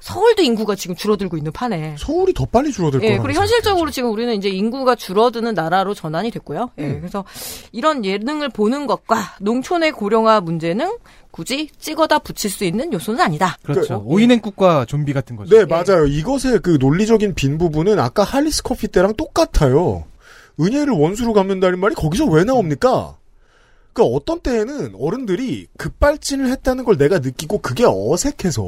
Speaker 6: 서울도 인구가 지금 줄어들고 있는 판에.
Speaker 3: 서울이 더 빨리 줄어들
Speaker 6: 예,
Speaker 3: 거라고.
Speaker 6: 그리고 현실적으로 지금 우리는 이제 인구가 줄어드는 나라로 전환이 됐고요. 예,
Speaker 3: 음.
Speaker 6: 그래서 이런 예능을 보는 것과 농촌의 고령화 문제는 굳이 찍어다 붙일 수 있는 요소는 아니다.
Speaker 5: 그렇죠. 오이냉국과 좀비 같은 거죠.
Speaker 3: 네, 맞아요. 이것의 그 논리적인 빈 부분은 아까 할리스 커피 때랑 똑같아요. 은혜를 원수로 갚는다는 말이 거기서 왜 나옵니까? 그러니까 어떤 때에는 어른들이 급발진을 했다는 걸 내가 느끼고 그게 어색해서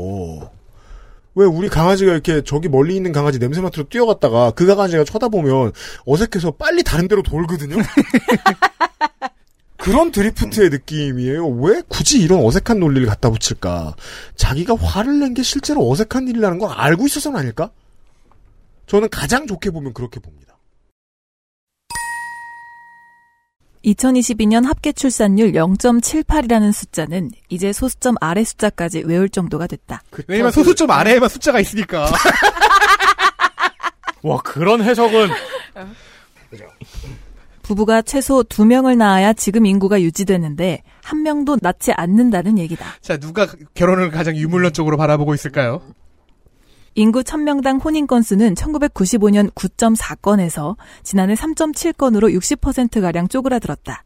Speaker 3: 왜 우리 강아지가 이렇게 저기 멀리 있는 강아지 냄새 맡으러 뛰어갔다가 그 강아지가 쳐다보면 어색해서 빨리 다른 데로 돌거든요? 그런 드리프트의 느낌이에요. 왜 굳이 이런 어색한 논리를 갖다 붙일까? 자기가 화를 낸 게 실제로 어색한 일이라는 걸 알고 있어서는 아닐까? 저는 가장 좋게 보면 그렇게 봅니다.
Speaker 2: 2022년 합계 출산율 0.78이라는 숫자는 이제 소수점 아래 숫자까지 외울 정도가 됐다.
Speaker 5: 왜냐면 소수점 아래에만 숫자가 있으니까.
Speaker 12: 와, 그런 해석은.
Speaker 2: 부부가 최소 2명을 낳아야 지금 인구가 유지되는데 한 명도 낳지 않는다는 얘기다.
Speaker 5: 자, 누가 결혼을 가장 유물론 쪽으로 바라보고 있을까요?
Speaker 2: 인구 1000명당 혼인 건수는 1995년 9.4건에서 지난해 3.7건으로 60%가량 쪼그라들었다.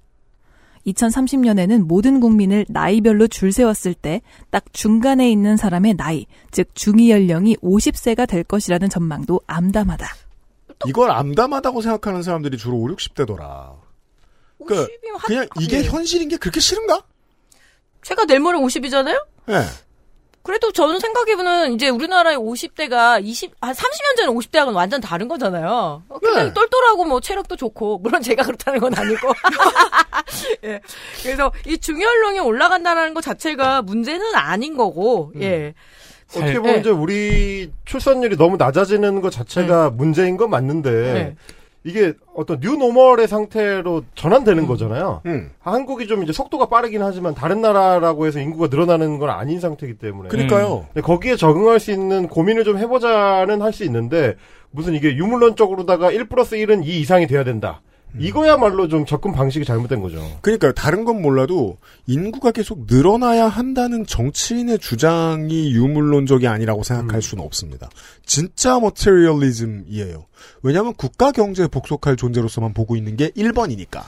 Speaker 2: 2030년에는 모든 국민을 나이별로 줄 세웠을 때 딱 중간에 있는 사람의 나이, 즉 중위 연령이 50세가 될 것이라는 전망도 암담하다.
Speaker 3: 이걸 암담하다고 생각하는 사람들이 주로 5, 60대더라. 그, 그냥
Speaker 6: 예.
Speaker 3: 이게 현실인 게 그렇게 싫은가?
Speaker 6: 제가 내일 모레 50이잖아요?
Speaker 3: 예.
Speaker 6: 그래도 저는 생각해보면 이제 우리나라의 50대가 20, 한 30년 전에 50대하고는 완전 다른 거잖아요. 어, 굉장히 똘똘하고 뭐 체력도 좋고, 물론 제가 그렇다는 건 아니고. 예. 그래서 이 중혈농이 올라간다는 것 자체가 문제는 아닌 거고, 예.
Speaker 8: 어떻게 보면
Speaker 6: 예.
Speaker 8: 이제 우리 출산율이 너무 낮아지는 것 자체가 문제인 건 맞는데
Speaker 6: 네.
Speaker 8: 이게 어떤 뉴노멀의 상태로 전환되는 거잖아요. 한국이 좀 이제 속도가 빠르긴 하지만 다른 나라라고 해서 인구가 늘어나는 건 아닌 상태이기 때문에
Speaker 3: 그러니까요.
Speaker 8: 근데 거기에 적응할 수 있는 고민을 좀 해보자는 할 수 있는데 무슨 이게 유물론적으로다가 1 플러스 1은 2 이상이 돼야 된다. 이거야말로 좀 접근 방식이 잘못된 거죠.
Speaker 3: 그러니까요. 다른 건 몰라도 인구가 계속 늘어나야 한다는 정치인의 주장이 유물론적이 아니라고 생각할 수는 없습니다. 진짜 머테리얼리즘이에요. 왜냐하면 국가 경제에 복속할 존재로서만 보고 있는 게 1번이니까.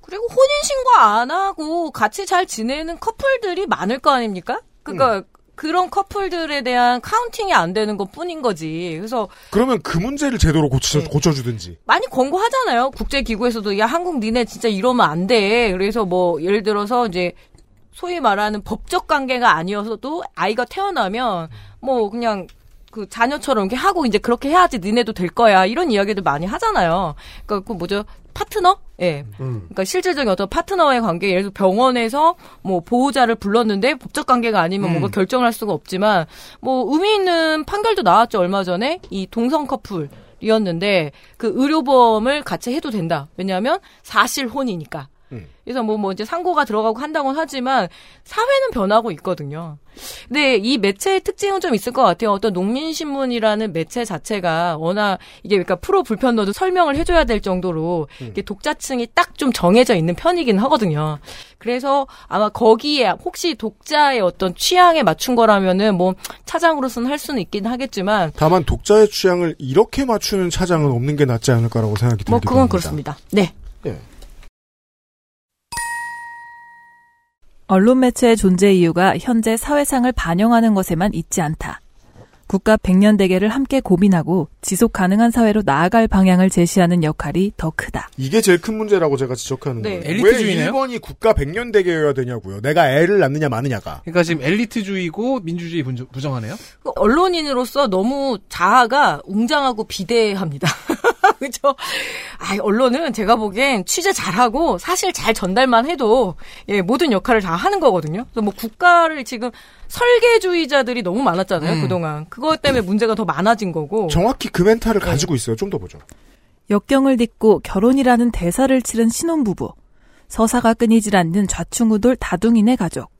Speaker 6: 그리고 혼인신고 안 하고 같이 잘 지내는 커플들이 많을 거 아닙니까? 그러니까 그런 커플들에 대한 카운팅이 안 되는 것 뿐인 거지. 그래서
Speaker 3: 그러면 그 문제를 제대로 고쳐, 고쳐주든지.
Speaker 6: 많이 권고하잖아요. 국제기구에서도 야 한국 니네 진짜 이러면 안 돼. 그래서 뭐 예를 들어서 이제 소위 말하는 법적 관계가 아니어서도 아이가 태어나면 뭐 그냥 그 자녀처럼 이렇게 하고 이제 그렇게 해야지 니네도 될 거야 이런 이야기들 많이 하잖아요. 그러니까 그 뭐죠 파트너? 예.
Speaker 8: 음.
Speaker 6: 그러니까 실질적인 어떤 파트너와의 관계, 예를 들어 병원에서 뭐 보호자를 불렀는데 법적 관계가 아니면 뭔가 결정을 할 수가 없지만 뭐 의미 있는 판결도 나왔죠 얼마 전에 이 동성 커플. 이었는데 그 의료보험을 같이 해도 된다. 왜냐하면 사실 혼이니까. 그래서 뭐, 뭐 이제 상고가 들어가고 한다곤 하지만 사회는 변하고 있거든요. 근데 이 매체의 특징은 좀 있을 것 같아요. 어떤 농민신문이라는 매체 자체가 워낙 이게 그러니까 프로 불편러도 설명을 해줘야 될 정도로
Speaker 3: 음.
Speaker 6: 이게 독자층이 딱 좀 정해져 있는 편이긴 하거든요. 그래서 아마 거기에 혹시 독자의 어떤 취향에 맞춘 거라면은 뭐 차장으로서는 할 수는 있긴 하겠지만
Speaker 3: 다만 독자의 취향을 이렇게 맞추는 차장은 없는 게 낫지 않을까라고 생각이 들기도
Speaker 6: 뭐 그건
Speaker 3: 합니다.
Speaker 6: 그렇습니다. 네.
Speaker 2: 언론 매체의 존재 이유가 현재 사회상을 반영하는 것에만 있지 않다. 국가 백년 대계를 함께 고민하고 지속 가능한 사회로 나아갈 방향을 제시하는 역할이 더 크다.
Speaker 3: 이게 제일 큰 문제라고 제가 지적하는
Speaker 2: 네.
Speaker 3: 거예요.
Speaker 5: 엘리트주의네요?
Speaker 3: 왜 일본이 국가 100년 대계여야 되냐고요. 내가 애를 낳느냐 마느냐가.
Speaker 5: 그러니까 지금 엘리트주의고 민주주의 분조- 부정하네요.
Speaker 6: 그 언론인으로서 너무 자아가 웅장하고 비대합니다. 그죠? 아, 언론은 제가 보기엔 취재 잘하고 사실 잘 전달만 해도 예, 모든 역할을 다 하는 거거든요. 그래서 뭐 국가를 지금 설계주의자들이 너무 많았잖아요,
Speaker 3: 음.
Speaker 6: 그동안. 그것 때문에 문제가 더 많아진 거고.
Speaker 3: 정확히 그 멘탈을
Speaker 6: 네.
Speaker 3: 가지고 있어요. 좀 더 보죠.
Speaker 2: 역경을 딛고 결혼이라는 대사를 치른 신혼부부, 서사가 끊이질 않는 좌충우돌 다둥이네 가족,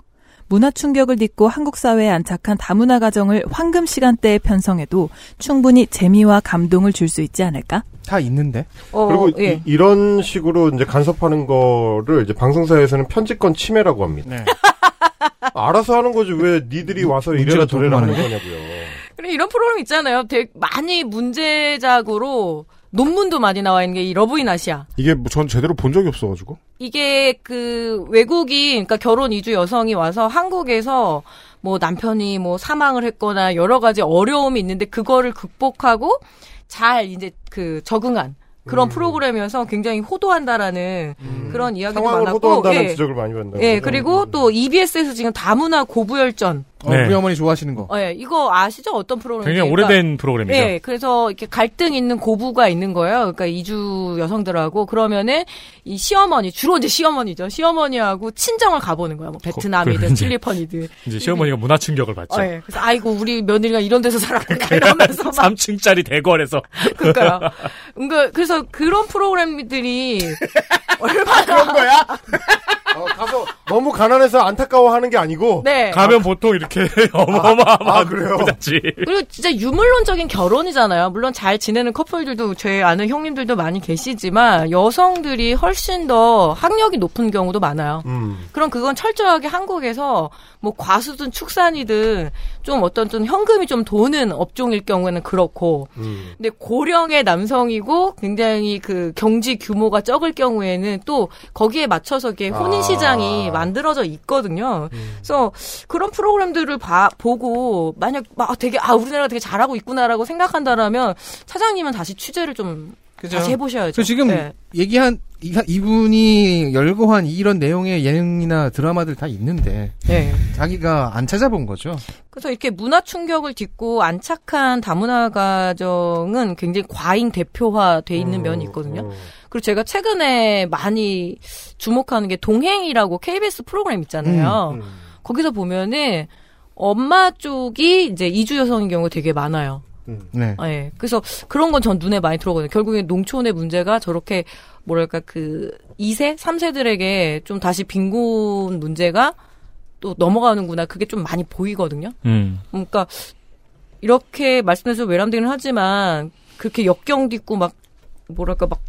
Speaker 2: 문화 충격을 딛고 한국 사회에 안착한 다문화 가정을 황금 시간대에 편성해도 충분히 재미와 감동을 줄 수 있지 않을까?
Speaker 5: 다 있는데.
Speaker 6: 어,
Speaker 8: 그리고
Speaker 6: 예.
Speaker 8: 이, 런 식으로 이제 간섭하는 거를 이제 방송사에서는 편집권 침해라고 합니다.
Speaker 5: 네.
Speaker 8: 알아서 하는 거지 왜 니들이 와서 이래라 저래라 하는 거냐고요.
Speaker 6: 그리고 이런 프로그램 있잖아요. 되게 많이 문제작으로 논문도 많이 나와 있는 게 이 러브인 아시아.
Speaker 3: 이게 뭐 전 제대로 본 적이 없어가지고.
Speaker 6: 이게 그 외국인 그러니까 결혼 이주 여성이 와서 한국에서 뭐 남편이 뭐 사망을 했거나 여러 가지 어려움이 있는데 그거를 극복하고
Speaker 8: 음.
Speaker 6: 잘 이제 그 적응한 그런 프로그램이어서 굉장히 호도한다라는 그런 이야기도
Speaker 8: 상황을
Speaker 6: 많았고
Speaker 8: 호도한다는 지적을 많이 받는다고 음.
Speaker 6: 예
Speaker 8: 그러죠. 어.
Speaker 6: 그리고 또 E EBS에서 지금 다문화 고부열전
Speaker 5: 어, 우리 어머니 좋아하시는 거.
Speaker 6: 어, 예, 이거 아시죠? 어떤
Speaker 4: 음,
Speaker 6: 프로그램?
Speaker 5: 굉장히 오래된 프로그램이죠.
Speaker 6: 예, 그래서 이렇게 갈등 있는 고부가 있는 거예요. 그러니까 이주 여성들하고 그러면은 이 시어머니 주로 이제 시어머니죠. 시어머니하고 친정을 가보는 거야. 뭐 베트남이든
Speaker 4: 그럼 이제-
Speaker 6: 필리핀이든.
Speaker 4: 이제 시어머니가 문화 충격을 받죠.
Speaker 6: 어, 예. 그래서 아이고 우리 며느리가 이런 데서 살았구나 이러면서 막
Speaker 4: 3층짜리 대궐에서.
Speaker 6: 그러니까요. 그러니까 그래서 그런 프로그램들이 얼마나
Speaker 8: 그런 거야? 어, 가서 너무 가난해서 안타까워하는 게 아니고
Speaker 6: 네.
Speaker 4: 가면 보통 이렇게 어마어마한
Speaker 8: 아, 그래요?
Speaker 4: 부잣집.
Speaker 6: 그리고 진짜 유물론적인 결혼이잖아요. 물론 잘 지내는 커플들도 제 아는 형님들도 많이 계시지만 여성들이 훨씬 더 학력이 높은 경우도 많아요.
Speaker 8: 음.
Speaker 6: 그럼 그건 철저하게 한국에서 뭐 과수든 축산이든 좀 어떤 좀 현금이 좀 도는 업종일 경우에는 그렇고 근데 고령의 남성이고 굉장히 그 경지 규모가 적을 경우에는 또 거기에 맞춰서 이게 혼인
Speaker 14: 아.
Speaker 6: 시장이 만들어져 있거든요. 그래서 그런 프로그램들을 봐, 보고 만약 막 되게 아 우리나라가 되게 잘하고 있구나라고 생각한다라면 사장님은 다시 취재를 좀 다시 해보셔야죠.
Speaker 5: 그 지금
Speaker 6: 네.
Speaker 5: 얘기한 이- 이분이 열거한 이런 내용의 예능이나 드라마들 다 있는데
Speaker 6: 네.
Speaker 5: 자기가 안 찾아본 거죠.
Speaker 6: 그래서 이렇게 문화 충격을 딛고 안착한 다문화 가정은 굉장히 과잉 대표화 돼
Speaker 14: 음.
Speaker 6: 네, 있는 면이 있거든요. 그리고 제가 최근에 많이 주목하는 게 동행이라고 KBS 프로그램 있잖아요.
Speaker 14: 음,
Speaker 6: 거기서 보면은 엄마 쪽이 이제 이주 여성인 경우 되게 많아요.
Speaker 5: 네.
Speaker 6: 예. 그래서 그런 건 전 눈에 많이 들어오거든요. 결국에 농촌의 문제가 저렇게 뭐랄까 그 2세, 3세들에게 좀 다시 빈곤 문제가 또 넘어가는구나. 그게 좀 많이 보이거든요.
Speaker 14: 음.
Speaker 6: 그러니까 이렇게 말씀해서 외람되긴 하지만 그렇게 역경딛고 막 뭐랄까 막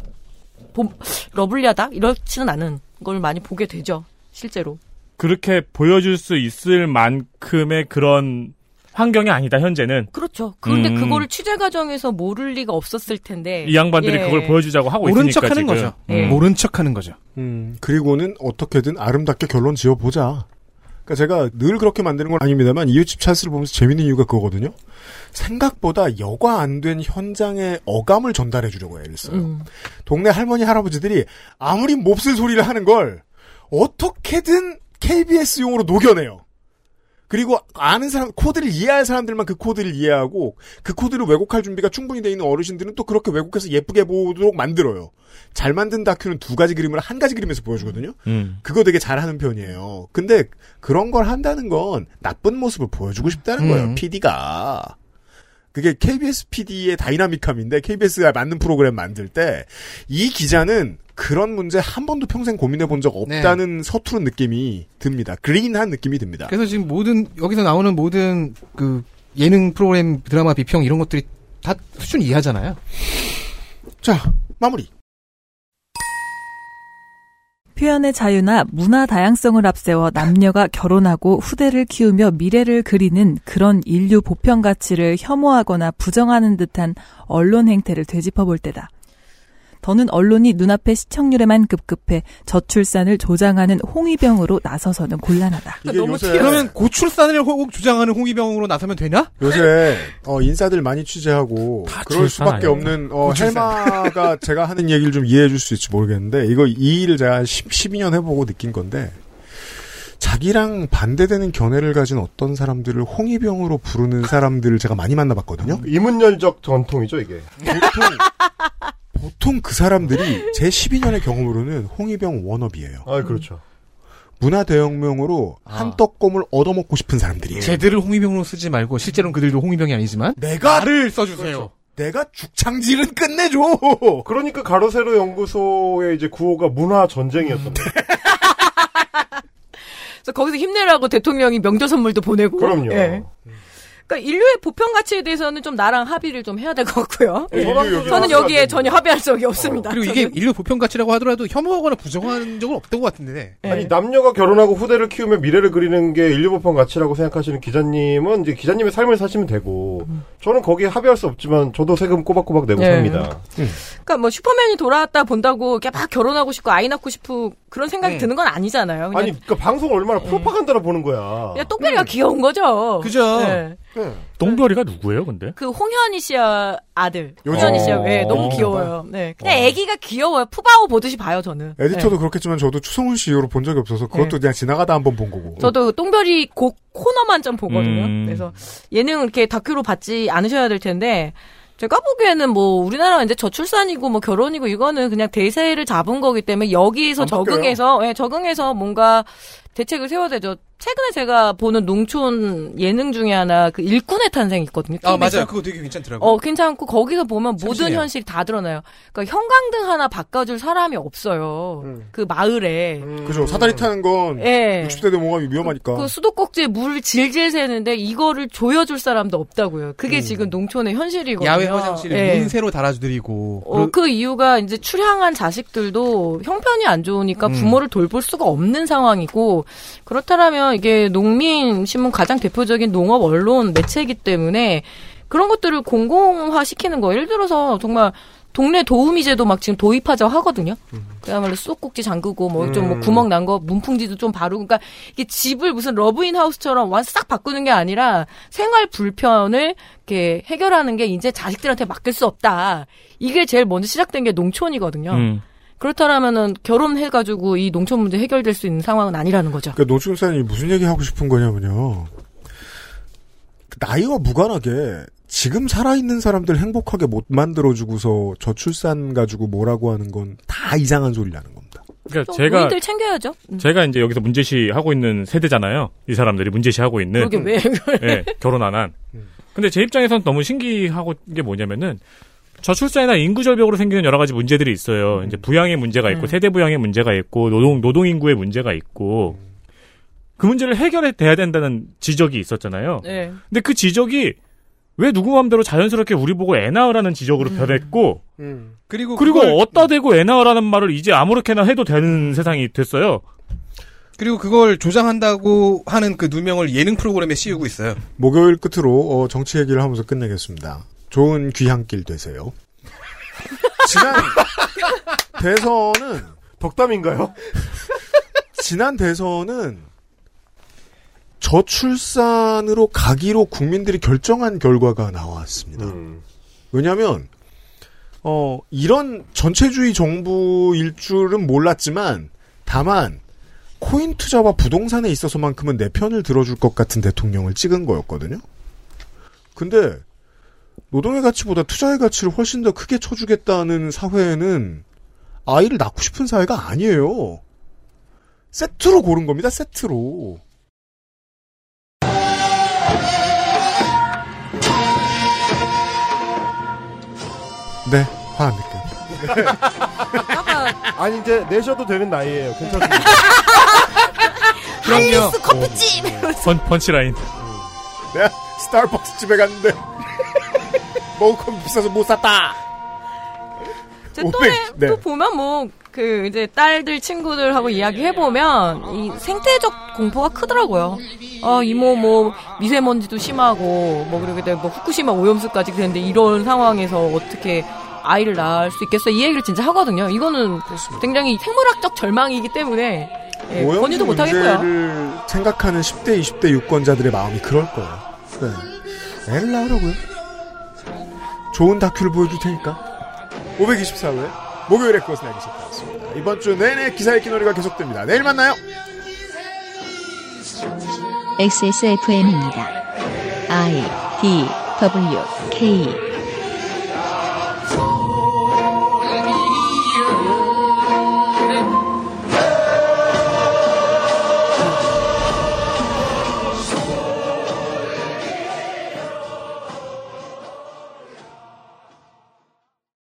Speaker 6: 봄, 러블리하다 이렇지는 않은 걸 많이 보게 되죠. 실제로.
Speaker 12: 그렇게 보여줄 수 있을 만큼의 그런 환경이 아니다 현재는.
Speaker 6: 그렇죠. 그런데
Speaker 12: 음.
Speaker 6: 그거를 취재 과정에서 모를 리가 없었을 텐데
Speaker 12: 이
Speaker 6: 예.
Speaker 12: 양반들이 그걸 보여주자고 하고
Speaker 5: 모른
Speaker 12: 있으니까 지금.
Speaker 5: 척하는 거죠.
Speaker 12: 음.
Speaker 5: 모른 척하는 거죠.
Speaker 3: 음, 그리고는 어떻게든 아름답게 결론 지어보자. 그러니까 제가 늘 그렇게 만드는 건 아닙니다만 이웃집 찬스를 보면서 재밌는 이유가 그거거든요. 생각보다 여과 안 된 현장의 어감을 전달해 주려고 애를 써요. 동네 할머니 할아버지들이 아무리 몹쓸 소리를 하는 걸 어떻게든 KBS용으로 녹여내요. 그리고 아는 사람 코드를 이해할 사람들만 그 코드를 이해하고 그 코드를 왜곡할 준비가 충분히 돼 있는 어르신들은 또 그렇게 왜곡해서 예쁘게 보도록 만들어요. 잘 만든 다큐는 두 가지 그림을 한 가지 그림에서 보여주거든요.
Speaker 14: 음.
Speaker 3: 그거 되게 잘하는 편이에요. 근데 그런 걸 한다는 건 나쁜 모습을 보여주고 싶다는 거예요.
Speaker 14: 음.
Speaker 3: PD가. 그게 KBS PD의 다이나믹함인데 KBS가 맞는 프로그램 만들 때 이 기자는 그런 문제 한 번도 평생 고민해 본 적 없다는 서투른 느낌이 듭니다. 그린한 느낌이 듭니다.
Speaker 5: 네. 그래서 지금 모든 여기서 나오는 모든 그 예능 프로그램 드라마 비평 이런 것들이 다 수준 이하잖아요.
Speaker 3: 자 마무리.
Speaker 2: 표현의 자유나 문화 다양성을 앞세워 남녀가 결혼하고 후대를 키우며 미래를 그리는 그런 인류 보편 가치를 혐오하거나 부정하는 듯한 언론 행태를 되짚어 볼 때다. 더는 언론이 눈앞의 시청률에만 급급해 저출산을 조장하는 홍위병으로 나서서는 곤란하다.
Speaker 5: 그러면 고출산을 호국 주장하는 홍위병으로 나서면 되냐?
Speaker 3: 요새 어, 인사들 많이 취재하고 그럴
Speaker 5: 출산
Speaker 3: 수밖에
Speaker 5: 아닙니까?
Speaker 3: 없는 어,
Speaker 5: 고출산.
Speaker 3: 헬마가 제가 하는 얘기를 좀 이해해 줄 수 있을지 모르겠는데 이거 이 일을 제가 한 10, 12년 해보고 느낀 건데 자기랑 반대되는 견해를 가진 어떤 사람들을 홍위병으로 부르는 사람들을 제가 많이 만나봤거든요.
Speaker 8: 이문열적 전통이죠 이게.
Speaker 3: 보통 그 사람들이 제 12년의 경험으로는 홍위병 워너비예요.
Speaker 8: 아 그렇죠.
Speaker 3: 문화 대혁명으로 한 떡곰을 얻어먹고 싶은 사람들이에요.
Speaker 5: 아. 제들을 홍위병으로 쓰지 말고 실제로는 그들도 홍위병이 아니지만
Speaker 3: 내가
Speaker 5: 나를
Speaker 6: 그렇죠.
Speaker 5: 써주세요.
Speaker 3: 내가 죽창질은 끝내줘.
Speaker 8: 그러니까 가로세로 연구소의 이제 구호가 문화 전쟁이었던데.
Speaker 6: 음. 그래서 거기서 힘내라고 대통령이 명절 선물도 보내고.
Speaker 8: 그럼요.
Speaker 6: 예. 그러니까 인류의 보편 가치에 대해서는 좀 나랑 합의를 좀 해야 될 것 같고요.
Speaker 5: 예, 인류 여기
Speaker 6: 저는
Speaker 5: 합의가
Speaker 6: 여기에
Speaker 5: 안
Speaker 6: 전혀 합의할 적이 없습니다.
Speaker 5: 그리고 이게 인류 보편 가치라고 하더라도 혐오하거나 부정하는 적은 없던 것 같은데.
Speaker 6: 예.
Speaker 8: 아니 남녀가 결혼하고 후대를 키우며 미래를 그리는 게 인류보편 가치라고 생각하시는 기자님은 이제 기자님의 삶을 사시면 되고 저는 거기에 합의할 수 없지만 저도 세금 꼬박꼬박 내고
Speaker 6: 예.
Speaker 8: 삽니다.
Speaker 6: 그러니까 뭐 슈퍼맨이 돌아왔다 본다고 이렇게 막 결혼하고 싶고 아이 낳고 싶고 그런 생각이
Speaker 8: 음.
Speaker 6: 드는 건
Speaker 8: 뭐. 그러니까
Speaker 6: 아니잖아요. 그냥,
Speaker 8: 아니 그 방송 얼마나 프로파간다를 보는 거야.
Speaker 6: 그냥 똑배리가 귀여운 거죠.
Speaker 8: 그죠.
Speaker 6: 예.
Speaker 4: 똥별이가 누구예요, 근데?
Speaker 6: 그 홍현희 씨의 아들.
Speaker 3: 요즘-
Speaker 6: 홍현희 씨의 왜
Speaker 3: 어.
Speaker 6: 너무 귀여워요. 네. 그냥 애기가 귀여워요. 푸바오 보듯이 봐요, 저는.
Speaker 3: 에디터도
Speaker 6: 네.
Speaker 3: 그렇겠지만 저도 추성훈 씨 이후로 본 적이 없어서 그것도
Speaker 6: 네.
Speaker 3: 그냥 지나가다 한 번 본 거고.
Speaker 6: 저도 똥별이 곡 코너만 좀 보거든요.
Speaker 3: 음.
Speaker 6: 그래서 예능 이렇게 다큐로 받지 않으셔야 될 텐데 제가 보기에는 뭐 우리나라 이제 저출산이고 뭐 결혼이고 이거는 그냥 대세를 잡은 거기 때문에
Speaker 7: 아,
Speaker 6: 여기에서 적응해서 예, 적응해서 뭔가 대책을 세워야 되죠. 최근에 제가 보는 농촌 예능 중에 하나 그 일꾼의 탄생이 있거든요.
Speaker 7: 아
Speaker 6: TV에서.
Speaker 7: 맞아요. 그거 되게 괜찮더라고요.
Speaker 6: 어, 괜찮고 거기서 보면 모든
Speaker 7: 참신해요.
Speaker 6: 현실이 다 드러나요. 그러니까 형광등 하나 바꿔줄 사람이 없어요.
Speaker 7: 음.
Speaker 6: 그 마을에.
Speaker 8: 음.
Speaker 3: 그죠. 사다리 타는 건
Speaker 6: 예.
Speaker 3: 60대 넘어가면 위험하니까.
Speaker 6: 그 수도꼭지에 물 질질 새는데 이거를 조여줄 사람도 없다고요. 그게
Speaker 3: 음.
Speaker 6: 지금 농촌의 현실이거든요.
Speaker 5: 야외 화장실에
Speaker 6: 예.
Speaker 5: 문새로 달아주드리고
Speaker 6: 어, 그 이유가 이제 출향한 자식들도 형편이 안 좋으니까
Speaker 5: 음.
Speaker 6: 부모를 돌볼 수가 없는 상황이고 그렇다면 이게 농민 신문 가장 대표적인 농업 언론 매체이기 때문에 그런 것들을 공공화 시키는 거. 예요 예를 들어서 정말 동네 도우미 제도 막 지금 도입하자 하거든요. 그야말로 수도꼭지 잠그고 뭐 좀
Speaker 14: 음.
Speaker 6: 구멍 난 거 문풍지도 좀 바르고 그러니까 이게 집을 무슨 러브인 하우스처럼 완 싹 바꾸는 게 아니라 생활 불편을 이렇게 해결하는 게 이제 자식들한테 맡길 수 없다. 이게 제일 먼저 시작된 게 농촌이거든요.
Speaker 4: 음.
Speaker 6: 그렇다면은 결혼해가지고 이 농촌 문제 해결될 수 있는 상황은 아니라는 거죠.
Speaker 3: 그러니까 노출사님이 무슨 얘기 하고 싶은 거냐면요. 나이와 무관하게 지금 살아있는 사람들 행복하게 못 만들어주고서 저출산 가지고 뭐라고 하는 건 다 이상한 소리라는 겁니다.
Speaker 4: 그러니까
Speaker 6: 좀
Speaker 4: 제가
Speaker 6: 우리들 챙겨야죠. 음.
Speaker 4: 제가 이제 여기서 문제시 하고 있는 세대잖아요. 이 사람들이 문제시 하고 있는.
Speaker 6: 그러게 왜 이걸-
Speaker 4: 예, 결혼 안 한. 근데 제 입장에선 너무 신기하고 게 뭐냐면은 저출산이나 인구절벽으로 생기는 여러 가지 문제들이 있어요. 이제 부양의 문제가 있고
Speaker 12: 음.
Speaker 4: 세대 부양의 문제가 있고 노동 노동 인구의 문제가 있고 그 문제를 해결해 돼야 된다는 지적이 있었잖아요.
Speaker 6: 네.
Speaker 4: 근데 그 지적이 왜 누구 마음대로 자연스럽게 우리 보고 애 낳으라는 지적으로 변했고
Speaker 7: 그리고
Speaker 4: 그리고
Speaker 7: 그걸-
Speaker 4: 어따 대고 애 낳으라는 말을 이제 아무렇게나 해도 되는 세상이 됐어요.
Speaker 5: 그리고 그걸 조장한다고 하는 그 누명을 예능 프로그램에 씌우고 있어요.
Speaker 3: 목요일 끝으로 어, 정치 얘기를 하면서 끝내겠습니다. 좋은 귀향길 되세요. 지난 대선은
Speaker 8: 덕담인가요?
Speaker 3: 지난 대선은 저출산으로 가기로 국민들이 결정한 결과가 나왔습니다.
Speaker 8: 음.
Speaker 3: 왜냐하면 어, 이런 전체주의 정부일 줄은 몰랐지만 다만 코인 투자와 부동산에 있어서만큼은 내 편을 들어줄 것 같은 대통령을 찍은 거였거든요. 근데 노동의 가치보다 투자의 가치를 훨씬 더 크게 쳐주겠다는 사회에는 아이를 낳고 싶은 사회가 아니에요. 세트로 고른 겁니다. 세트로. 네, 화 안 느껴.
Speaker 8: 아니 이제 내셔도 되는 나이예요. 괜찮습니다.
Speaker 3: 할리스
Speaker 8: 커피집.
Speaker 4: 펀, 펀치라인.
Speaker 3: 내가 네, 스타벅스 집에 갔는데
Speaker 8: 어,
Speaker 3: 먹을 비싸서 못 샀다.
Speaker 6: 제
Speaker 3: 오백,
Speaker 6: 또래
Speaker 3: 네.
Speaker 6: 또 보면 뭐 그 이제 딸들 친구들하고 이야기해 보면 이 생태적 공포가 크더라고요. 아 이모 뭐 미세먼지도 심하고 뭐 그러게 되뭐 후쿠시마 오염수까지 그랬는데 이런 상황에서 어떻게 아이를 낳을 수 있겠어 이 얘기를 진짜 하거든요. 이거는 굉장히 생물학적 절망이기 때문에 예,
Speaker 3: 오염수
Speaker 6: 권유도 못 하겠고요.
Speaker 3: 문제를 생각하는 10대, 20대 유권자들의 마음이 그럴 거예요. 네. 애를 낳으라고요. 좋은 다큐를 보여줄 테니까. 524회 목요일에 그것은 알기 싫다였습니다. 이번 주 내내 기사 읽기 놀이가 계속됩니다. 내일 만나요.
Speaker 16: XSFM입니다. I D W K